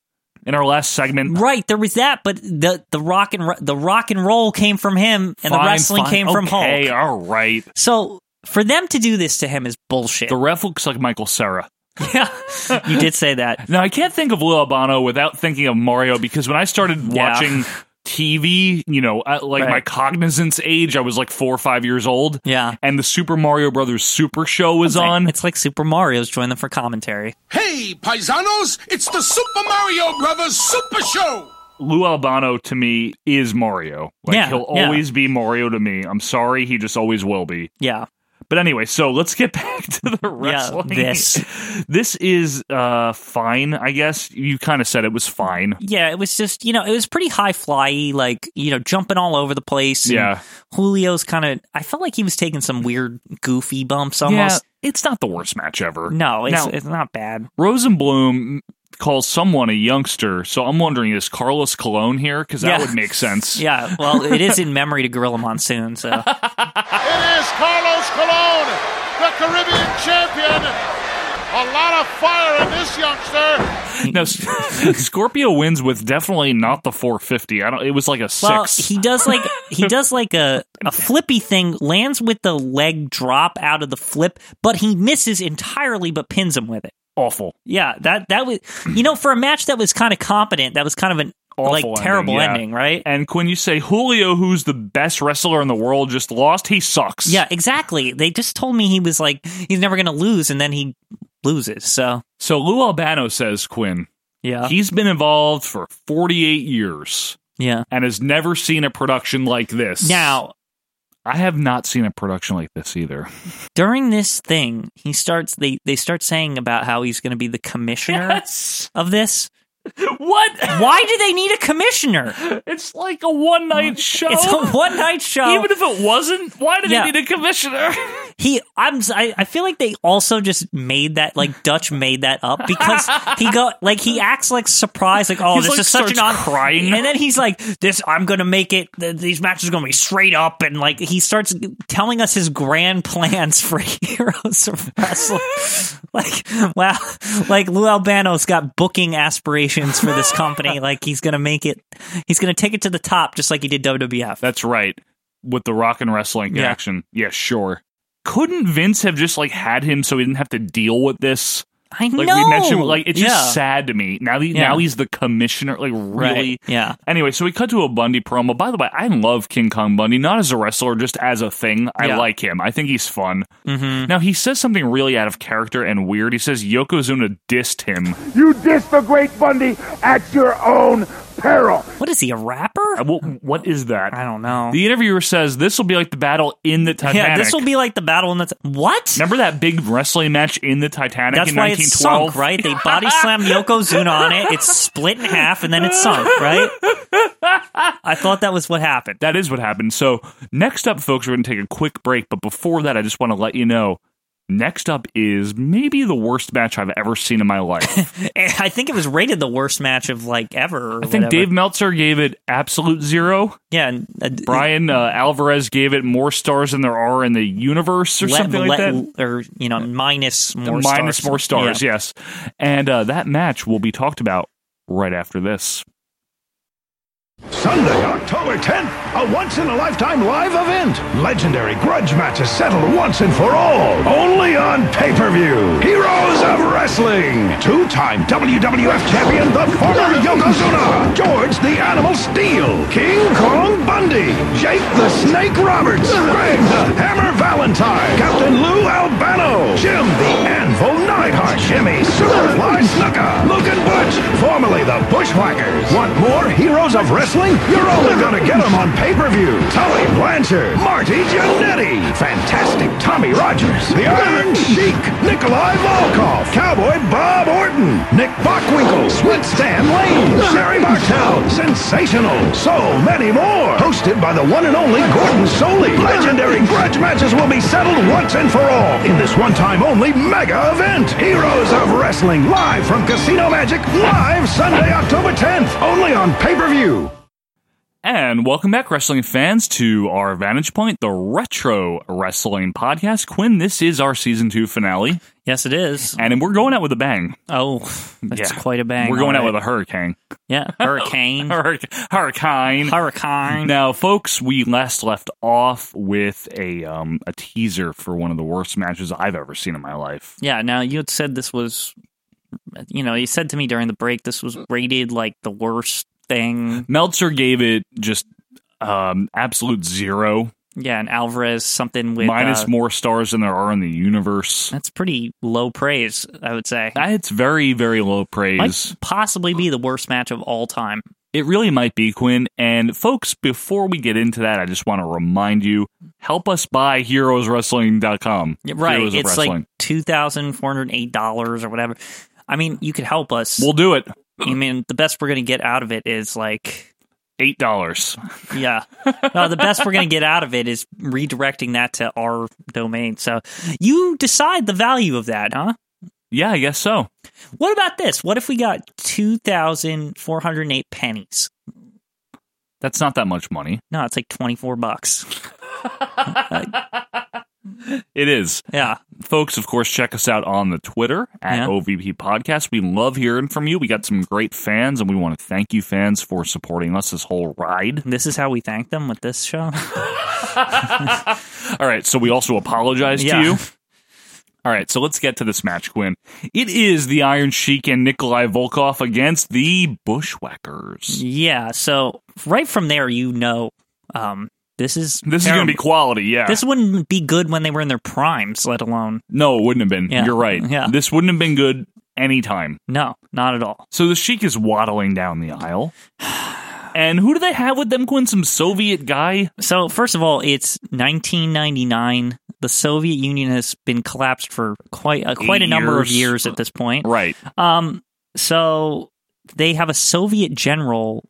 Speaker 2: in our last segment?
Speaker 3: Right, there was that, but the the rock and ro- the rock and roll came from him, and the
Speaker 2: Fine,
Speaker 3: wrestling
Speaker 2: fine.
Speaker 3: came from
Speaker 2: okay,
Speaker 3: Hulk.
Speaker 2: all right.
Speaker 3: So for them to do this to him is bullshit.
Speaker 2: The ref looks like Michael Serra.
Speaker 3: you did say that.
Speaker 2: Now I can't think of Lil Albano without thinking of Mario because when I started
Speaker 3: Yeah.
Speaker 2: watching TV, you know, at like
Speaker 3: Right.
Speaker 2: my cognizance age, I was like four or five years old.
Speaker 3: Yeah.
Speaker 2: And the Super Mario Brothers Super Show was
Speaker 3: It's like-
Speaker 2: on.
Speaker 3: It's like Super Mario's joined them for commentary.
Speaker 19: Hey, paisanos, it's the Super Mario Brothers Super Show!
Speaker 2: Lou Albano to me is Mario. Like
Speaker 3: Yeah,
Speaker 2: he'll
Speaker 3: yeah.
Speaker 2: always be Mario to me. I'm sorry, he just always will be.
Speaker 3: Yeah.
Speaker 2: But anyway, so let's get back to the wrestling.
Speaker 3: this.
Speaker 2: This is uh fine, I guess. You kind of said it was fine.
Speaker 3: Yeah, it was just you know it was pretty high flyy, like you know jumping all over the place. and
Speaker 2: Yeah.
Speaker 3: Julio's kind of I felt like he was taking some weird goofy bumps almost.
Speaker 2: Yeah, it's not the worst match ever.
Speaker 3: No, it's
Speaker 2: Now-
Speaker 3: it's not bad.
Speaker 2: Rosenblum calls someone a youngster, so I'm wondering is Carlos Colon here because that
Speaker 3: Yeah.
Speaker 2: would make sense.
Speaker 3: Yeah, well, it is in memory to Gorilla Monsoon, so
Speaker 20: It is Carlos Colon, the Caribbean champion. A lot of fire in this youngster.
Speaker 2: no, S- Scorpio wins with definitely not the 450. I don't. It was like a
Speaker 3: well,
Speaker 2: six.
Speaker 3: he does like he does like a a flippy thing, lands with the leg drop out of the flip, but he misses entirely, but pins him with it.
Speaker 2: Awful.
Speaker 3: Yeah, that that was you know for a match that was kind of competent, that was kind of an
Speaker 2: Awful
Speaker 3: like
Speaker 2: ending,
Speaker 3: terrible
Speaker 2: yeah.
Speaker 3: ending, right?
Speaker 2: And when you say Julio, who's the best wrestler in the world, just lost, he sucks.
Speaker 3: Yeah, exactly. They just told me he was like he's never going to lose, and then he loses. So
Speaker 2: So Lou Albano says, Quinn,
Speaker 3: yeah,
Speaker 2: he's been involved for 48 years
Speaker 3: yeah.
Speaker 2: and has never seen a production like this.
Speaker 3: Now
Speaker 2: I have not seen a production like this either.
Speaker 3: during this thing, he starts they they start saying about how he's going to be the commissioner of this.
Speaker 2: What?
Speaker 3: Why do they need a commissioner?
Speaker 2: It's like a one night show.
Speaker 3: It's a one night show.
Speaker 2: Even if it wasn't, why do
Speaker 3: Oh. Yeah.
Speaker 2: they need a commissioner?
Speaker 3: He, I'm, s- I, I feel like they also just made that, like Dutch made that up because he go, like he acts like surprised, like oh,
Speaker 2: He's,
Speaker 3: this
Speaker 2: like,
Speaker 3: is such an
Speaker 2: starts
Speaker 3: on
Speaker 2: crying.
Speaker 3: and then he's like, this, I'm gonna make it. th- these matches are gonna be straight up, and like he starts telling us his grand plans for heroes of wrestling. like wow, like Lou Albano's got booking aspirations for this company. like he's gonna make it, he's gonna take it to the top, just like he did WWF.
Speaker 2: That's right. With the rock and wrestling
Speaker 3: Yeah.
Speaker 2: action. Yeah, sure. Couldn't Vince have just like had him so he didn't have to deal with this?
Speaker 3: I
Speaker 2: like
Speaker 3: know.
Speaker 2: we mentioned like it's
Speaker 3: Yeah.
Speaker 2: just sad to me. Now that
Speaker 3: Yeah.
Speaker 2: now he's the commissioner, like really
Speaker 3: Right. Yeah.
Speaker 2: Anyway, so we cut to a Bundy promo. By the way, I love King Kong Bundy, not as a wrestler, just as a thing. I
Speaker 3: Yeah.
Speaker 2: like him. I think he's fun.
Speaker 3: Mm-hmm.
Speaker 2: Now he says something really out of character and weird. He says Yokozuna dissed him.
Speaker 16: You diss the great Bundy at your own peril.
Speaker 3: What is he, a rapper?
Speaker 2: Uh, wh- what is that? I
Speaker 3: don't know.
Speaker 2: The interviewer says this will be like the battle in the Titanic.
Speaker 3: Yeah, this will be like the battle in the t- what?
Speaker 2: Remember that big wrestling match in the Titanic
Speaker 3: That's
Speaker 2: in
Speaker 3: why it's
Speaker 2: 1912?
Speaker 3: sunk, right? They body slammed Yokozuna on it. It's split in half and then it's sunk, right? I thought that was what happened.
Speaker 2: That is what happened. So, next up, folks, we're going to take a quick break. But before that, I just want to let you know next up is maybe the worst match I've ever seen in my life.
Speaker 3: And I think it was rated the worst match of like ever. Or
Speaker 2: I think Dave Meltzer gave it absolute zero.
Speaker 3: Yeah, and, uh,
Speaker 2: Brian uh, Alvarez gave it more stars than there are in the universe or
Speaker 3: let-
Speaker 2: something like
Speaker 3: let-
Speaker 2: that.
Speaker 3: or you know, minus more
Speaker 2: minus
Speaker 3: stars.
Speaker 2: more stars,
Speaker 3: Yeah.
Speaker 2: yes. And uh, that match will be talked about right after this.
Speaker 16: Sunday, October 10th, a once in a lifetime live event. Legendary grudge matches settled once and for all. Only on pay per view. Heroes of Wrestling. Two time WWF champion, the former Yokozuna. George the Animal Steel. King Kong Bundy. Jake the Snake Roberts. Greg the Hammer Valentine. Captain Lou Albano. Jim the Anvil Neidhart. Jimmy Superfly Snuka. Luke and Butch, formerly the Bushwhackers. Want more heroes of wrestling? You're only gonna get them on pay-per-view. Tully Blanchard, Marty Jannetty, Fantastic Tommy Rogers, The Iron Sheik, Nikolai Volkov, Cowboy Bob Orton, Nick Bockwinkel, Sweet Stan Lane, Sherry Bartel, Sensational, so many more. Hosted by the one and only Gordon Soley. Legendary grudge matches will be settled once and for all in this one-time only mega event. Heroes of Wrestling, live from Casino Magic, live live Sunday, October 10th, only on pay per view.
Speaker 2: And welcome back, wrestling fans, to our Vantage Point, the Retro Wrestling Podcast. Quinn, this is our season two finale.
Speaker 3: Yes, it is.
Speaker 2: And we're going out with a bang.
Speaker 3: Oh, that's quite a bang.
Speaker 2: We're going out
Speaker 3: All
Speaker 2: with a
Speaker 3: right.
Speaker 2: hurricane.
Speaker 3: Yeah, hurricane.
Speaker 2: hurricane.
Speaker 3: Hurricane.
Speaker 2: Now, folks, we last left off with a um, a teaser for one of the worst matches I've ever seen in my life.
Speaker 3: Yeah, now you had said this was, you know, you said to me during the break this was rated like the worst thing.
Speaker 2: Meltzer gave it just um, absolute zero,
Speaker 3: Yeah, and Alvarez something with
Speaker 2: minus
Speaker 3: uh,
Speaker 2: more stars than there are in the universe.
Speaker 3: That's pretty low praise, I would say.
Speaker 2: It's very, very low praise.
Speaker 3: Might possibly be the worst match of all time.
Speaker 2: It really might be, Quinn. And folks, before we get into that, I just want to remind you help us buy heroeswrestling.com.
Speaker 3: Yeah, Right,
Speaker 2: Heroes of
Speaker 3: it's
Speaker 2: Wrestling.
Speaker 3: like two thousand four hundred eight dollars or whatever. I mean, you could help us.
Speaker 2: We'll do it.
Speaker 3: I mean, the best we're gonna get out of it is like
Speaker 2: eight dollars.
Speaker 3: Yeah, no, the best we're gonna get out of it is redirecting that to our domain. So you decide the value of that, huh?
Speaker 2: Yeah, I guess so.
Speaker 3: What about this? What if we got two thousand four hundred eight pennies?
Speaker 2: That's not that much money.
Speaker 3: No, it's like twenty four bucks.
Speaker 2: It is.
Speaker 3: Yeah.
Speaker 2: Folks, of course, check us out on the Twitter at
Speaker 3: Yeah.
Speaker 2: OVP Podcast. We love hearing from you. We got some great fans, and we want to thank you, fans, for supporting us this whole ride.
Speaker 3: This is how we thank them with this show.
Speaker 2: All right, so we also apologize
Speaker 3: Yeah.
Speaker 2: to you. All right, so let's get to this match, Quinn. It is the Iron Sheik and Nikolai Volkov against the Bushwhackers.
Speaker 3: Yeah. So right from there, you know, um, this is
Speaker 2: This is going to be quality, yeah.
Speaker 3: This wouldn't be good when they were in their primes, let alone
Speaker 2: no, it wouldn't have been.
Speaker 3: Yeah.
Speaker 2: You're right.
Speaker 3: Yeah.
Speaker 2: This wouldn't have been good anytime.
Speaker 3: no, not at all.
Speaker 2: So the Sheik is waddling down the aisle. And who do they have with them, Quinn? Some Soviet guy?
Speaker 3: So first of all, it's 1999. The Soviet Union has been collapsed for quite uh, quite a
Speaker 2: Eight
Speaker 3: number of
Speaker 2: years.
Speaker 3: years at this point.
Speaker 2: Right.
Speaker 3: Um. So they have a Soviet general.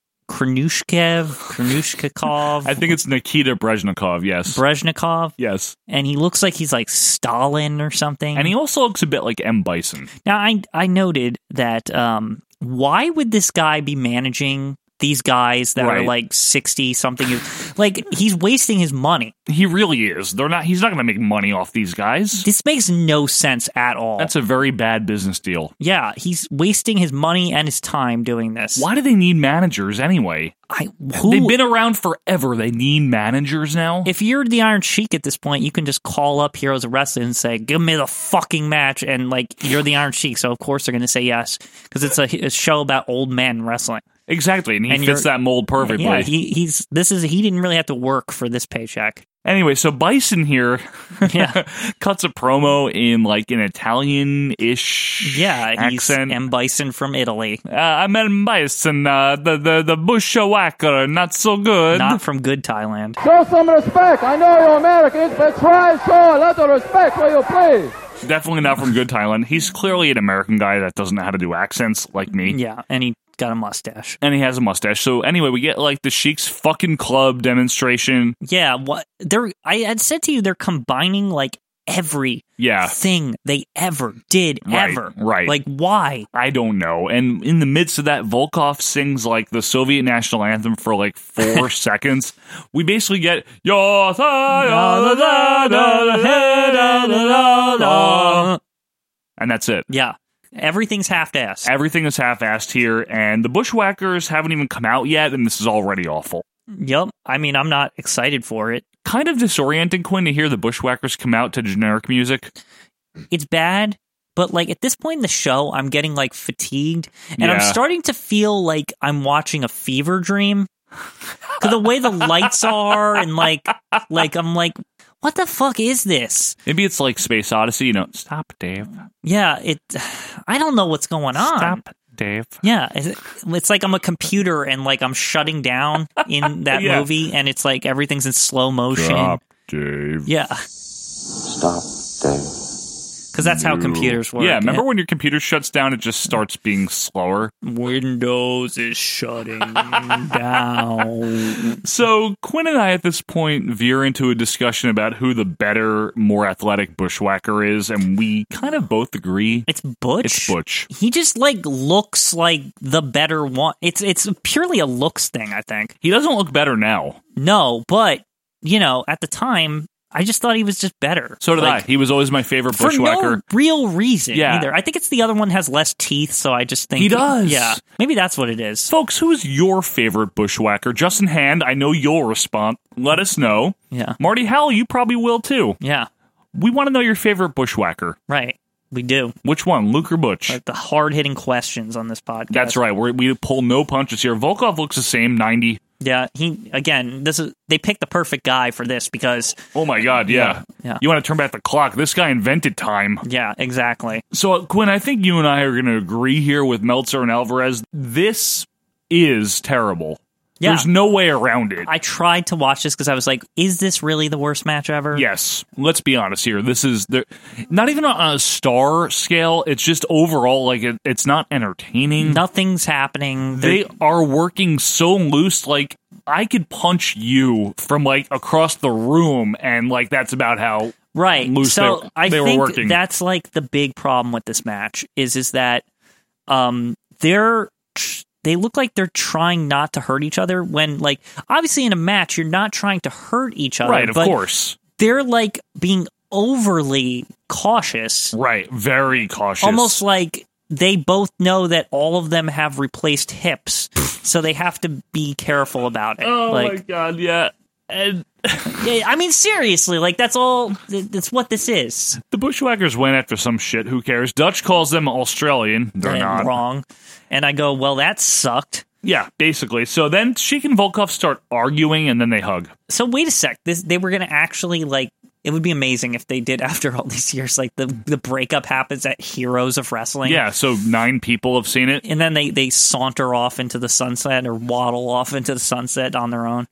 Speaker 3: Kranushkev, Kranushkikov,
Speaker 2: I think it's Nikita Brezhnikov, yes.
Speaker 3: Brezhnikov,
Speaker 2: yes.
Speaker 3: and he looks like he's like Stalin or something.
Speaker 2: And he also looks a bit like M. Bison.
Speaker 3: Now, I I noted that. Um, why would this guy be managing these guys that are
Speaker 2: Right.
Speaker 3: like sixty something? Years? like he's wasting his money.
Speaker 2: He really is. They're not he's not gonna make money off these guys.
Speaker 3: This makes no sense at all.
Speaker 2: That's a very bad business deal.
Speaker 3: yeah, he's wasting his money and his time doing this.
Speaker 2: Why do they need managers anyway?
Speaker 3: I who?
Speaker 2: They've been around forever. They need managers now.
Speaker 3: if you're the Iron Sheik at this point, you can just call up Heroes of Wrestling and say, "Give me the fucking match," and like you're the Iron Sheik, so of course they're going to say yes because it's a, a show about old men wrestling.
Speaker 2: Exactly, and he
Speaker 3: And
Speaker 2: fits
Speaker 3: you're-
Speaker 2: that mold perfectly.
Speaker 3: Yeah, he, he's this is he didn't really have to work for this paycheck.
Speaker 2: Anyway, so Bison here
Speaker 3: Yeah.
Speaker 2: cuts a promo in like an Italian ish
Speaker 3: Yeah, he's
Speaker 2: accent.
Speaker 3: M. Bison from Italy.
Speaker 2: uh, I'm El Bison, uh, the, the, the bushwhacker, not so good.
Speaker 3: Not from good Thailand.
Speaker 17: Show some respect. I know you're Americans, but try and show a little respect where you play.
Speaker 2: Definitely not from good Thailand. He's clearly an American guy that doesn't know how to do accents like me.
Speaker 3: Yeah, and he got a mustache.
Speaker 2: And he has a mustache. So anyway, we get like the Sheik's fucking club demonstration.
Speaker 3: Yeah, what they're I had said to you they're combining like every
Speaker 2: Yeah.
Speaker 3: thing they ever did
Speaker 2: Right,
Speaker 3: ever.
Speaker 2: right.
Speaker 3: Like why?
Speaker 2: I don't know. And in the midst of that, Volkov sings like the Soviet national anthem for like four seconds. We basically get yo tha- da- da- da- da- da- da- da- da." and that's it.
Speaker 3: Yeah. Everything's half assed.
Speaker 2: Everything is half-assed here, and the Bushwhackers haven't even come out yet, and this is already awful.
Speaker 3: Yep. I mean I'm not excited for it.
Speaker 2: Kind of disorienting, Quinn, to hear the Bushwhackers come out to generic music.
Speaker 3: It's bad, but like at this point in the show I'm getting like fatigued and I'm
Speaker 2: Yeah.
Speaker 3: starting to feel like I'm watching a fever dream. Cause the way the lights are and like like I'm like, what the fuck is this?
Speaker 2: Maybe it's like Space Odyssey. You know, stop, Dave.
Speaker 3: Yeah, it. I don't know what's going on.
Speaker 2: Stop, Dave.
Speaker 3: Yeah, is it- it's like I'm a computer and like I'm shutting down in that
Speaker 2: Yeah.
Speaker 3: movie, and it's like everything's in slow motion.
Speaker 2: Dave.
Speaker 3: Yeah,
Speaker 5: Stop, Dave.
Speaker 3: because because that's how computers work.
Speaker 2: Yeah, remember when your computer shuts down, it just starts being slower?
Speaker 3: Windows is shutting down.
Speaker 2: So Quinn and I at this point veer into a discussion about who the better, more athletic bushwhacker is, and we kind of both agree.
Speaker 3: It's Butch.
Speaker 2: It's Butch.
Speaker 3: He just like looks like the better one. It's it's purely a looks thing, I think.
Speaker 2: He doesn't look better now.
Speaker 3: No, but you know, at the time, I just thought he was just better.
Speaker 2: So did
Speaker 3: Like,
Speaker 2: I. He was always my favorite
Speaker 3: For
Speaker 2: bushwhacker.
Speaker 3: no real reason
Speaker 2: Yeah.
Speaker 3: either. I think it's the other one has less teeth, so I just think
Speaker 2: He does.
Speaker 3: Yeah, maybe that's what it is.
Speaker 2: Folks, who is your favorite bushwhacker? Justin Hand, I know you'll respond. Let us know.
Speaker 3: Yeah.
Speaker 2: Marty Howell, you probably will too.
Speaker 3: Yeah,
Speaker 2: We want to know your favorite bushwhacker.
Speaker 3: right. We do
Speaker 2: Which one, Luke or Butch?
Speaker 3: like the hard hitting questions on this podcast.
Speaker 2: That's right. We're, we pull no punches here. Volkov looks the same, 90.
Speaker 3: Yeah, he again. This is they picked the perfect guy for this because
Speaker 2: Oh my God, yeah.
Speaker 3: Yeah, yeah.
Speaker 2: You want to turn back the clock. This guy invented time.
Speaker 3: yeah, exactly.
Speaker 2: So, uh, Quinn, I think you and I are going to agree here with Meltzer and Alvarez. This is terrible.
Speaker 3: Yeah.
Speaker 2: There's no way around it.
Speaker 3: I tried to watch this because I was like, is this really the worst match ever?
Speaker 2: Yes, let's be honest here. This is the not even on a star scale. It's just overall like it, it's not entertaining.
Speaker 3: Nothing's happening.
Speaker 2: They are working so loose. Like I could punch you from like across the room, and like that's about how
Speaker 3: right
Speaker 2: loose
Speaker 3: so
Speaker 2: they,
Speaker 3: i
Speaker 2: they
Speaker 3: think
Speaker 2: were working.
Speaker 3: that's like the big problem with this match is is that um they're tr- they look like they're trying not to hurt each other when like obviously in a match you're not trying to hurt each other
Speaker 2: right, of
Speaker 3: Uh, but
Speaker 2: course.
Speaker 3: they're like being overly cautious
Speaker 2: Right, very cautious.
Speaker 3: almost like they both know that all of them have replaced hips so they have to be careful about it
Speaker 2: Oh
Speaker 3: like
Speaker 2: my god, yeah. And
Speaker 3: yeah, i mean seriously like that's all th- that's what this is
Speaker 2: the Bushwhackers went after some shit. Who cares? Dutch calls them Australian. They're
Speaker 3: and
Speaker 2: not.
Speaker 3: wrong. And I go, well, that sucked.
Speaker 2: Yeah, basically. So then Sheik and Volkov start arguing, and then they hug.
Speaker 3: So wait a sec. This they were gonna actually like. It would be amazing if they did after all these years. Like the the breakup happens at Heroes of Wrestling.
Speaker 2: Yeah, so nine people have seen it.
Speaker 3: And then they, they saunter off into the sunset or waddle off into the sunset on their own.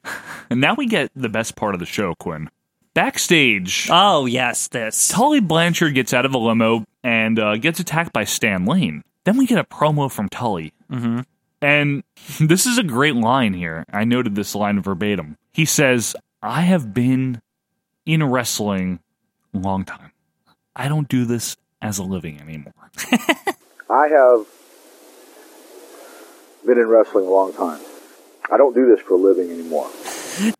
Speaker 2: And now we get the best part of the show, Quinn. Backstage,
Speaker 3: Oh, yes, this.
Speaker 2: Tully Blanchard gets out of a limo and uh, gets attacked by Stan Lane. Then we get a promo from Tully.
Speaker 3: Mm-hmm.
Speaker 2: And this is a great line here. I noted this line verbatim. He says, I have been in wrestling a long time. I don't do this as a living anymore.
Speaker 21: I have been in wrestling a long time. I don't do this for a living anymore.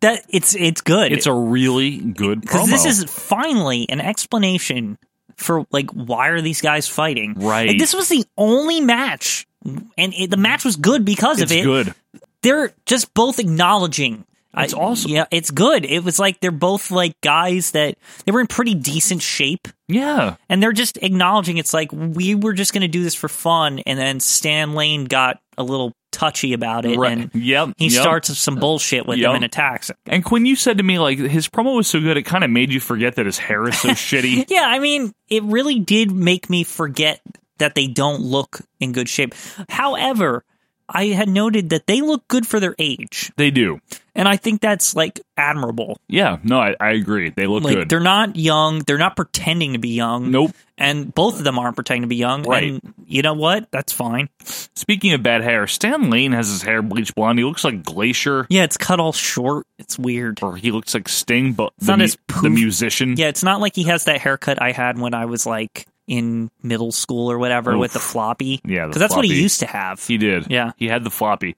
Speaker 3: That it's it's good.
Speaker 2: It's a really good promo.
Speaker 3: because this is finally an explanation for like why are these guys fighting?
Speaker 2: Right.
Speaker 3: Like, this was the only match, and it, the match was good because
Speaker 2: it's
Speaker 3: of it.
Speaker 2: good.
Speaker 3: They're just both acknowledging.
Speaker 2: It's
Speaker 3: I-
Speaker 2: awesome.
Speaker 3: Yeah, it's good. It was like they're both like guys that they were in pretty decent shape,
Speaker 2: Yeah.
Speaker 3: and they're just acknowledging it's like we were just going to do this for fun, and then Stan Lane got a little touchy about it,
Speaker 2: Right.
Speaker 3: and
Speaker 2: Yep,
Speaker 3: he
Speaker 2: yep.
Speaker 3: starts some bullshit with
Speaker 2: Yep.
Speaker 3: him and attacks him.
Speaker 2: And Quinn, you said to me like his promo was so good, it kind of made you forget that his hair is so shitty.
Speaker 3: Yeah, I mean, it really did make me forget that they don't look in good shape. However, I had noted that they look good for their age,
Speaker 2: They do.
Speaker 3: and I think that's like admirable.
Speaker 2: Yeah, no, I, I agree. They look
Speaker 3: Like
Speaker 2: good.
Speaker 3: they're not young, they're not pretending to be young.
Speaker 2: Nope.
Speaker 3: And both of them aren't pretending to be young.
Speaker 2: Right.
Speaker 3: And you know what? That's fine.
Speaker 2: Speaking of bad hair, Stan Lane has his hair bleached blonde. He looks like Glacier,
Speaker 3: Yeah, it's cut all short. It's weird.
Speaker 2: or he looks like Sting, but
Speaker 3: It's
Speaker 2: the,
Speaker 3: not
Speaker 2: mu-
Speaker 3: as poof-
Speaker 2: the musician.
Speaker 3: Yeah, it's not like he has that haircut I had when I was like in middle school or whatever with the
Speaker 2: Oof.
Speaker 3: floppy.
Speaker 2: Yeah, the
Speaker 3: because that's what he
Speaker 2: floppy.
Speaker 3: used to have.
Speaker 2: He did.
Speaker 3: Yeah.
Speaker 2: He had the floppy.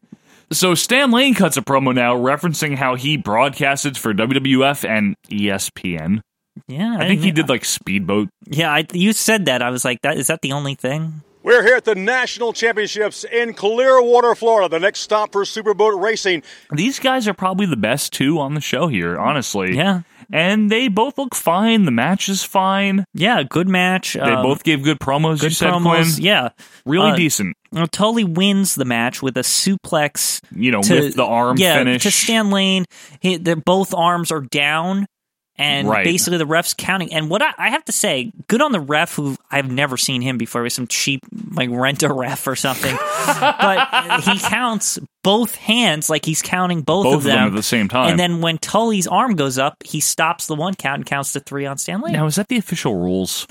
Speaker 2: So Stan Lane cuts a promo now referencing how he broadcasted for WWF and E ESPN.
Speaker 3: Yeah,
Speaker 2: I think he
Speaker 3: didn't-
Speaker 2: did like Speedboat.
Speaker 3: Yeah, I, you said that. I was like, that is that the only thing?
Speaker 22: We're here at the National Championships in Clearwater, Florida, the next stop for Superboat Racing.
Speaker 2: These guys are probably the best two on the show here, honestly.
Speaker 3: Yeah.
Speaker 2: And they both look fine. The match is fine.
Speaker 3: Yeah, good match. um,
Speaker 2: They both gave good promos.
Speaker 3: good
Speaker 2: you said,
Speaker 3: promos.
Speaker 2: Quinn.
Speaker 3: Yeah,
Speaker 2: Really
Speaker 3: Uh,
Speaker 2: decent.
Speaker 3: Well, Tully wins the match with a suplex.
Speaker 2: You know,
Speaker 3: to,
Speaker 2: with the arm
Speaker 3: yeah,
Speaker 2: finish.
Speaker 3: to Stan Lane. He, their both arms are down, and
Speaker 2: Right.
Speaker 3: basically the ref's counting. And what I, I have to say, good on the ref who I've never seen him before. With some cheap like rent a ref or something, but he counts both hands like he's counting both,
Speaker 2: both
Speaker 3: of them.
Speaker 2: at the same time.
Speaker 3: And then when Tully's arm goes up, he stops the one count and counts to three on Stan Lane.
Speaker 2: now, is that the official rules?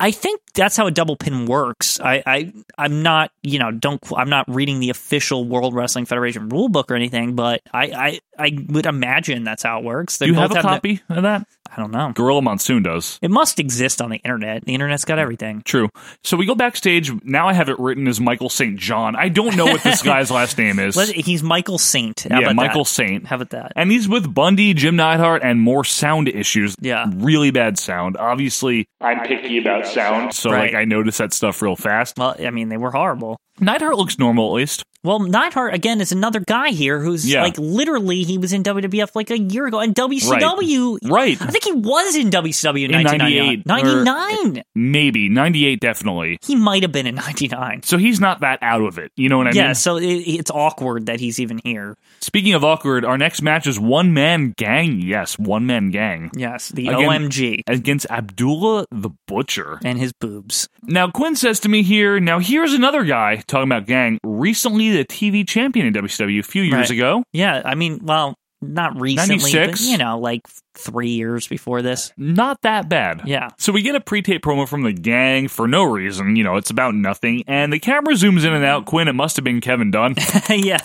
Speaker 3: I think that's how a double pin works. I, I I'm not you know don't I'm not reading the official World Wrestling Federation rule book or anything, but I I, I would imagine that's how it works. They
Speaker 2: Do you have
Speaker 3: both
Speaker 2: a
Speaker 3: the-
Speaker 2: copy of that?
Speaker 3: I don't know.
Speaker 2: Gorilla Monsoon does.
Speaker 3: It must exist on the internet. The internet's got everything.
Speaker 2: True. So we go backstage. Now I have it written as Michael St. John. I don't know what this guy's last name is.
Speaker 3: Let- He's Michael Saint. How
Speaker 2: yeah,
Speaker 3: about
Speaker 2: Michael
Speaker 3: that?
Speaker 2: Saint.
Speaker 3: How about that?
Speaker 2: And he's with Bundy, Jim Neidhart, and more sound issues.
Speaker 3: Yeah.
Speaker 2: Really bad sound. Obviously,
Speaker 15: I'm picky about sound.
Speaker 2: so
Speaker 3: Right.
Speaker 2: like I noticed that stuff real fast.
Speaker 3: Well, I mean, they were horrible.
Speaker 2: Neidhart looks normal at least.
Speaker 3: Well, Neidhart again is another guy here who's
Speaker 2: Yeah.
Speaker 3: like literally he was in WWF like a year ago and WCW.
Speaker 2: Right.
Speaker 3: I think he was in WCW in
Speaker 2: In
Speaker 3: 1999.
Speaker 2: 98.
Speaker 3: 99.
Speaker 2: Maybe. 98 definitely.
Speaker 3: He might have been in 99.
Speaker 2: So he's not that out of it. You know what I
Speaker 3: yeah,
Speaker 2: mean?
Speaker 3: so it, it's awkward that he's even here.
Speaker 2: Speaking of awkward, our next match is one man gang. Yes, one man gang.
Speaker 3: Yes, the
Speaker 2: Again-
Speaker 3: OMG
Speaker 2: Against Abdullah the Butcher.
Speaker 3: and his boobs.
Speaker 2: Now, Quinn says to me here, now here's another guy talking about gang, recently the TV champion in WCW a few years
Speaker 3: Right.
Speaker 2: ago.
Speaker 3: Yeah, I mean, well, not recently, but
Speaker 2: 96?
Speaker 3: you know, like three years before this.
Speaker 2: Not that bad.
Speaker 3: Yeah.
Speaker 2: So we get a pre tape promo from the gang for no reason. You know, it's about nothing. And the camera zooms in and out. Quinn, it must have been Kevin Dunn.
Speaker 3: yeah.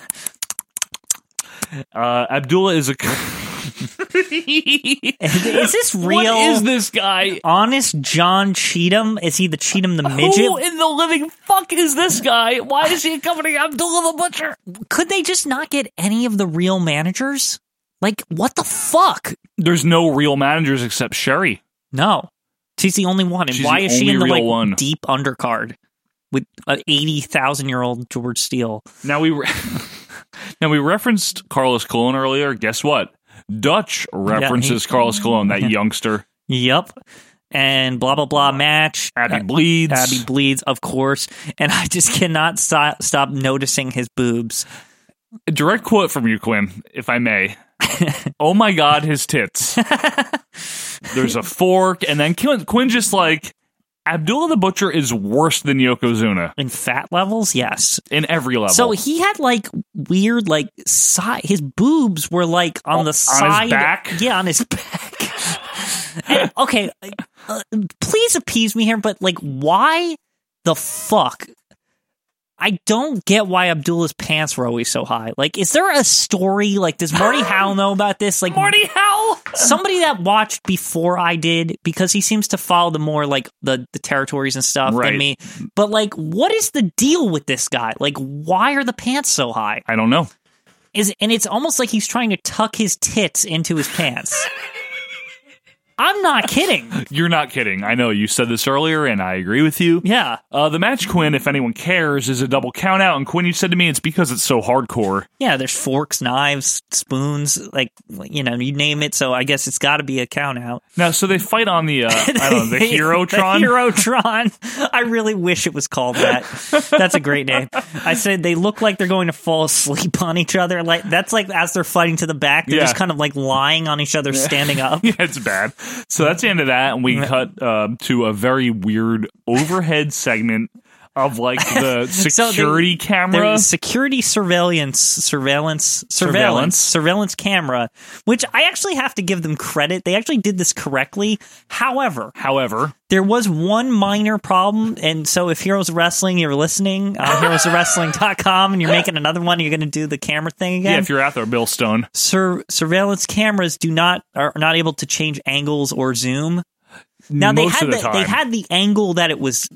Speaker 2: Uh, Abdullah is a.
Speaker 3: Is this real?
Speaker 2: What is this guy?
Speaker 3: Honest John Cheatham? Is he the Cheatham the midget?
Speaker 2: Who in the living fuck is this guy? Why is he accompanying Abdullah the Butcher?
Speaker 3: Could they just not get any of the real managers? Like, what the fuck?
Speaker 2: There's no real managers except Sherry.
Speaker 3: No. She's the only one. And
Speaker 2: She's
Speaker 3: why
Speaker 2: the
Speaker 3: is she in the
Speaker 2: only real
Speaker 3: like
Speaker 2: one.
Speaker 3: deep undercard with an 80,000 year old George Steele?
Speaker 2: Now we re- now we referenced Carlos Colon earlier. Guess what? Dutch references
Speaker 3: he-
Speaker 2: Carlos Colon, that youngster.
Speaker 3: Yep. And blah, blah, blah match.
Speaker 2: Abby
Speaker 3: Uh,
Speaker 2: bleeds.
Speaker 3: Abby bleeds, of course. And I just cannot so- stop noticing his boobs.
Speaker 2: A direct quote from you, Quinn, if I may. oh my God, his tits. There's a fork, and then Quinn, Quinn just like Abdullah the Butcher is worse than Yokozuna
Speaker 3: In fat levels, yes.
Speaker 2: in every level.
Speaker 3: So he had like weird, like side. His boobs were like on the side,
Speaker 2: Oh, back?
Speaker 3: Yeah, on his back. And, okay, uh, please appease me here, but like, why the fuck? I don't get why Abdullah's pants were always so high. Like, is there a story? Like, does Marty Howell know about this? Like,
Speaker 2: Marty Howell.
Speaker 3: somebody that watched before I did because he seems to follow the more like the the territories and stuff
Speaker 2: Right.
Speaker 3: than me. But like, what is the deal with this guy? Like, why are the pants so high?
Speaker 2: I don't know.
Speaker 3: Is and it's almost like he's trying to tuck his tits into his pants. I'm not kidding.
Speaker 2: You're not kidding. I know you said this earlier, and I agree with you.
Speaker 3: Yeah,
Speaker 2: Uh, the match, Quinn, if anyone cares, is a double count out. And Quinn, you said to me it's because it's so hardcore.
Speaker 3: yeah. There's forks, knives, spoons, like you know, you name it. So I guess it's got to be a count out.
Speaker 2: Now, so they fight on the, uh, I don't know, the Herotron.
Speaker 3: The Herotron. I really wish it was called that. That's a great name. I said they look like they're going to fall asleep on each other. Like that's like as they're fighting to the back, they're
Speaker 2: Yeah.
Speaker 3: just kind of like lying on each other, standing up.
Speaker 2: yeah, it's bad. So that's the end of that, and we cut uh, to a very weird overhead segment of like the
Speaker 3: So they-
Speaker 2: security camera.
Speaker 3: There's security surveillance, surveillance, surveillance,
Speaker 2: Surveillance.
Speaker 3: surveillance camera, which I actually have to give them credit. They actually did this correctly. However,
Speaker 2: However,
Speaker 3: there was one minor problem and so if heroes of wrestling you're listening uh, on heroes of wrestling.com and you're making another one you're going to do the camera thing
Speaker 2: yeah,
Speaker 3: again
Speaker 2: if you're out there, Bill Stone.
Speaker 3: Sur- surveillance cameras do not are not able to change angles or zoom now they
Speaker 2: Most
Speaker 3: had
Speaker 2: of the
Speaker 3: they
Speaker 2: time.
Speaker 3: had the angle that it was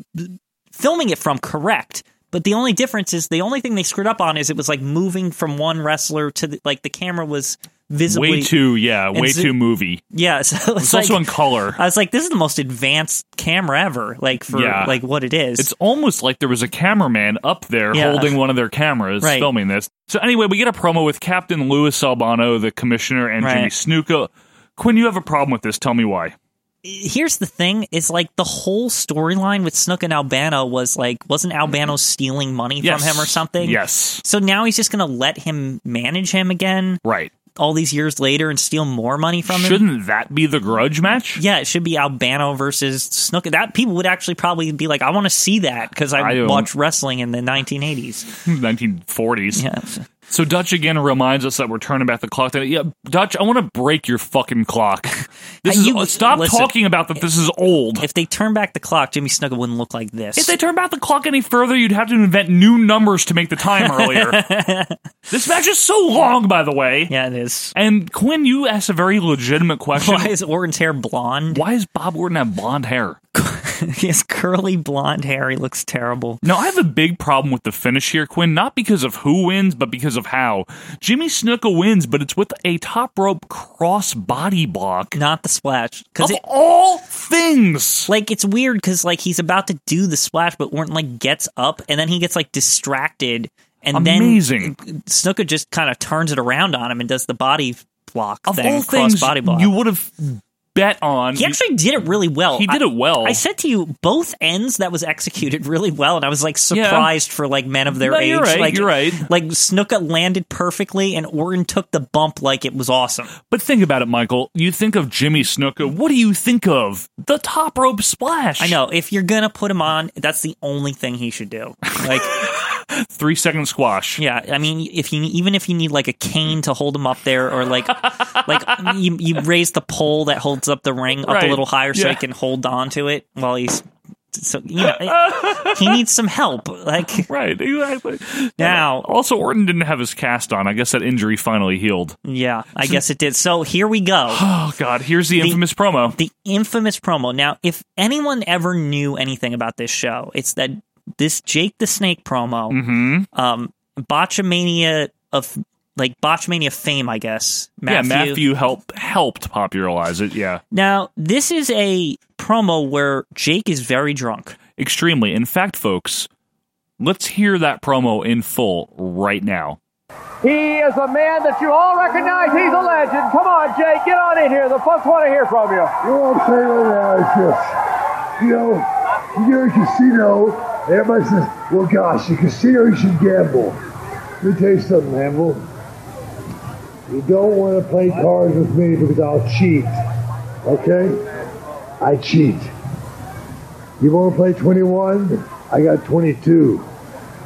Speaker 3: filming it from correct but the only difference is the only thing they screwed up on is it was like moving from one wrestler to the, like the camera was visibly
Speaker 2: Way too, yeah,
Speaker 3: and
Speaker 2: way
Speaker 3: zo-
Speaker 2: too movie.
Speaker 3: yeah so it's,
Speaker 2: It's also
Speaker 3: like,
Speaker 2: in color.
Speaker 3: I was like this is the most advanced camera ever like for
Speaker 2: Yeah.
Speaker 3: like what it is
Speaker 2: It's almost like there was a cameraman up there
Speaker 3: Yeah.
Speaker 2: holding one of their cameras
Speaker 3: Right.
Speaker 2: filming this. So anyway, we get a promo with Captain Louis Albano, the commissioner, and Jimmy
Speaker 3: Right.
Speaker 2: Snuka. Quinn, you have a problem with this. Tell me why.
Speaker 3: here's the thing is like the whole storyline with Snook and Albano was like wasn't Albano stealing money
Speaker 2: Mm-hmm. Yes.
Speaker 3: from him or something?
Speaker 2: Yes.
Speaker 3: So now he's just going to let him manage him again
Speaker 2: Right.
Speaker 3: all these years later and steal more money from him?
Speaker 2: Shouldn't that be the grudge match?
Speaker 3: Yeah, it should be Albano versus Snook. That people would actually probably be like, I want to see that because I,
Speaker 2: I don't-
Speaker 3: watched wrestling in the 1980s.
Speaker 2: 1940s.
Speaker 3: Yeah.
Speaker 2: So Dutch again reminds us that we're turning back the clock. That yeah, Dutch, I want to break your fucking clock. This is uh,
Speaker 3: You-
Speaker 2: stop
Speaker 3: listen.
Speaker 2: talking about that. This is old.
Speaker 3: If they turn back the clock, Jimmy Snuggler wouldn't look like this.
Speaker 2: If they turn back the clock any further, you'd have to invent new numbers to make the time earlier. this match is so long, by the way.
Speaker 3: Yeah, it is.
Speaker 2: And Quinn, you asked a very legitimate question.
Speaker 3: Why is Orton's hair blonde?
Speaker 2: Why does Bob Orton have blonde hair?
Speaker 3: he has curly blonde hair. He looks terrible.
Speaker 2: No, I have a big problem with the finish here, Quinn, not because of who wins, but because of how. Jimmy Snuka wins, but it's with a top rope cross body block.
Speaker 3: Not the splash. Because
Speaker 2: Of all things.
Speaker 3: Like it's weird because like he's about to do the splash, but Orton like gets up and then he gets like distracted and
Speaker 2: Amazing.
Speaker 3: then Snooker just kind of turns it around on him and does the body block
Speaker 2: Of
Speaker 3: thing,
Speaker 2: all
Speaker 3: cross
Speaker 2: things,
Speaker 3: body block.
Speaker 2: you would have bet on.
Speaker 3: he actually did it really well.
Speaker 2: He did
Speaker 3: I-
Speaker 2: it well.
Speaker 3: I said to you, both ends that was executed really well, and I was like
Speaker 2: Yeah.
Speaker 3: surprised for like men of their
Speaker 2: No,
Speaker 3: age.
Speaker 2: you're right,
Speaker 3: like
Speaker 2: you're right.
Speaker 3: Like Snuka landed perfectly, and Orton took the bump like it was awesome.
Speaker 2: But think about it, Michael. You think of Jimmy Snuka. What do you think of? The top rope splash.
Speaker 3: I know if you're gonna put him on, that's the only thing he should do. Like.
Speaker 2: Three second squash.
Speaker 3: Yeah, I mean, if you even if you need like a cane to hold him up there, or like like you, you raise the pole that holds up the ring up
Speaker 2: Right,
Speaker 3: a little higher so
Speaker 2: yeah.
Speaker 3: he can hold on to it while he's so you know he needs some help. Like
Speaker 2: Right, exactly.
Speaker 3: now,
Speaker 2: Also, Orton didn't have his cast on. I guess that injury finally healed.
Speaker 3: yeah, I guess it did. So here we go.
Speaker 2: Oh, God. Here's the infamous promo.
Speaker 3: The infamous promo. Now, if anyone ever knew anything about this show, it's that this Jake the Snake promo,
Speaker 2: Mm-hmm. Hmm?
Speaker 3: um, Botchamania of like Botchamania fame, I guess.
Speaker 2: Yeah, Matthew helped helped popularize it. Yeah,
Speaker 3: Now, this is a promo where Jake is very drunk.
Speaker 2: extremely. In fact, folks, let's hear that promo in full right now.
Speaker 4: He is a man that you all recognize. He's a legend. Come on, Jake, get on in here. The folks want to hear from you.
Speaker 7: You're all saying that shifts. You know, you go to a casino, and everybody says, well, gosh, the casino, you should gamble. Let me tell you something, Hannibal. You don't want to play cards with me because I'll cheat. Okay? I cheat. You want to play 21? I got 22.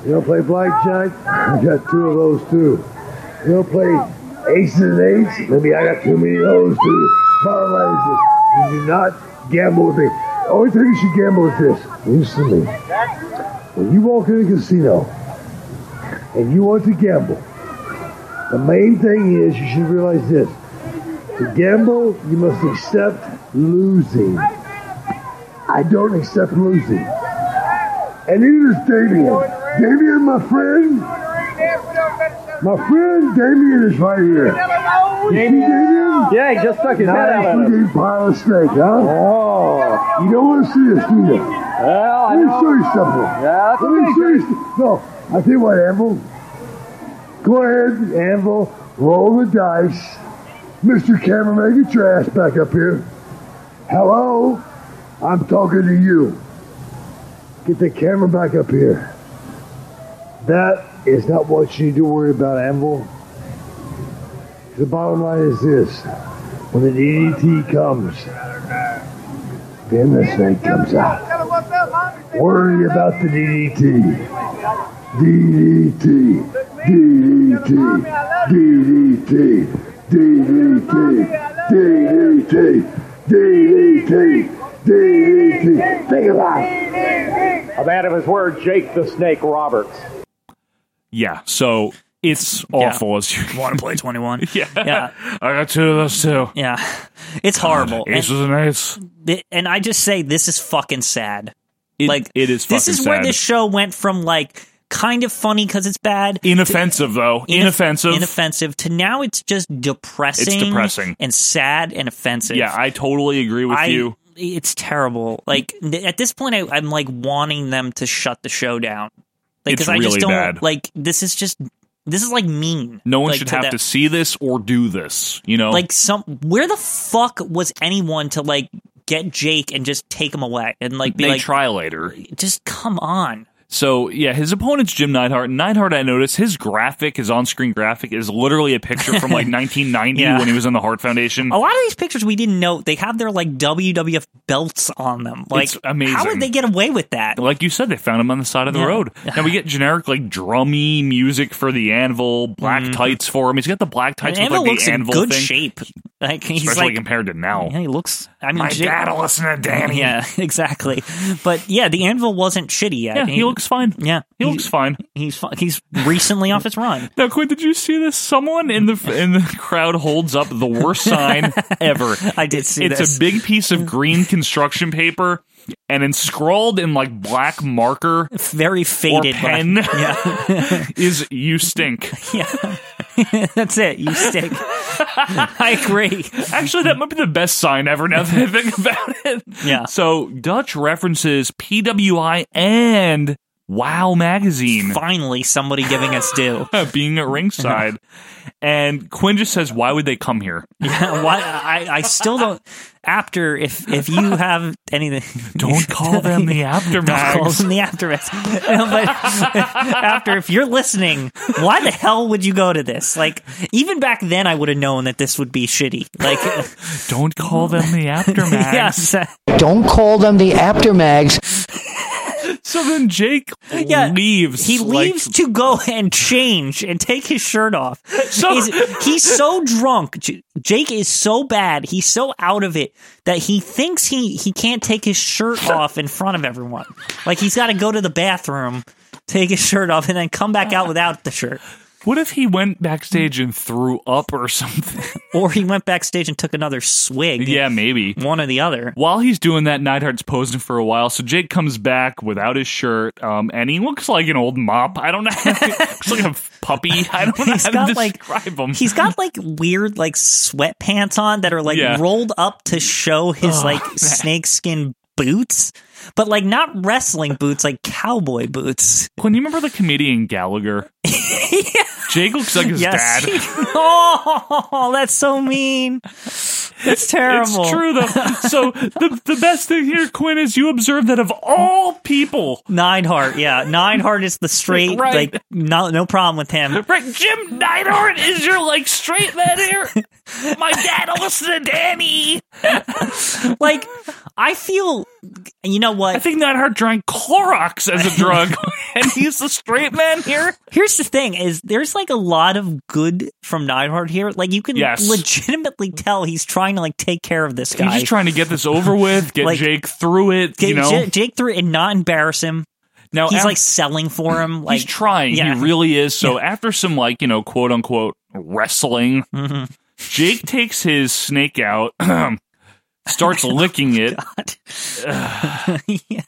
Speaker 7: You want to play blackjack? I got two of those too. You want to play aces and eights? Maybe I got too many of those too. Bottom line is this. You do not gamble with me. The only thing you should gamble is this. Listen to me. When you walk in a casino and you want to gamble, the main thing is you should realize this. To gamble, you must accept losing. I don't accept losing. And neither does Damien. Damien, my friend. My friend Damien is right here. You see Damien?
Speaker 4: Yeah, he just stuck his head out
Speaker 7: Nice
Speaker 4: at
Speaker 7: looking pile of snake, huh? Oh. You don't want to see this, do you? Well,
Speaker 4: I
Speaker 7: Let me
Speaker 4: know.
Speaker 7: show you something.
Speaker 4: Yeah, that's
Speaker 7: Let
Speaker 4: okay,
Speaker 7: me show you some- No, I tell you what, Anvil. Go ahead, Anvil. Roll the dice. Mr. Cameraman, get your ass back up here. Hello? I'm talking to you. Get the camera back up here. That is not what you need to worry about, Anvil. The bottom line is this. When the DDT comes, then the snake comes out. Worry about the E DDT. E DDT. E DDT. E DDT. DDT. DDT. DDT. DDT. E Think about it.
Speaker 4: A man of his word, Jake the Snake Roberts.
Speaker 2: Yeah, so it's awful as you
Speaker 3: want to play twenty one.
Speaker 2: yeah,
Speaker 3: Yeah.
Speaker 2: I got two of those too.
Speaker 3: Yeah, it's horrible.
Speaker 2: Aces and eights.
Speaker 3: Th- And I just say this is fucking sad.
Speaker 2: It-
Speaker 3: like
Speaker 2: it is
Speaker 3: This
Speaker 2: fucking
Speaker 3: is where
Speaker 2: sad.
Speaker 3: this show went from like kind of funny because it's bad,
Speaker 2: Inoffensive though.
Speaker 3: to-
Speaker 2: Inoffensive.
Speaker 3: inoffensive to now it's just depressing.
Speaker 2: It's depressing.
Speaker 3: and sad and offensive.
Speaker 2: Yeah, I totally agree with
Speaker 3: I-
Speaker 2: you.
Speaker 3: It's terrible. Like th- at this point, I, I'm like wanting them to shut the show down. Like
Speaker 2: It's
Speaker 3: I just
Speaker 2: really
Speaker 3: don't
Speaker 2: bad.
Speaker 3: like this is just this is like mean.
Speaker 2: No one
Speaker 3: like,
Speaker 2: should have
Speaker 3: that-
Speaker 2: to see this or do this. You know,
Speaker 3: like some where the fuck was anyone to like get Jake and just take him away and like be
Speaker 2: they
Speaker 3: like
Speaker 2: try later.
Speaker 3: just come on.
Speaker 2: So yeah, his opponent's Jim Neidhart. Neidhart, I noticed his graphic, his on-screen graphic, is literally a picture from like 1990
Speaker 3: Yeah. Oh.
Speaker 2: when he was on the Hart Foundation.
Speaker 3: A lot of these pictures we didn't know they have their like WWF belts on them. Like
Speaker 2: It's amazing.
Speaker 3: How would they get away with that?
Speaker 2: Like you said, they found him on the side of the
Speaker 3: Yeah.
Speaker 2: road. Now we get generic like drummy music for the anvil, black tights for him. He's got the black tights
Speaker 3: And
Speaker 2: with like
Speaker 3: Mm-hmm. Anvil looks
Speaker 2: the
Speaker 3: in
Speaker 2: anvil
Speaker 3: good
Speaker 2: thing.
Speaker 3: shape. Like he's
Speaker 2: especially
Speaker 3: like
Speaker 2: compared to now.
Speaker 3: Yeah, he looks. I mean,
Speaker 2: My
Speaker 3: Jim-
Speaker 2: dad'll listen to Danny.
Speaker 3: Yeah, exactly. But yeah, the anvil wasn't shitty yet.
Speaker 2: Yeah, he looks fine.
Speaker 3: Yeah,
Speaker 2: He looks fine.
Speaker 3: He's fi- he's recently off his run.
Speaker 2: Now, Quinn, did you see this? Someone in the in the crowd holds up the worst sign ever.
Speaker 3: I did see
Speaker 2: It's
Speaker 3: this.
Speaker 2: a big piece of green construction paper, and then scrawled in like black marker,
Speaker 3: very faded
Speaker 2: or pen,
Speaker 3: black- Yeah.
Speaker 2: is "You stink."
Speaker 3: Yeah, that's it. You stink. I agree.
Speaker 2: Actually, that might be the best sign ever. Now that I think about it,
Speaker 3: Yeah.
Speaker 2: So Dutch references PWI and Wow magazine.
Speaker 3: Finally, somebody giving us due.
Speaker 2: Being at ringside, and Quinn just says, "Why would they come here?"
Speaker 3: Yeah, why? I, I still don't. After, if if you have anything,
Speaker 2: Don't call them the
Speaker 3: Don't call
Speaker 2: aftermaths.
Speaker 3: them the aftermath. No, but after, if you're listening, why the hell would you go to this? Like, even back then, I would have known that this would be shitty. Like,
Speaker 2: Don't call them the aftermath.
Speaker 3: yes,
Speaker 6: Don't call them the aftermags.
Speaker 2: So then Jake leaves.
Speaker 3: He
Speaker 2: like-
Speaker 3: leaves to go and change and take his shirt off.
Speaker 2: So-
Speaker 3: he's, he's so drunk. J- Jake is so bad. He's so out of it that he thinks he he can't take his shirt off in front of everyone. Like he's got to go to the bathroom, take his shirt off, and then come back out without the shirt.
Speaker 2: What if he went backstage and threw up or something?
Speaker 3: Or he went backstage and took another swig.
Speaker 2: yeah, maybe.
Speaker 3: One or the other.
Speaker 2: While he's doing that, Neidhart's posing for a while. So Jake comes back without his shirt, um, and he looks like an old mop. I don't know. looks like a puppy. I don't know
Speaker 3: He's
Speaker 2: how to
Speaker 3: got, like-
Speaker 2: describe him.
Speaker 3: He's got like weird like sweatpants on that are like
Speaker 2: Yeah.
Speaker 3: rolled up to show his
Speaker 2: Ugh,
Speaker 3: like
Speaker 2: man.
Speaker 3: snakeskin boots, but like not wrestling boots, like cowboy boots.
Speaker 2: Quinn, you remember the comedian Gallagher? Jake looks like his
Speaker 3: Yes.
Speaker 2: dad.
Speaker 3: oh, that's so mean. That's terrible.
Speaker 2: It's true though. So the the best thing here, Quinn, is you observe that of all people,
Speaker 3: Nineheart, yeah, Nineheart is the straight,
Speaker 2: Right.
Speaker 3: like no, no problem with him.
Speaker 2: right, Jim Neidhart is your like straight man here. My dad listen to Danny.
Speaker 3: Like, I feel, you know what?
Speaker 2: I think Neidhart drank Clorox as a drug, and he's the straight man here.
Speaker 3: Here's the thing: is there's like a lot of good from Neidhart here. Like you can
Speaker 2: Yes.
Speaker 3: legitimately tell he's trying to like take care of this guy.
Speaker 2: He's just trying to get this over with, get
Speaker 3: Like-
Speaker 2: Jake through it.
Speaker 3: Get
Speaker 2: you know,
Speaker 3: J- Jake through it and not embarrass him.
Speaker 2: now
Speaker 3: he's
Speaker 2: af-
Speaker 3: like selling for him. Like
Speaker 2: he's trying.
Speaker 3: Yeah.
Speaker 2: He really is. So after some like you know quote unquote wrestling,
Speaker 3: Mhm.
Speaker 2: Jake takes his snake out, starts licking it.
Speaker 3: Yeah.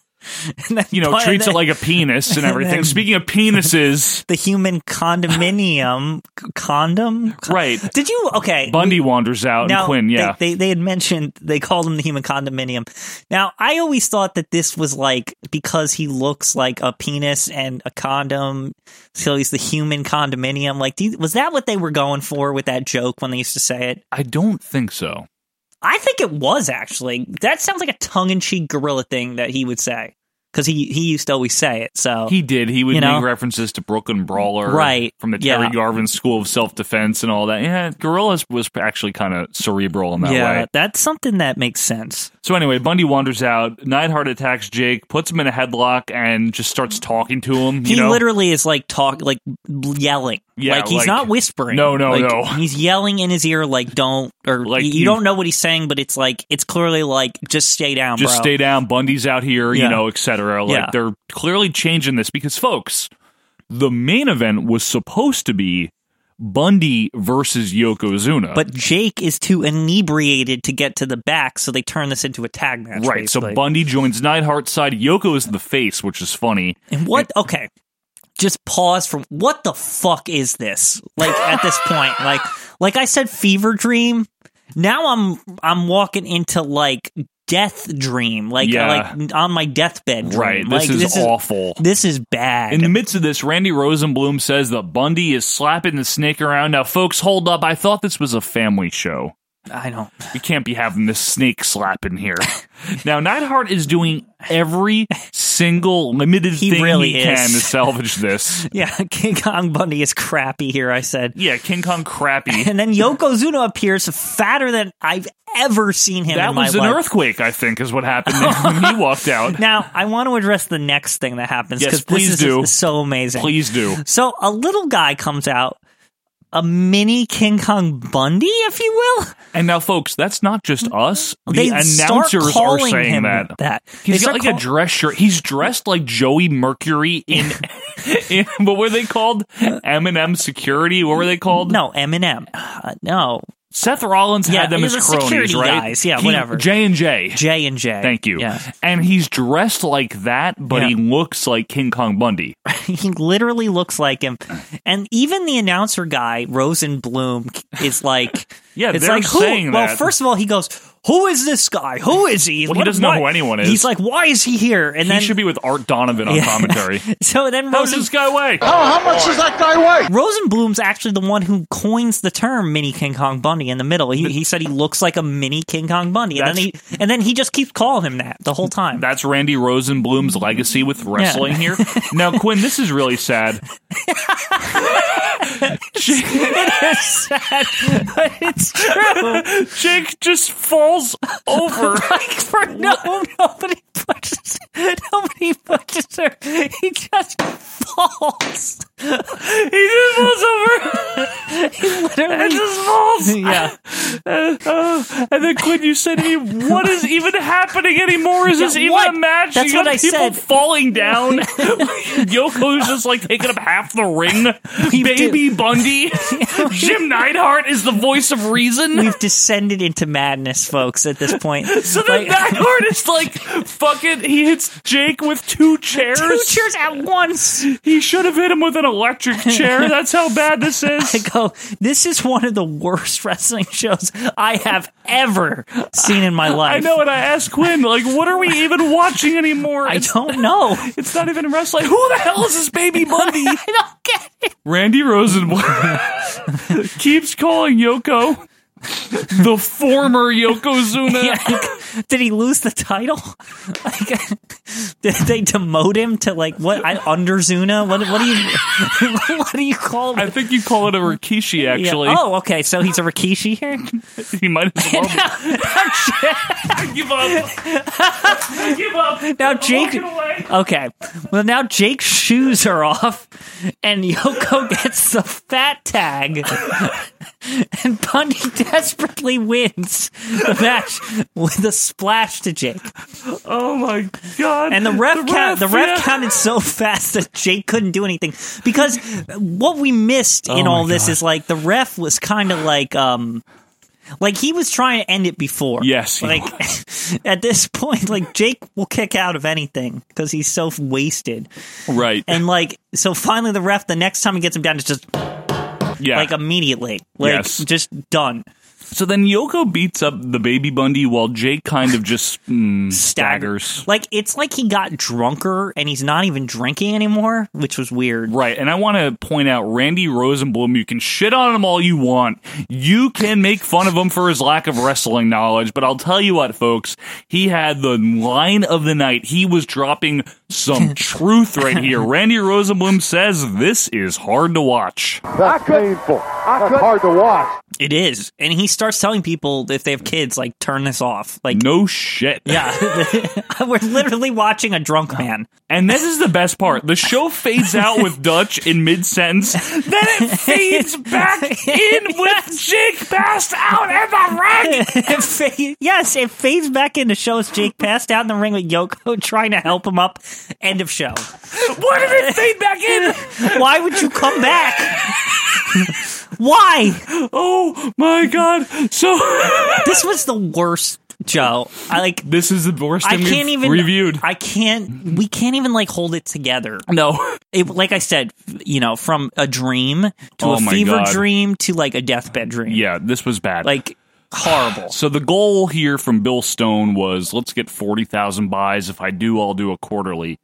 Speaker 3: And then-
Speaker 2: You know,
Speaker 3: but-
Speaker 2: treats it
Speaker 3: and
Speaker 2: like a penis and
Speaker 3: and
Speaker 2: everything.
Speaker 3: then-
Speaker 2: Speaking of penises,
Speaker 3: the human condominium c- condom.
Speaker 2: right?
Speaker 3: Did you okay?
Speaker 2: Bundy wanders out
Speaker 3: Now,
Speaker 2: and Quinn. Yeah,
Speaker 3: they, they they had mentioned they called him the human condominium. Now I always thought that this was like because he looks like a penis and a condom, so he's the human condominium. Like, do you, was that what they were going for with that joke when they used to say it?
Speaker 2: I don't think so.
Speaker 3: I think it was actually. That sounds like a tongue in cheek gorilla thing that he would say because he he used to always say it. So
Speaker 2: He did. He would
Speaker 3: You know?
Speaker 2: make references to Brooklyn Brawler,
Speaker 3: Right.
Speaker 2: From the
Speaker 3: Yeah.
Speaker 2: Terry Garvin School of Self Defense and all that. Yeah, Gorillas was actually kind of cerebral in that
Speaker 3: yeah,
Speaker 2: way.
Speaker 3: that's something that makes sense.
Speaker 2: So anyway, Bundy wanders out. Neidhart attacks Jake, puts him in a headlock, and just starts talking to him.
Speaker 3: He
Speaker 2: You know,
Speaker 3: literally is like talk like yelling.
Speaker 2: Yeah,
Speaker 3: like he's
Speaker 2: like-
Speaker 3: not whispering.
Speaker 2: No, no,
Speaker 3: Like,
Speaker 2: no.
Speaker 3: He's yelling in his ear like don't or
Speaker 2: Like,
Speaker 3: like you,
Speaker 2: you-
Speaker 3: don't know what he's saying, but it's like it's clearly like just stay down,
Speaker 2: just
Speaker 3: bro.
Speaker 2: stay down. Bundy's out here, you
Speaker 3: Yeah.
Speaker 2: know, etc. Like
Speaker 3: Yeah.
Speaker 2: they're clearly changing this because, folks, the main event was supposed to be Bundy versus Yokozuna.
Speaker 3: but Jake is too inebriated to get to the back, so they turn this into a tag match.
Speaker 2: right, so
Speaker 3: basically.
Speaker 2: Bundy joins Neidhart's side. Yoko is the face, which is funny.
Speaker 3: And what? Okay, just pause for what the fuck is this? Like at this point, like like I said, fever dream. Now I'm I'm walking into like death dream, like
Speaker 2: Yeah.
Speaker 3: like on my deathbed. Dream.
Speaker 2: Right,
Speaker 3: like,
Speaker 2: this is awful.
Speaker 3: This is bad.
Speaker 2: In the midst of this, Randy Rosenblum says that Bundy is slapping the snake around. Now, folks, hold up. I thought this was a family show.
Speaker 3: I don't.
Speaker 2: We can't be having this snake slap in here. now, Neidhart is doing every single limited
Speaker 3: He
Speaker 2: thing
Speaker 3: really
Speaker 2: he
Speaker 3: is.
Speaker 2: can to salvage this.
Speaker 3: Yeah, King Kong Bundy is crappy here, I said.
Speaker 2: Yeah, King Kong crappy.
Speaker 3: And then Yokozuna appears fatter than I've ever seen him
Speaker 2: that
Speaker 3: in my
Speaker 2: was an
Speaker 3: life.
Speaker 2: earthquake, I think, is what happened when he walked out.
Speaker 3: Now, I want to address the next thing that happens
Speaker 2: Yes,
Speaker 3: because
Speaker 2: please
Speaker 3: this
Speaker 2: do.
Speaker 3: is so amazing.
Speaker 2: Please do.
Speaker 3: So, a little guy comes out, a mini King Kong Bundy, if you will.
Speaker 2: And now, folks, that's not just us. The
Speaker 3: Mm-hmm. They start
Speaker 2: announcers are
Speaker 3: calling
Speaker 2: saying
Speaker 3: him
Speaker 2: that.
Speaker 3: that. They
Speaker 2: He's got
Speaker 3: start
Speaker 2: like a
Speaker 3: call-
Speaker 2: dress shirt. He's dressed like Joey Mercury in, in what were they called? Eminem Security. What were they called?
Speaker 3: No, Eminem. Uh, no.
Speaker 2: Seth Rollins
Speaker 3: Yeah,
Speaker 2: had them
Speaker 3: he's
Speaker 2: as
Speaker 3: a
Speaker 2: cronies,
Speaker 3: security
Speaker 2: right?
Speaker 3: guys. Yeah, whatever.
Speaker 2: J and J.
Speaker 3: J and J.
Speaker 2: Thank you.
Speaker 3: Yeah.
Speaker 2: And he's dressed like that, but
Speaker 3: Yeah.
Speaker 2: he looks like King Kong Bundy.
Speaker 3: he literally looks like him. And even the announcer guy, Rosenblum, is like,
Speaker 2: Yeah,
Speaker 3: it's
Speaker 2: they're
Speaker 3: like who?
Speaker 2: saying
Speaker 3: well,
Speaker 2: that.
Speaker 3: first of all, he goes, "Who is this guy? Who is he?
Speaker 2: Well, he
Speaker 3: What-
Speaker 2: doesn't know
Speaker 3: why-"
Speaker 2: who anyone is.
Speaker 3: He's like, why is he here? And
Speaker 2: he
Speaker 3: then
Speaker 2: should be with Art Donovan on
Speaker 3: Yeah.
Speaker 2: commentary.
Speaker 3: so then
Speaker 2: How does
Speaker 3: Rosen-
Speaker 2: this guy weigh?
Speaker 3: that guy weigh? Rosenblum's actually the one who coins the term "mini King Kong Bundy" in the middle. He, he said he looks like a mini King Kong Bundy, and then he
Speaker 2: That's-
Speaker 3: and then he just keeps calling him that the whole time.
Speaker 2: That's Randy Rosenblum's legacy with wrestling here. Now, Quinn, this is really sad.
Speaker 3: it is sad, but it's true.
Speaker 2: Jake just falls over.
Speaker 3: like for no nobody pushes nobody pushes her. He just falls. he just falls over. he literally
Speaker 2: just falls.
Speaker 3: Yeah.
Speaker 2: Uh, uh, and then Quinn, you said to me, "What is even happening anymore? Is this
Speaker 3: Yeah,
Speaker 2: even
Speaker 3: what?
Speaker 2: a match?
Speaker 3: That's
Speaker 2: you
Speaker 3: what
Speaker 2: got
Speaker 3: I
Speaker 2: people
Speaker 3: said.
Speaker 2: falling down. Yoko's just like taking up half the ring. Baby Bundy, Jim Neidhart is the voice of reason.
Speaker 3: We've descended into madness, folks. At this point,
Speaker 2: so then Neidhart is like, fucking, he hits Jake with two chairs.
Speaker 3: two chairs at once.
Speaker 2: He should have hit him with an electric chair. That's how bad this is.
Speaker 3: I go, this is one of the worst wrestling shows I have ever seen in my
Speaker 2: I
Speaker 3: life.
Speaker 2: know, and I asked Quinn, like, what are we even watching anymore?
Speaker 3: I
Speaker 2: It's-
Speaker 3: don't know.
Speaker 2: It's not even wrestling. Who the hell is this baby Bundy?
Speaker 3: I don't get it.
Speaker 2: Randy Rosenblum keeps calling Yoko the former Yokozuna.
Speaker 3: Yeah, like, did he lose the title? Like, did they demote him to like what I, under Zuna? What, what do you what do you call?
Speaker 2: I think you call it a Rikishi,
Speaker 3: Yeah.
Speaker 2: actually.
Speaker 3: Oh, okay. So he's a Rikishi here.
Speaker 2: He might as well. be.
Speaker 15: give up. give up.
Speaker 3: Now Jake.
Speaker 15: walking away.
Speaker 3: Okay. Well, now Jake's shoes are off, and Yoko gets the fat tag, and Bundy desperately wins the match with a splash to Jake.
Speaker 2: Oh my god!
Speaker 3: And the ref, count, the ref
Speaker 2: yeah.
Speaker 3: counted so fast that Jake couldn't do anything because what we missed in
Speaker 2: Oh my
Speaker 3: all this
Speaker 2: God.
Speaker 3: is like the ref was kind of like um like he was trying to end it before.
Speaker 2: Yes, he
Speaker 3: Like at this point like Jake will kick out of anything cuz he's so wasted.
Speaker 2: Right.
Speaker 3: And like so finally the ref the next time he gets him down is just
Speaker 2: yeah.
Speaker 3: like immediately. Like
Speaker 2: Yes.
Speaker 3: just done.
Speaker 2: um, so then Yoko beats up the baby Bundy while Jake kind of just mm, staggers.
Speaker 3: Like it's like he got drunker and he's not even drinking anymore, which was weird.
Speaker 2: Right, and I want to point out Randy Rosenblum. You can shit on him all you want. You can make fun of him for his lack of wrestling knowledge, but I'll tell you what, folks, he had the line of the night. He was dropping some truth right here. Randy Rosenblum says this is hard to watch.
Speaker 1: That's painful. That's hard to watch.
Speaker 3: It is. And he starts telling people if they have kids, like, turn this off. Like,
Speaker 2: No shit.
Speaker 3: yeah. We're literally watching a drunk man.
Speaker 2: And this is the best part. The show fades out with Dutch in mid sentence, then it fades back in with Jake Bass out in the ring.
Speaker 3: It fa- yes, it fades back into shows Jake passed out in the ring with Yoko trying to help him up. End of show.
Speaker 2: Why did it fade back in?
Speaker 3: Why would you come back? Why?
Speaker 2: Oh my god! So
Speaker 3: This was the worst, Joe. I like.
Speaker 2: this is the worst
Speaker 3: I
Speaker 2: thing
Speaker 3: can't
Speaker 2: we've
Speaker 3: even
Speaker 2: reviewed.
Speaker 3: I can't. We can't even like hold it together.
Speaker 2: No,
Speaker 3: It, like I said, you know, from a dream to
Speaker 2: Oh
Speaker 3: a
Speaker 2: my
Speaker 3: fever
Speaker 2: God.
Speaker 3: dream to like a deathbed dream.
Speaker 2: yeah, this was bad.
Speaker 3: like horrible.
Speaker 2: so the goal here from Bill Stone was let's get forty thousand buys. If I do, I'll do a quarterly.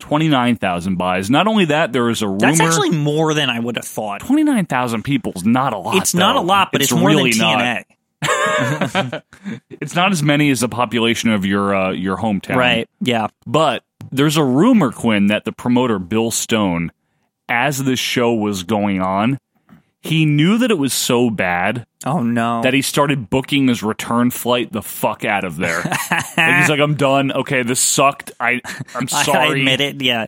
Speaker 2: Twenty nine thousand buys. Not only that, there is a rumor.
Speaker 3: That's actually more than I would have thought.
Speaker 2: twenty nine thousand people is not a lot.
Speaker 3: It's not
Speaker 2: though.
Speaker 3: a lot, but it's, more
Speaker 2: really
Speaker 3: than
Speaker 2: not.
Speaker 3: TNA.
Speaker 2: it's not as many as the population of your uh, your hometown,
Speaker 3: Right, Yeah,
Speaker 2: but there's a rumor, Quinn, that the promoter Bill Stone, as the show was going on, he knew that it was so bad.
Speaker 3: Oh no!
Speaker 2: That he started booking his return flight the fuck out of there. like he's like, I'm done. Okay, this sucked. I I'm
Speaker 3: I
Speaker 2: sorry.
Speaker 3: admit it, Yeah,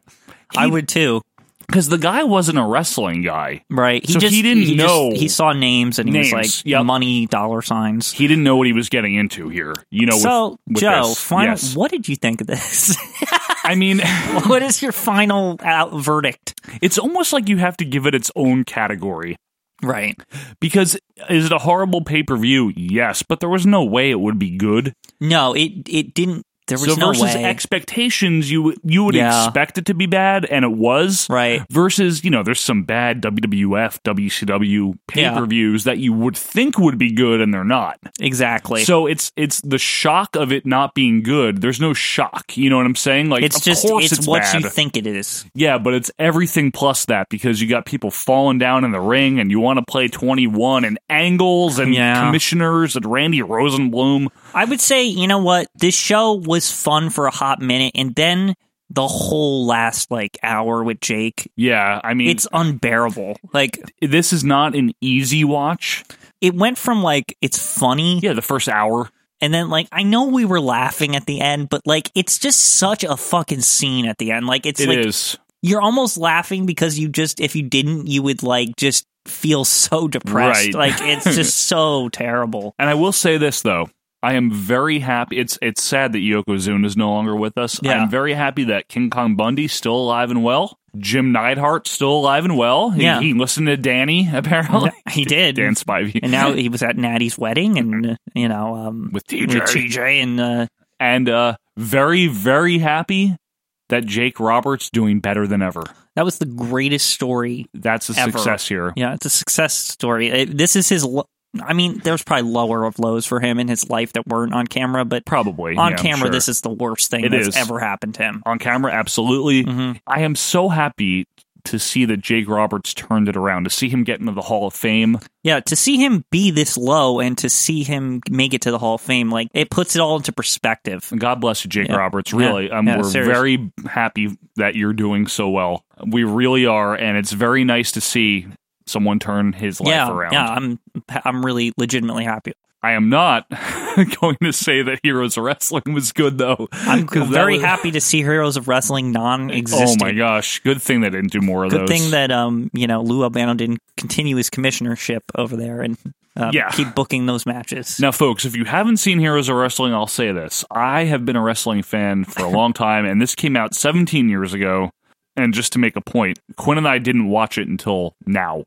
Speaker 3: I would too.
Speaker 2: Because the guy wasn't a wrestling guy,
Speaker 3: right? He
Speaker 2: so
Speaker 3: just
Speaker 2: he didn't
Speaker 3: just-
Speaker 2: know.
Speaker 3: he saw names and he was
Speaker 2: Names,
Speaker 3: like money dollar signs.
Speaker 2: He didn't know what he was getting into here. You know.
Speaker 3: so
Speaker 2: with, with
Speaker 3: Joe,
Speaker 2: this.
Speaker 3: final,
Speaker 2: Yes.
Speaker 3: what did you think of this?
Speaker 2: I mean,
Speaker 3: what is your final out verdict?
Speaker 2: It's almost like you have to give it its own category.
Speaker 3: Right.
Speaker 2: Because is it a horrible pay per view? Yes, but there was no way it would be good.
Speaker 3: No, it it didn't. There
Speaker 2: so
Speaker 3: was no
Speaker 2: versus
Speaker 3: way.
Speaker 2: expectations, you you would
Speaker 3: Yeah.
Speaker 2: expect it to be bad, and it was.
Speaker 3: Right.
Speaker 2: Versus, you know, there's some bad WWF, WCW pay
Speaker 3: Yeah.
Speaker 2: per views that you would think would be good, and they're not.
Speaker 3: exactly.
Speaker 2: So it's it's the shock of it not being good. There's no shock. You know what I'm saying? Like
Speaker 3: it's
Speaker 2: of
Speaker 3: just
Speaker 2: course
Speaker 3: it's, what you
Speaker 2: bad.
Speaker 3: think it is.
Speaker 2: Yeah, but it's everything plus that because you got people falling down in the ring and you want to play 21 and angles and
Speaker 3: Yeah.
Speaker 2: commissioners and Randy Rosenblum.
Speaker 3: I would say, you know what? This show was fun for a hot minute, and then the whole last like hour with Jake.
Speaker 2: Yeah, I mean,
Speaker 3: it's unbearable. Like
Speaker 2: this is not an easy watch.
Speaker 3: It went from like it's funny,
Speaker 2: yeah, the first hour,
Speaker 3: and then like I know we were laughing at the end, but like it's just such a fucking scene at the end. Like it's
Speaker 2: It
Speaker 3: like
Speaker 2: is.
Speaker 3: you're almost laughing because you just if you didn't, you would like just feel so depressed.
Speaker 2: Right.
Speaker 3: Like it's just so terrible.
Speaker 2: And I will say this though, I am very happy. It's it's sad that Yokozuna is no longer with us.
Speaker 3: Yeah.
Speaker 2: I'm very happy that King Kong Bundy's still alive and well. Jim Neidhart still alive and well. He-
Speaker 3: Yeah.
Speaker 2: he, listened to Danny apparently.
Speaker 3: He did.
Speaker 2: Dan Spivey,
Speaker 3: and now he was at Natty's wedding, and uh, you know, um,
Speaker 2: with TJ.
Speaker 3: with TJ and uh,
Speaker 2: and uh, very very happy that Jake Roberts doing better than ever.
Speaker 3: that was the greatest story.
Speaker 2: That's a
Speaker 3: ever.
Speaker 2: success here.
Speaker 3: Yeah, it's a success story. It- this is his. Lo- I mean, there's probably lower of lows for him in his life that weren't on camera, but
Speaker 2: probably
Speaker 3: on
Speaker 2: yeah, I'm
Speaker 3: camera,
Speaker 2: sure.
Speaker 3: this is the worst thing
Speaker 2: It
Speaker 3: that's
Speaker 2: is.
Speaker 3: ever happened to him.
Speaker 2: on camera absolutely.
Speaker 3: Mm-hmm.
Speaker 2: I am so happy to see that Jake Roberts turned it around to see him get into the Hall of Fame.
Speaker 3: Yeah, to see him be this low and to see him make it to the Hall of Fame, like it puts it all into perspective.
Speaker 2: And God bless you, Jake
Speaker 3: Yeah.
Speaker 2: Roberts.
Speaker 3: Yeah.
Speaker 2: Really, um,
Speaker 3: Yeah,
Speaker 2: we're
Speaker 3: seriously.
Speaker 2: very happy that you're doing so well. We really are, and it's very nice to see someone turn his life
Speaker 3: yeah,
Speaker 2: around.
Speaker 3: yeah. I'm I'm really legitimately happy.
Speaker 2: I am not going to say that Heroes of Wrestling was good though.
Speaker 3: I'm
Speaker 2: 'cause that
Speaker 3: very
Speaker 2: was-
Speaker 3: happy to see Heroes of Wrestling non-existent.
Speaker 2: Oh my gosh! Good thing they didn't do more of
Speaker 3: Good
Speaker 2: those.
Speaker 3: thing that um you know Lou Albano didn't continue his commissionership over there and um,
Speaker 2: Yeah.
Speaker 3: keep booking those matches.
Speaker 2: Now, folks, if you haven't seen Heroes of Wrestling, I'll say this. I have been a wrestling fan for a long time, and this came out 17 years ago. And just to make a point, Quinn and I didn't watch it until now.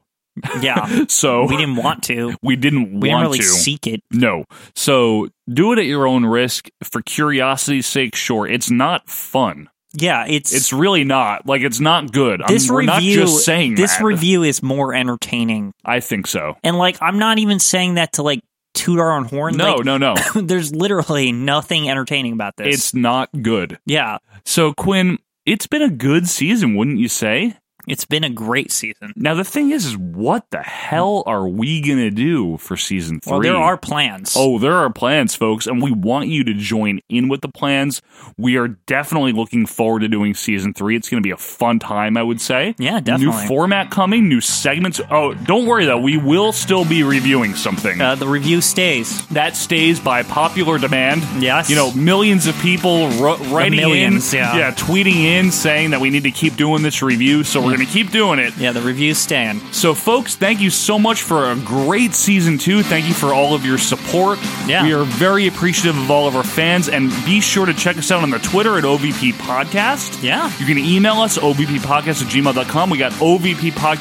Speaker 3: Yeah,
Speaker 2: So
Speaker 3: we didn't want to.
Speaker 2: We didn't
Speaker 3: We didn't
Speaker 2: want
Speaker 3: really
Speaker 2: to.
Speaker 3: seek it.
Speaker 2: No. So do it at your own risk. For curiosity's sake, sure. It's not fun.
Speaker 3: Yeah, it's
Speaker 2: It's really not. Like, it's not good. I'm-
Speaker 3: this
Speaker 2: we're
Speaker 3: review.
Speaker 2: not just saying
Speaker 3: this
Speaker 2: that.
Speaker 3: review is more entertaining,
Speaker 2: I think so.
Speaker 3: and like I'm not even saying that to like toot our own horn.
Speaker 2: No,
Speaker 3: like,
Speaker 2: no, no.
Speaker 3: there's literally nothing entertaining about this.
Speaker 2: It's not good.
Speaker 3: yeah,
Speaker 2: So, Quinn, it's been a good season, wouldn't you say?
Speaker 3: it's been a great season.
Speaker 2: Now the thing is, is what the hell are we gonna do for season three?
Speaker 3: Well, there are plans.
Speaker 2: Oh, there are plans, folks, and we want you to join in with the plans. We are definitely looking forward to doing season three. It's gonna be a fun time, I would say.
Speaker 3: Yeah, definitely.
Speaker 2: New format coming, new segments. Oh, don't worry though, we will still be reviewing something.
Speaker 3: Uh, the review stays.
Speaker 2: that stays by popular demand.
Speaker 3: Yes.
Speaker 2: You know, millions of people ru- writing
Speaker 3: millions,
Speaker 2: in,
Speaker 3: yeah.
Speaker 2: tweeting in saying that we need to keep doing this review, so we're going to keep doing it.
Speaker 3: Yeah, the reviews stand.
Speaker 2: So, folks, thank you so much for a great season two. Thank you for all of your support.
Speaker 3: Yeah.
Speaker 2: We are very appreciative of all of our fans, and be sure to check us out on the Twitter at OVP Podcast.
Speaker 3: Yeah.
Speaker 2: You can email us, ovppodcast at gmail.com. We got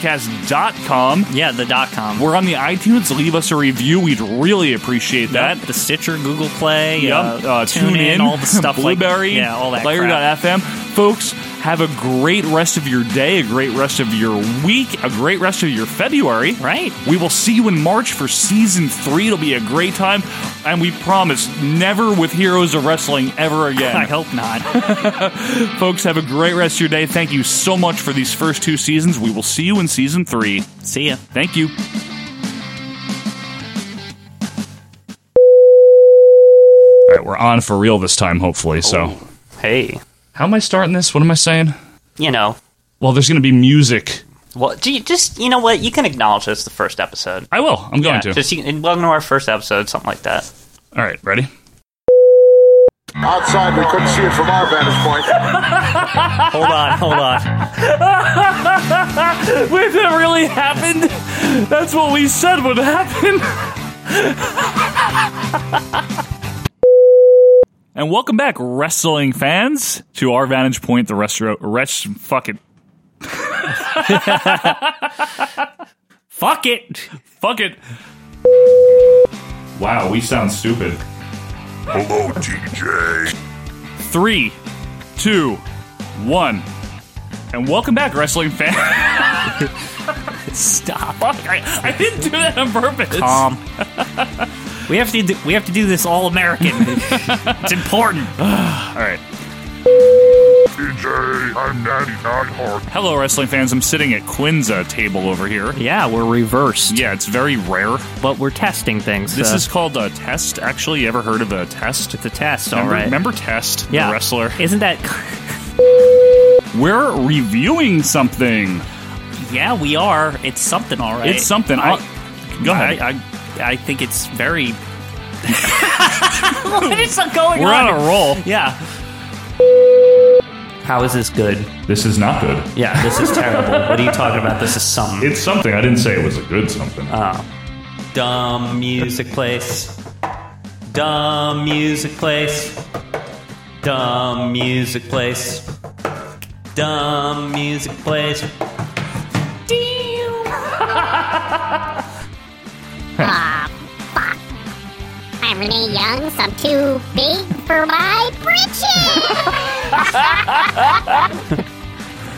Speaker 2: ovppodcast.com.
Speaker 3: Yeah, the dot com.
Speaker 2: We're on the iTunes. Leave us a review. We'd really appreciate that.
Speaker 3: The Stitcher, Google Play,
Speaker 2: Yep.
Speaker 3: uh,
Speaker 2: Uh,
Speaker 3: tune, in, all the stuff
Speaker 2: Blueberry,
Speaker 3: like yeah, all that crap.
Speaker 2: Player.fm. Folks, have a great rest of your day, a great rest of your week, a great rest of your February.
Speaker 3: Right.
Speaker 2: We will see you in March for season three. It'll be a great time. And we promise never with Heroes of Wrestling ever again.
Speaker 3: I hope not.
Speaker 2: Folks, have a great rest of your day. Thank you so much for these first two seasons. We will see you in season three.
Speaker 3: See ya.
Speaker 2: Thank you. All right, we're on for real this time, hopefully. So,
Speaker 3: Oh.
Speaker 2: hey, how am I starting this? What am I saying?
Speaker 3: You know.
Speaker 2: Well, there's going to be music.
Speaker 3: Well, do you just you know what you can acknowledge this is the first episode.
Speaker 2: I will. I'm going
Speaker 3: Yeah,
Speaker 2: to.
Speaker 3: Just you can- welcome to our first episode, something like that.
Speaker 2: All right, ready?
Speaker 1: Outside, we couldn't see it from our vantage point.
Speaker 3: Hold on, hold on.
Speaker 2: Wait, that really happened? That's what we said would happen. and welcome back, wrestling fans, to our vantage point, the restro rest fucking Fuck it. Fuck it. Wow, we sound stupid. Hello, TJ. Three, two, one. And welcome back, wrestling fan.
Speaker 3: Stop.
Speaker 2: Fuck, I, I didn't do that on purpose.
Speaker 3: Calm. we have to do, we have to do this all American. it's important.
Speaker 2: all right.
Speaker 1: DJ, I'm Natty Nightheart.
Speaker 2: Hello, wrestling fans. I'm sitting at Quinza table over here.
Speaker 3: Yeah, we're reversed.
Speaker 2: Yeah, it's very rare.
Speaker 3: But we're testing things.
Speaker 2: This
Speaker 3: uh,
Speaker 2: is called a test. Actually, you ever heard of a test? It's
Speaker 3: a test.
Speaker 2: Remember,
Speaker 3: all right.
Speaker 2: Remember test?
Speaker 3: Yeah.
Speaker 2: The wrestler.
Speaker 3: Isn't that?
Speaker 2: We're reviewing something.
Speaker 3: Yeah, we are. It's something, all right.
Speaker 2: It's something. I- go ahead.
Speaker 3: I, I, I think it's very. what is going
Speaker 2: We're on
Speaker 3: on?
Speaker 2: a roll.
Speaker 3: Yeah. How is this good?
Speaker 2: This is not good.
Speaker 3: Yeah, this is terrible. what are you talking about? This is something.
Speaker 2: It's something. I didn't say it was a good something.
Speaker 3: Oh. Dumb music place. Dumb music place. Dumb music place. Dumb music place.
Speaker 11: Ah, fuck. I'm Renee Young, so I'm too big for my britches.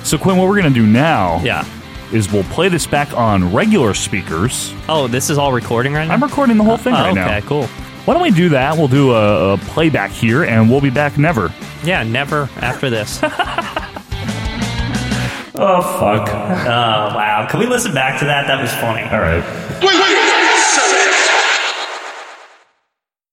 Speaker 23: So, Quinn, what we're going to do now
Speaker 3: yeah.
Speaker 23: is we'll play this back on regular speakers.
Speaker 3: Oh, this is all recording right now?
Speaker 23: I'm recording the whole thing
Speaker 3: Oh,
Speaker 23: right now.
Speaker 3: okay, cool.
Speaker 23: Why don't we do that? We'll do a, a playback here, and we'll be back never.
Speaker 3: Yeah, never after this. oh,
Speaker 23: fuck.
Speaker 3: Oh, wow. Can we listen back to that? That was funny. All
Speaker 23: right.
Speaker 1: Wait, wait, wait!